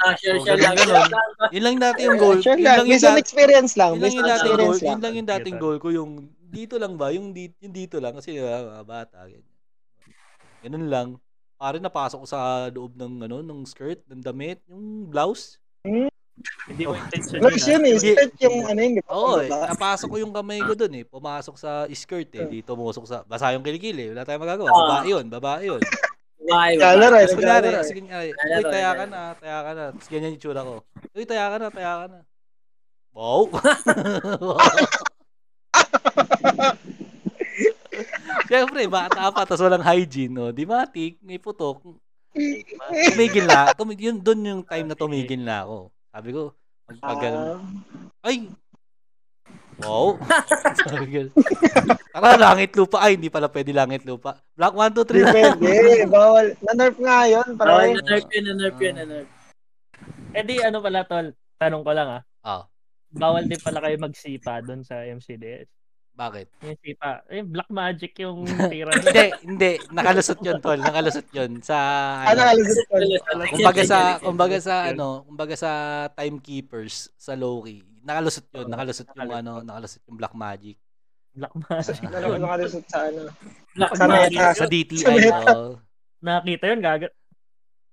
S6: Ah, share,
S1: Oh,
S6: share lang.
S1: ganun,
S6: Share
S1: ganun.
S6: lang.
S1: Yun lang dati yung goal.
S2: Sure
S1: Yun
S2: lang,
S1: lang yung,
S2: based on
S1: da-
S2: experience lang.
S1: yun lang
S2: Based
S1: yung
S2: on
S1: dating goal.
S2: experience lang.
S1: Yun lang yung dating goal ko. Yung dito lang ba? Yung, di, yung dito lang. Kasi ah, mga bata. Ganyan. Ganun lang. Pare napasok ko sa loob ng ano ng skirt, ng damit, yung blouse.
S4: Hindi mo intention yun. ah.
S2: Plus yun eh,
S1: Hindi.
S2: straight yung ano yun, di ba?
S1: Oo, eh,
S2: Pababa.
S1: napasok ko yung kamay ko doon eh. Pumasok sa skirt eh. Dito musok sa basa yung kilikil eh. Wala tayong magagawa.
S6: Ah.
S1: Babae 'yun, babae 'yun.
S6: Bye,
S2: Lalo
S6: bye.
S1: Tapos
S2: rin, lalo
S1: kunyari,
S2: rin.
S1: sige, ay,
S6: Laro,
S1: uy, taya ka
S6: laro.
S1: na, taya ka na. Tapos ganyan yung tsura ko. Uy, taya ka na, taya ka na. Wow! Siyempre, bata pa, tapos walang hygiene, no? Di matik, may putok. Tumigil na. Tum- yun, doon yung time na tumigil na ako. Sabi ko, pag ah, ganun, ay! Wow! Sabi ko, tara, langit lupa. Ay, hindi pala pwede langit lupa. Black 1, 2, 3,
S2: Hindi pwede, Ah, bawal. Na-nerf nga yun,
S6: Bye.
S2: pare.
S6: Nanarp Ah, yun, nanarp yun, ah, nanarp.
S4: Eh di ano pala tol, tanong ko lang ah.
S1: Ah.
S4: Bawal din pala kayo magsipa doon sa MCDS.
S1: Bakit?
S4: Yung sipa, eh black magic yung tira.
S1: hindi, hindi. Nakalusot yun, tol. Nakalusot yun. Sa, ano,
S2: Ano alas ito?
S1: kumbaga sa, kumbaga sa, ano, kumbaga sa timekeepers, sa Loki. Nakalusot yun. Nakalusot yung, ano, nakalusot yung black magic.
S4: black magic.
S2: Ano
S4: yun.
S2: nakalusot sa ano?
S6: Black
S2: Sa
S6: magic.
S2: meta.
S1: Sa DTI, tol.
S4: Nakita yun gagat.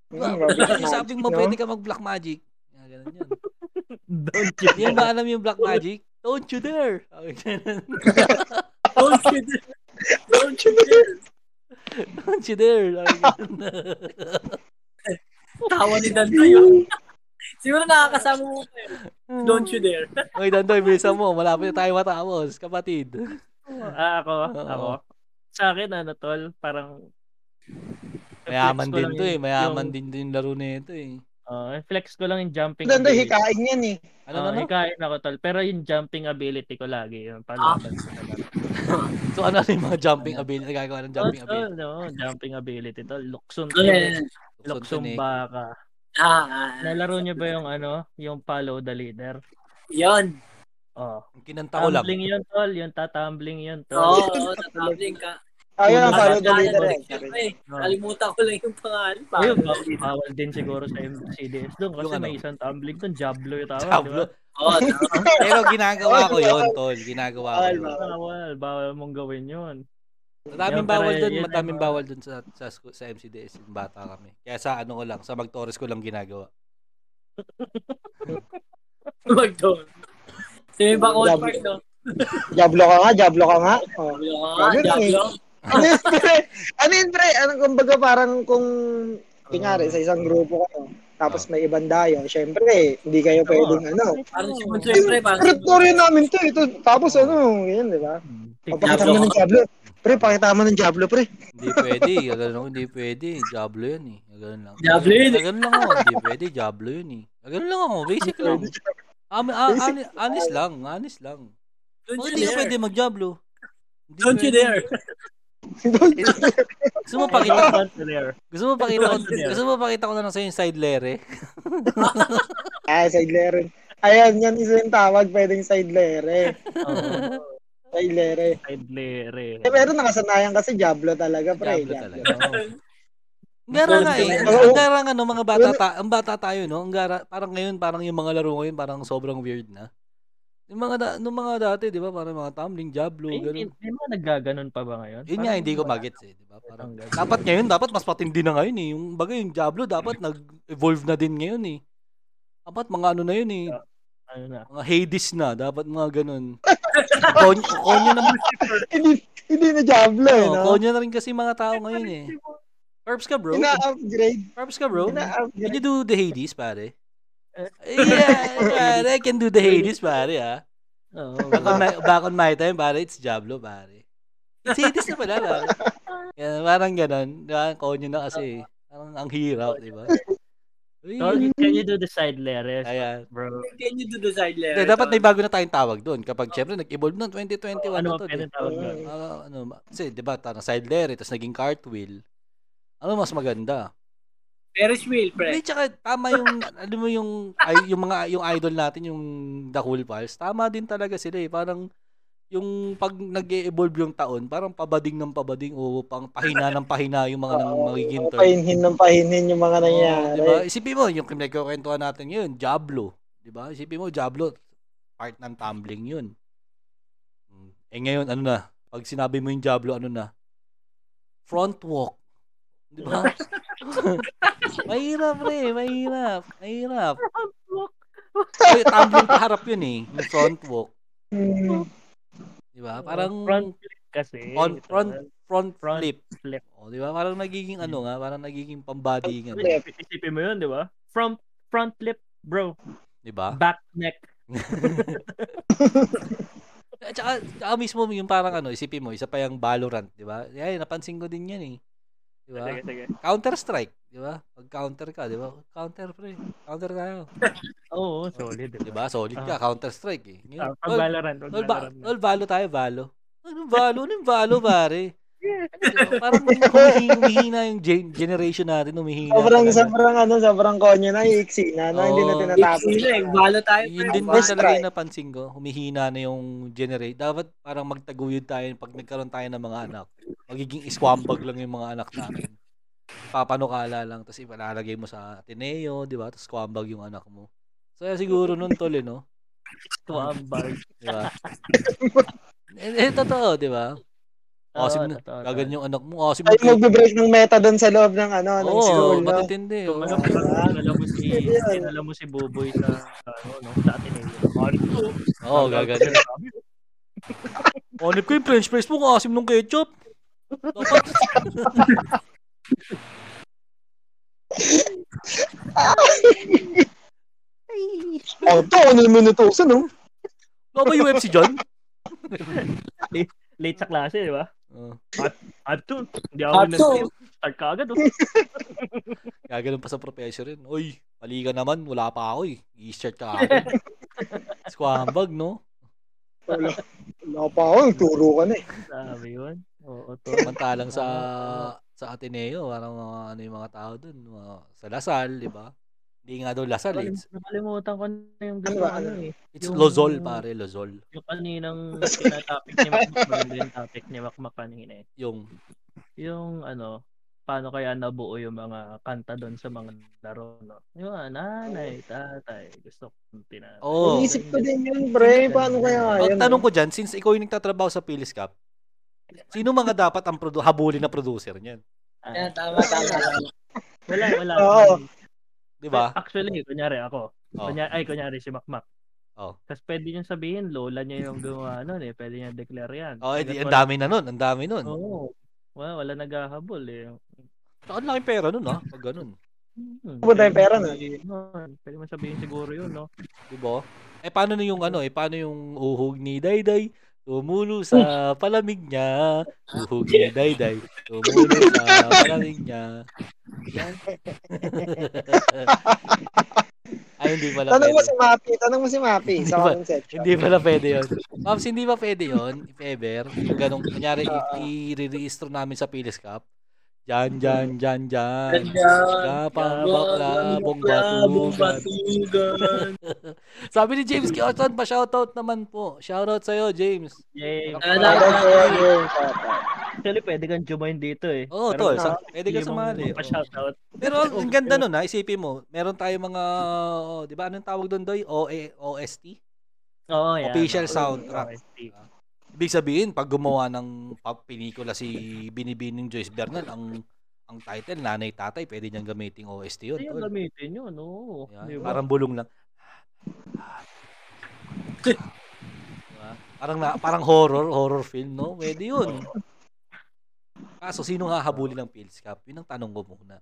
S2: Hmm,
S1: Lagi
S2: mabilis
S1: sabing mo,
S2: magic, no?
S1: pwede ka mag-black magic. Ah, Ganun yun.
S4: Don't
S1: Hindi
S4: you.
S1: mo ba alam yung black magic? Don't you dare! Sabi ganun.
S6: Don't you dare. Don't you dare.
S1: Don't you dare! Sabi ganun.
S6: Tawa ni Dan tayo. Siguro nakakasama mo pa yun. Don't you dare.
S1: Uy, Dandoy, bilisan mo. Malapit na tayo matapos, kapatid.
S4: Ah, ako,
S1: Oo.
S4: ako. Sa akin ano tol, parang
S1: Mayaman
S4: flex ko
S1: din
S4: lang
S1: to eh.
S4: yung-
S1: Mayaman
S4: yung-
S1: din din laro nito eh.
S4: Oh, flex ko lang yung jumping.
S2: Maganda
S4: ability.
S2: hikain yan eh.
S1: Ano
S4: Oo,
S1: ano?
S4: hikain ako tol, pero yung jumping ability ko lagi yun
S1: Ah,
S4: palaban ko talaga.
S1: So ano ano yung mga jumping ability? Nagagawa ng jumping
S4: Oh, tol,
S1: ability.
S4: no, jumping ability tol. Luksun.
S6: Ano yan?
S1: Lukson
S4: Luksun
S1: eh.
S4: baka.
S6: Ah, ah, ah.
S4: Nalaro niyo ba yung ano, yung follow the leader?
S6: Yun.
S4: Oh.
S1: Ang Kinanta ko lang.
S4: Tumbling yun, tol. Yung tatumbling yun,
S6: Oo,
S4: tol.
S6: oo, tatabling ka.
S2: Ayun ang
S4: Wala
S2: follow the
S4: na,
S2: leader
S4: ano,
S2: eh.
S6: Siyempre,
S4: Oh.
S6: Nakalimutan ko lang yung pangalan.
S4: Ayun,
S6: Paano?
S4: ba- bawal din siguro sa MCDS doon kasi
S1: Yung ano?
S4: may isang tumbling doon, Jablo yung tawag,
S1: Tablo.
S4: di
S6: Oo, tama.
S1: Pero ginagawa ko yon tol. Ginagawa ko yun.
S4: ba? Bawal, bawal mong gawin yun.
S1: Madaming
S4: Yan, pero
S1: bawal
S4: yun,
S1: doon.
S4: yun ay
S1: Madaming
S4: mga-
S1: bawal doon sa, sa, sku- sa MCDS. Yung bata kami. Kaya sa ano ko lang. Sa Magtores ko lang ginagawa.
S6: Magdon. Sa may Bacol
S2: Jablo.
S6: Park, no?
S2: Jablo ka nga, jablo ka nga. Oh.
S6: Jablo ka nga,
S2: Jablo.
S6: Jablo.
S2: ano yun, pre? Ano yun, pre? Ano, kumbaga parang kung, kunyari, sa isang grupo kayo, tapos may ibang dayo, syempre, hindi kayo pwedeng ano.
S6: Parang si Mon
S2: Yung
S6: Siyempre, parang si Mon.
S2: territory namin to, ito, tapos ano, yun, di ba? Papakita
S6: Jablo
S2: mo ng
S6: ka.
S2: jablo. Pre, pakita mo ng jablo, pre.
S1: Hindi pwede. Ganun ako. Hindi pwede. Jablo yun eh. Ganun lang.
S6: Jablo yun eh.
S1: Ganun lang ako. Hindi pwede. Jablo yun eh. Ganun lang ako. Basic lang. Am- a- ani- honest lang. Honest lang.
S6: Don't
S1: Oh,
S6: you
S1: hindi ka
S6: dare.
S1: pwede mag-jablo. Hindi
S6: Don't you
S1: pwede.
S6: dare.
S1: Gusto mo pakita
S4: Don't you dare.
S1: Gusto mo pakita ko,
S4: Ano yan?
S1: gusto mo pakita ko na lang sa yung side lere?
S2: Ah, side layer. Ayan, yan isa yung tawag, pwedeng side layer eh.
S4: Oo.
S2: Side lere.
S4: Side lere.
S2: Eh, pero nakasanayan kasi Diablo talaga, pre.
S1: Diablo
S2: Diablo.
S1: Gara nga eh.
S2: Oo.
S1: Ang gara nga no, mga bata, ta- ang bata tayo, no? Ang gara, parang ngayon, parang yung mga laro ngayon, parang sobrang weird na. Yung mga, da- nung mga dati, di ba? Parang mga tumbling, Diablo,
S4: Eh, Hindi
S1: ganun.
S4: hindi ba naggaganon pa ba ngayon?
S1: Yun nga, hindi ko magets eh. Di ba? Parang, dapat ngayon, dapat mas patindi na ngayon eh. Yung bagay, yung Diablo, dapat nag-evolve na din ngayon eh. Dapat mga ano na yun eh.
S4: Ano na?
S1: Mga Hades na. Dapat mga ganun. Kon- konyo na
S2: hindi, hindi na Diablo eh,
S1: Oo,
S2: no?
S1: konyo na rin kasi mga tao ngayon eh. Carbs ka, Oh, bro.
S2: Ina-upgrade.
S1: Carbs ka, bro. Can you do the Hades, pare?
S4: Eh.
S1: Yeah, pare. I can do the Hades, pare, ha?
S4: Oo.
S1: Back on my, back on my time, pare, it's Diablo, pare. It's Hades na pala, pare. Yan, parang ganun. Diba? Konyo na kasi. eh. Parang ang hirap, di ba? Uy.
S4: Tol, can you do the side lere?
S1: Ayan.
S4: Bro,
S6: Can you do the side
S1: Hindi,
S6: layer?
S1: dapat may bago na tayong tawag doon. Kapag syempre nag-evolve noon, 2021
S4: Oo, ano
S1: na
S4: ang
S1: to,
S4: pwede
S1: di-
S4: tawag doon?
S1: Ah, ano, ma- kasi di ba, tarang side layer, tapos naging cartwheel. Ano mas maganda?
S6: Ferris wheel, pre.
S1: Hindi, tsaka tama yung, ano mo yung, ay, yung mga, yung idol natin, yung The Cool Pals, tama din talaga sila eh. Parang, yung pag nag evolve yung taon, parang pabading ng pabading o pang pahina ng pahina yung mga Ano nang magiging
S2: Oo,
S1: term.
S2: Pahinhin ng pahinhin yung mga
S1: Oo,
S2: nangyari.
S1: diba? Isipin mo, yung kinagkukwentuhan natin yun, Diablo. Diba? Isipin mo, Diablo, part ng tumbling yun. Mm. Eh ngayon, ano na? Pag sinabi mo yung Diablo, ano na? Front walk. Diba? mahirap, pre. Mahirap. Mahirap. Oy, tumbling paharap yun eh. Yung front walk.
S2: Hmm.
S1: Diba? Parang
S4: front flip kasi.
S1: on- front, front,
S4: Front
S1: flip.
S4: flip.
S1: O, diba? Parang nagiging ano nga, parang nagiging pambody nga.
S2: Flip.
S4: Isipin mo yun, di ba? Front, front flip, bro.
S1: Diba?
S4: Back neck.
S1: At saka, saka mismo yung parang ano, isipin mo, isa pa yung Valorant, di ba? Ay, napansin ko din yan eh. Di ba?
S4: Sige, sige.
S1: Counter-Strike, di ba? Pag counter ka, di ba? Counter, pre. Counter tayo.
S4: Oo, solid.
S1: Di ba? Solid ka, Counter-Strike eh.
S4: Ah,
S1: Ngayon,
S4: pag
S1: all,
S4: Valorant, pag
S1: all, ba-
S4: Valorant.
S1: all Valo tayo, Valo. Ano Valo? Ano yung Valo, pare? Diba? Parang humihi- humihina yung gen- generation natin, humihina.
S2: Sobrang,
S1: talaga.
S2: sobrang ano, sobrang konyo na, iiksi na, no? Hindi na
S1: Oo.
S2: tinatapos.
S6: Tapos na, eh, balo tayo,
S1: Yun
S6: pre.
S1: din ba
S2: Best
S1: talaga
S2: try.
S1: yung napansin ko? Humihina na yung generate. Dapat parang magtaguyod tayo pag nagkaroon tayo ng mga anak. Magiging iswambag lang yung mga anak natin. Papanukala lang, tapos ipalalagay mo sa Ateneo, di ba? Tapos squambag yung anak mo. So, yan siguro nun tol, eh, no?
S4: Tuambag.
S1: Di ba? eh, eh, totoo, di ba? Asim na. Gagan yung anak mo. Asim
S2: Ay,
S1: na.
S2: magbe-break ng meta doon sa loob ng ano, ng
S1: Oo,
S2: school, no?
S1: matitindi. oh.
S4: So,
S1: oo.
S4: alam mo, alam mo si, alam mo si Buboy sa, ano, no, sa atin eh.
S1: Oo, gagan. Oh, Onip ko yung french fries mo, asim nung ketchup. Dapat
S2: Oh, to, ano yung minutusan, no?
S1: Ano ba UFC dyan?
S4: Late sa klase, di ba?
S1: Oh,
S4: Up to. Hindi ako
S6: Up to.
S4: nag-team. Start ka agad, oh.
S1: gaganon pa sa professor yun. Uy, mali ka naman. Wala pa ako eh. I-shirt ka ako. Squambag, no?
S2: Wala, wala pa ako, turo ka na eh.
S4: Sabi yun. Oo, to.
S1: Samantalang sa sa Ateneo, parang mga ano yung mga tao dun. Mga, sa Lasal, di ba? Hindi nga daw Lasal. eh. It's,
S4: Nakalimutan ko na yung
S2: Ano
S4: gano'n,
S2: ba,
S4: ano
S2: ano?
S4: eh.
S1: it's
S4: Yung-
S1: Lozol, pare. Lozol.
S4: Yung kaninang tinatopic ni Macmac, maganda yung topic ni Macmac kanina eh.
S1: Yung,
S4: Yung ano, paano kaya nabuo yung mga kanta doon sa mga laro, no? Yung ah, nanay, tatay, gusto kong tinatay.
S1: oh.
S2: Iisip ko din yun, pre. Paano kaya
S1: Ang
S2: yun?
S1: Oh,
S2: eh.
S1: tanong ko dyan, since ikaw yung nagtatrabaho sa Phillies Cup, sino mga dapat ang produ- habulin na producer niyan?
S6: Yan, tama, tama. tama.
S4: Wala, wala.
S2: Oo.
S1: Di ba?
S4: Actually, kunyari ako.
S1: Oh.
S4: Kunyari, ay, kunyari si Macmac.
S1: Oh.
S4: Tapos pwede niyang sabihin, lola niya yung gumawa nun eh. Pwede niya declare yan.
S1: Oh, edi, ang
S4: Hanggat wala- Oh.
S1: dami na nun. Ang dami nun.
S4: Oo. wala, wala naghahabol eh.
S1: Saka ang laking pera nun, ha? Pag ganun.
S4: Hmm,
S2: Wala tayong pera, no?
S4: sabihin nun. Pwede mo sabihin siguro yun, no?
S1: Diba? Eh, paano na yung ano? Eh, paano yung uhog ni Dayday? Tumulo sa palamig niya. Uhog ni Dayday. Tumulo sa palamig niya. Yan. Ay, hindi pala
S2: Tanong mo
S1: pwede.
S2: si Mapi, tanong mo si Mapi sa
S1: Hindi ba-
S2: comment section.
S1: Hindi pala pwede yun. Pops, hindi ba pwede yun, if ever? Yung ganong, kunyari, i- i-re-register namin sa Pilis Cup. Jan, Jan, Jan, Jan.
S6: Jan, Jan.
S1: Kapang
S6: Jan,
S1: bakla,
S6: Jan,
S1: bong
S6: bakla,
S1: batugan.
S6: bong batugan.
S1: Sabi ni James Kiyoton, pa-shoutout naman po. Shoutout sa'yo, James.
S4: James.
S1: Actually, pwede kang jumain dito eh. Oo, tol.
S4: Pero
S1: Sa,
S4: na-
S1: pwede ka
S4: hindi mo
S1: sumali.
S4: pa-shoutout.
S1: Oo. Pero ang ang ganda nun, ha? Isipin mo, meron tayo mga, oh, di ba, anong tawag doon, Doy? OA, OST?
S4: Oo, yan.
S1: Official
S4: Oo, Oh,
S1: soundtrack. Ah. Ibig sabihin, pag gumawa ng pa- pelikula si Binibining Joyce Bernal, ang ang title, Nanay Tatay, pwede niyang gamitin OST yun.
S4: Hindi yung
S1: tol.
S4: gamitin yun, no.
S1: Yan, Parang bulong lang. Diba? Parang na, parang horror, horror film, no? Pwede yun. Kaso, sino nga habulin ng Pills Cup? Yun ang tanong ko muna.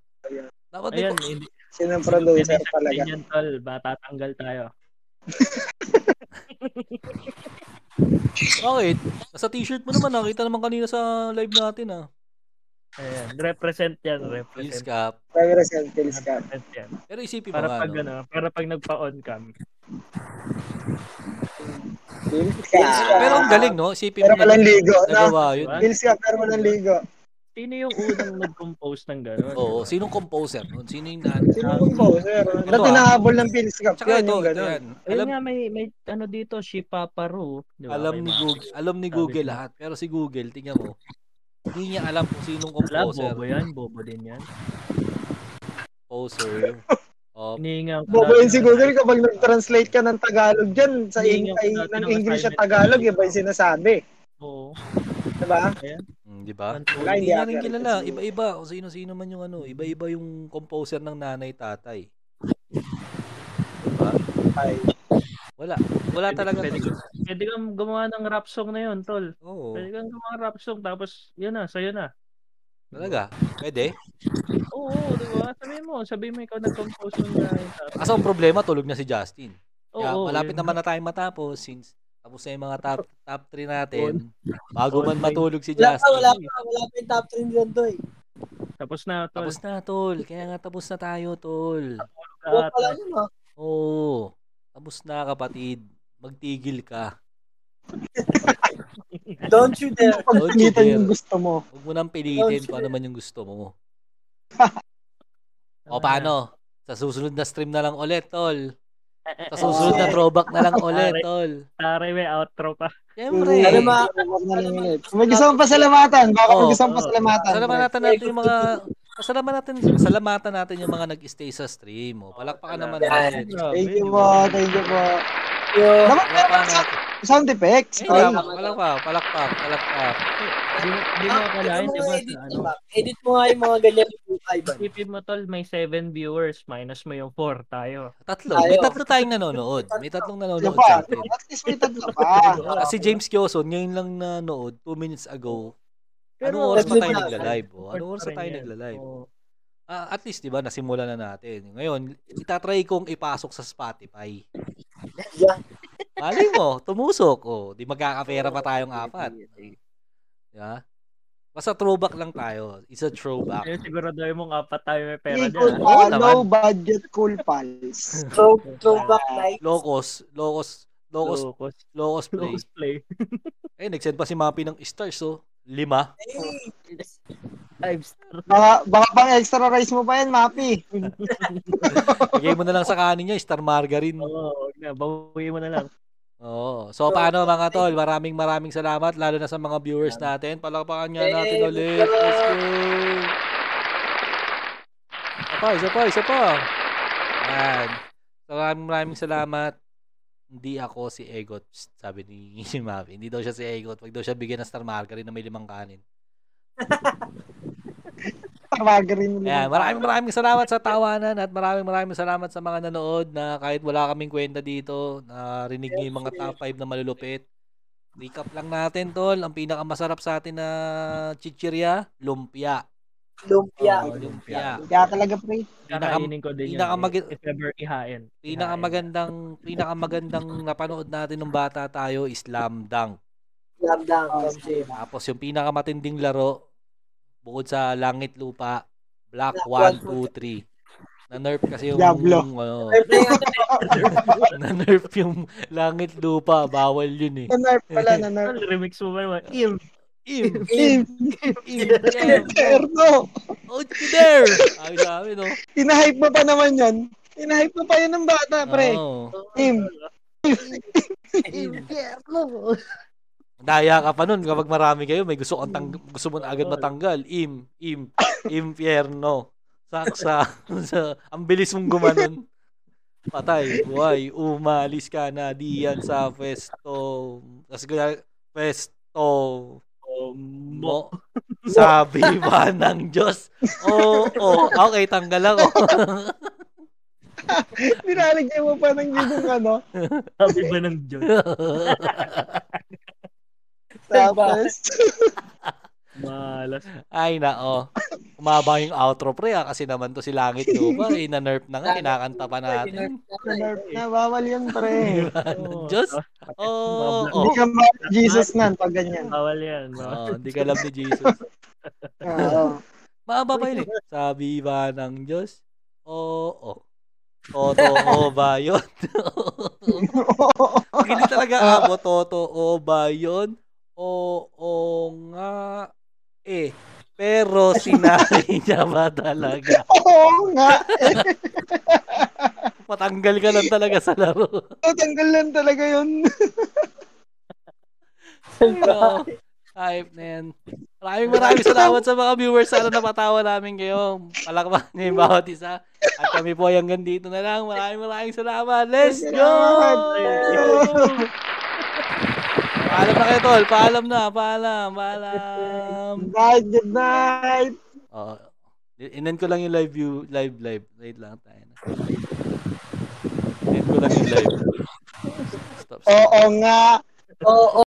S1: Dapat di
S4: Ayan,
S1: ko-
S4: hindi-
S2: Sinong producer
S4: hindi
S2: talaga?
S4: sabihin Yan, tol. Matatanggal tayo.
S1: Bakit? Sa t-shirt mo naman, nakita naman kanina sa live natin, ah.
S4: Ayan, represent yan,
S1: Oh,
S4: represent.
S1: Pills Cup.
S2: Represent Pills Cup.
S4: Yan.
S1: Pero isipin mo
S4: para
S1: nga,
S4: pag,
S1: no?
S4: ano, para pag nagpa-on cam.
S1: Pero ang galing, no? Isipin
S2: Pero
S1: mo na-
S2: walang ligo.
S1: nagawa
S2: No?
S1: yun.
S2: Pills Cup, pero walang ligo.
S4: Sino yung unang nag-compose ng gano'n?
S1: Oo, sinong composer nun? Sino yung...
S4: Sinong
S2: composer? Na Ano tinahabol ng Pills
S1: Ah.
S2: Cup.
S1: Ano, Tsaka
S2: Yun,
S1: ito,
S2: yung
S1: ito
S2: ganun.
S1: yan.
S4: Alam
S1: Alam,
S4: nga may may ano dito si Papa Ru, di ba?
S1: alam
S4: May
S1: ni
S4: mga-
S1: Google, alam ni
S4: Sabi
S1: Google
S4: niya.
S1: lahat. Pero si Google, tingnan mo, hindi niya alam kung sinong
S4: Wala,
S1: composer.
S4: bobo yan, bobo din yan.
S1: Composer. Oh,
S4: Hiningang
S2: Bobo yun si Google kapag nag-translate ka ng Tagalog dyan, sa
S4: Hindi
S2: ing-
S4: nga
S2: ay,
S4: natin
S2: ng
S4: ang
S2: English sa
S4: assignment.
S2: Tagalog, iba yung sinasabi.
S4: Oo.
S2: Diba?
S4: Ayan.
S1: mm, di ba? Hindi
S2: Wala, hindi
S1: niya rin
S2: ako
S1: kilala.
S2: narinig.
S1: Iba-iba. O sino-sino man yung ano. Iba-iba yung composer ng nanay-tatay. Diba?
S2: Ay.
S1: Wala. Wala talaga.
S4: Pwede, pwede kang gumawa ng rap song na yun, tol.
S1: Oo.
S4: Pwede kang gumawa ng rap song tapos yun na, sa'yo na.
S1: Talaga? Pwede?
S4: Oo, di ba? Sabihin mo, sabihin mo ikaw nag-compose ng dahil.
S1: Kaso ang problema, tulog na si Justin. Kaya
S4: Oo,
S1: malapit
S4: yun.
S1: naman na tayong matapos since tapos na yung mga top top 3 natin.
S4: Yun.
S1: Bago man
S4: Online.
S1: matulog si
S5: Wala pa,
S1: Justin.
S5: wala pa. Wala pa yung top 3 nila
S6: eh.
S5: doy.
S4: Tapos na, tol.
S1: Tapos na, tol. Kaya nga tapos na tayo, tol.
S5: Wala
S4: Lahat.
S5: pa lang yun, ah.
S1: Oo. Tapos na, kapatid. Magtigil ka.
S5: Don't you dare.
S1: Don't you
S2: Pagpilitan yung
S1: dare.
S2: gusto mo.
S1: Huwag mo nang pilitin
S5: Don't you
S1: kung ano man yung gusto mo. o paano? Sa susunod na stream na lang ulit, tol.
S4: Eh,
S1: Sa susunod na throwback na lang ulit, tol.
S4: Tari, may outro pa.
S1: Siyempre.
S2: Ano ba? May gusto mong pasalamatan. Baka may
S1: Oo,
S2: gusto mong
S1: oo.
S2: pasalamatan.
S1: Pasalamatan Oh, natin yung mga pasalamatan natin, pasalamatan natin yung mga nag-stay sa stream. O, palakpakan naman natin.
S2: Thank you po. Thank you po.
S5: Yun.
S2: Dapat meron
S1: Palakpakan
S2: ng sound-
S1: natin.
S2: sound effects.
S1: Eh,
S2: tol.
S1: tama. Palakpak, palakpak, palakpak.
S4: Hindi mo akalain, di ba? sa Ano,
S5: Ah, Edit mo nga yung mga ganyan yung Ivan.
S4: Isipin mo tol, may 7 viewers, minus mo yung 4 tayo.
S1: Tatlo. May tatlo tayong nanonood. May tatlong
S2: Tatlo
S1: nanonood
S2: pa.
S1: sa atin.
S2: At least may tatlo pa.
S1: Ah, si James Kioson, ngayon lang nanood, 2 minutes ago.
S4: Pero-
S1: Anong oras pa tayo
S5: Tatlo pa.
S1: nagla-live? Oh?
S4: Ano
S1: Anong oras pa tayo nagla-live? Ah, at least, di ba, nasimulan na natin. Ngayon, itatry kong ipasok sa Spotify.
S5: Yeah.
S1: Mali mo, tumusok. Oh, di magkakapera pa tayong apat. Yeah. Basta throwback lang tayo. It's a throwback.
S4: Ayun, siguraduhin mong apat tayo may pera
S2: Equal
S4: dyan.
S1: Oo
S2: pa,
S1: naman.
S2: low budget cool pals.
S5: Throw, throwback night.
S1: Locos, locos, locos,
S4: Locos.
S1: locos play.
S4: Locos play.
S1: Eh, nag-send pa si Mappy ng stars, oh. Lima.
S5: Hey,
S4: Five star.
S2: Baka, baka pang extra rice mo pa yan, Mapi.
S1: Bigay mo na lang sa kanin niya, Star Margarine.
S4: Oo, wag na. Bawiin mo na lang.
S1: Oo. So, paano mga tol? Maraming maraming salamat, lalo na sa mga viewers natin. Palakpakan nga natin
S5: Hey,
S1: ulit.
S5: let's go!
S1: Let's go! Isa pa, isa pa, isa pa. Yan. So, maraming maraming salamat. Hindi ako si Egot, sabi ni ni Mavi. Hindi daw siya si Egot. Wag daw siya bigyan ng Star Margarine na may limang kanin.
S2: Tawagan rin mo.
S1: Ayan, maraming maraming salamat sa tawanan at maraming maraming salamat sa mga nanood na kahit wala kaming kwenta dito, narinig niyo yung mga top 5 na malulupit. Recap lang natin, tol. Ang pinakamasarap sa atin na chichirya, lumpia.
S5: lumpia.
S1: Oh, lumpia.
S2: Kaya talaga, pre.
S1: Pinaka-
S4: Kakainin ko din
S1: pinakamagi-
S4: yun. eh, If ever ihain.
S1: Pinakamagandang, pinakamagandang napanood natin nung bata tayo is slam dunk.
S5: Lamdang. Kasi,
S1: Tapos yung pinakamatinding laro, bukod sa langit lupa, black
S5: Black
S1: 1,
S5: one,
S1: 2, 3. Na-nerf kasi yung...
S2: Diablo.
S1: ano,
S5: Siyempre,
S1: na-nerf yung langit lupa. Bawal yun eh.
S2: Nanarp pala, nanarp.
S4: Remix mo ba naman? Ill.
S1: Im.
S2: Im.
S1: Im.
S2: Interno.
S1: Ochi there. Sabi sa amin, no?
S2: Inahype mo pa naman yan. Inahype mo pa yan ng bata, pre.
S1: Oo.
S2: Im.
S1: Daya ka pa nun kapag marami kayo, may gusto kang tang- gusto mo na agad matanggal. Im, im, impyerno. Saksa. Sa- Ang bilis mong gumanon. Patay, buhay, umalis ka na diyan sa pwesto. Tapos kunyari, pwesto mo. Sabi ba ng Diyos? Oo, okay, tanggal ako.
S2: Binalagyan mo pa ng gigong ano.
S4: Sabi ba ng Diyos?
S2: Tapos,
S4: Malas.
S1: Ay, nako. Umaba yung outro, pre, ah, kasi naman to si Langit Lupa. Eh, na-nerf na nga, kinakanta pa natin.
S2: na bawal yan, pre.
S1: Diba? Diyos? Oh, Oo.
S2: Hindi ka ma Jesus nan pag ganyan.
S4: Bawal yan.
S1: Oo,
S4: Bawal.
S1: hindi ka alam ni Jesus.
S2: Oo.
S1: Maaba pa yun eh. Sabi ba ng Diyos? Oo. Totoo ba yun? Pag hindi talaga abo, totoo ba yun? Oo nga eh. Pero sinabi niya ba talaga?
S2: Oo nga. eh.
S1: Matanggal ka lang talaga sa laro.
S2: Tatanggal lang talaga yun.
S1: Oo. Hype na yan. Maraming maraming salamat sa mga viewers. Sana napatawa namin kayo. Palakpakan niyo yung bawat isa. At kami po ay hanggang dito na lang. Maraming maraming salamat. Let's go! Paalam na kayo, tol. Paalam na. Paalam. Paalam.
S2: Good night, good night.
S1: Oh, inend ko lang yung live view. Live, live. Wait lang tayo na. Inend ko lang yung live. Stop. stop.
S2: Oo nga. Oo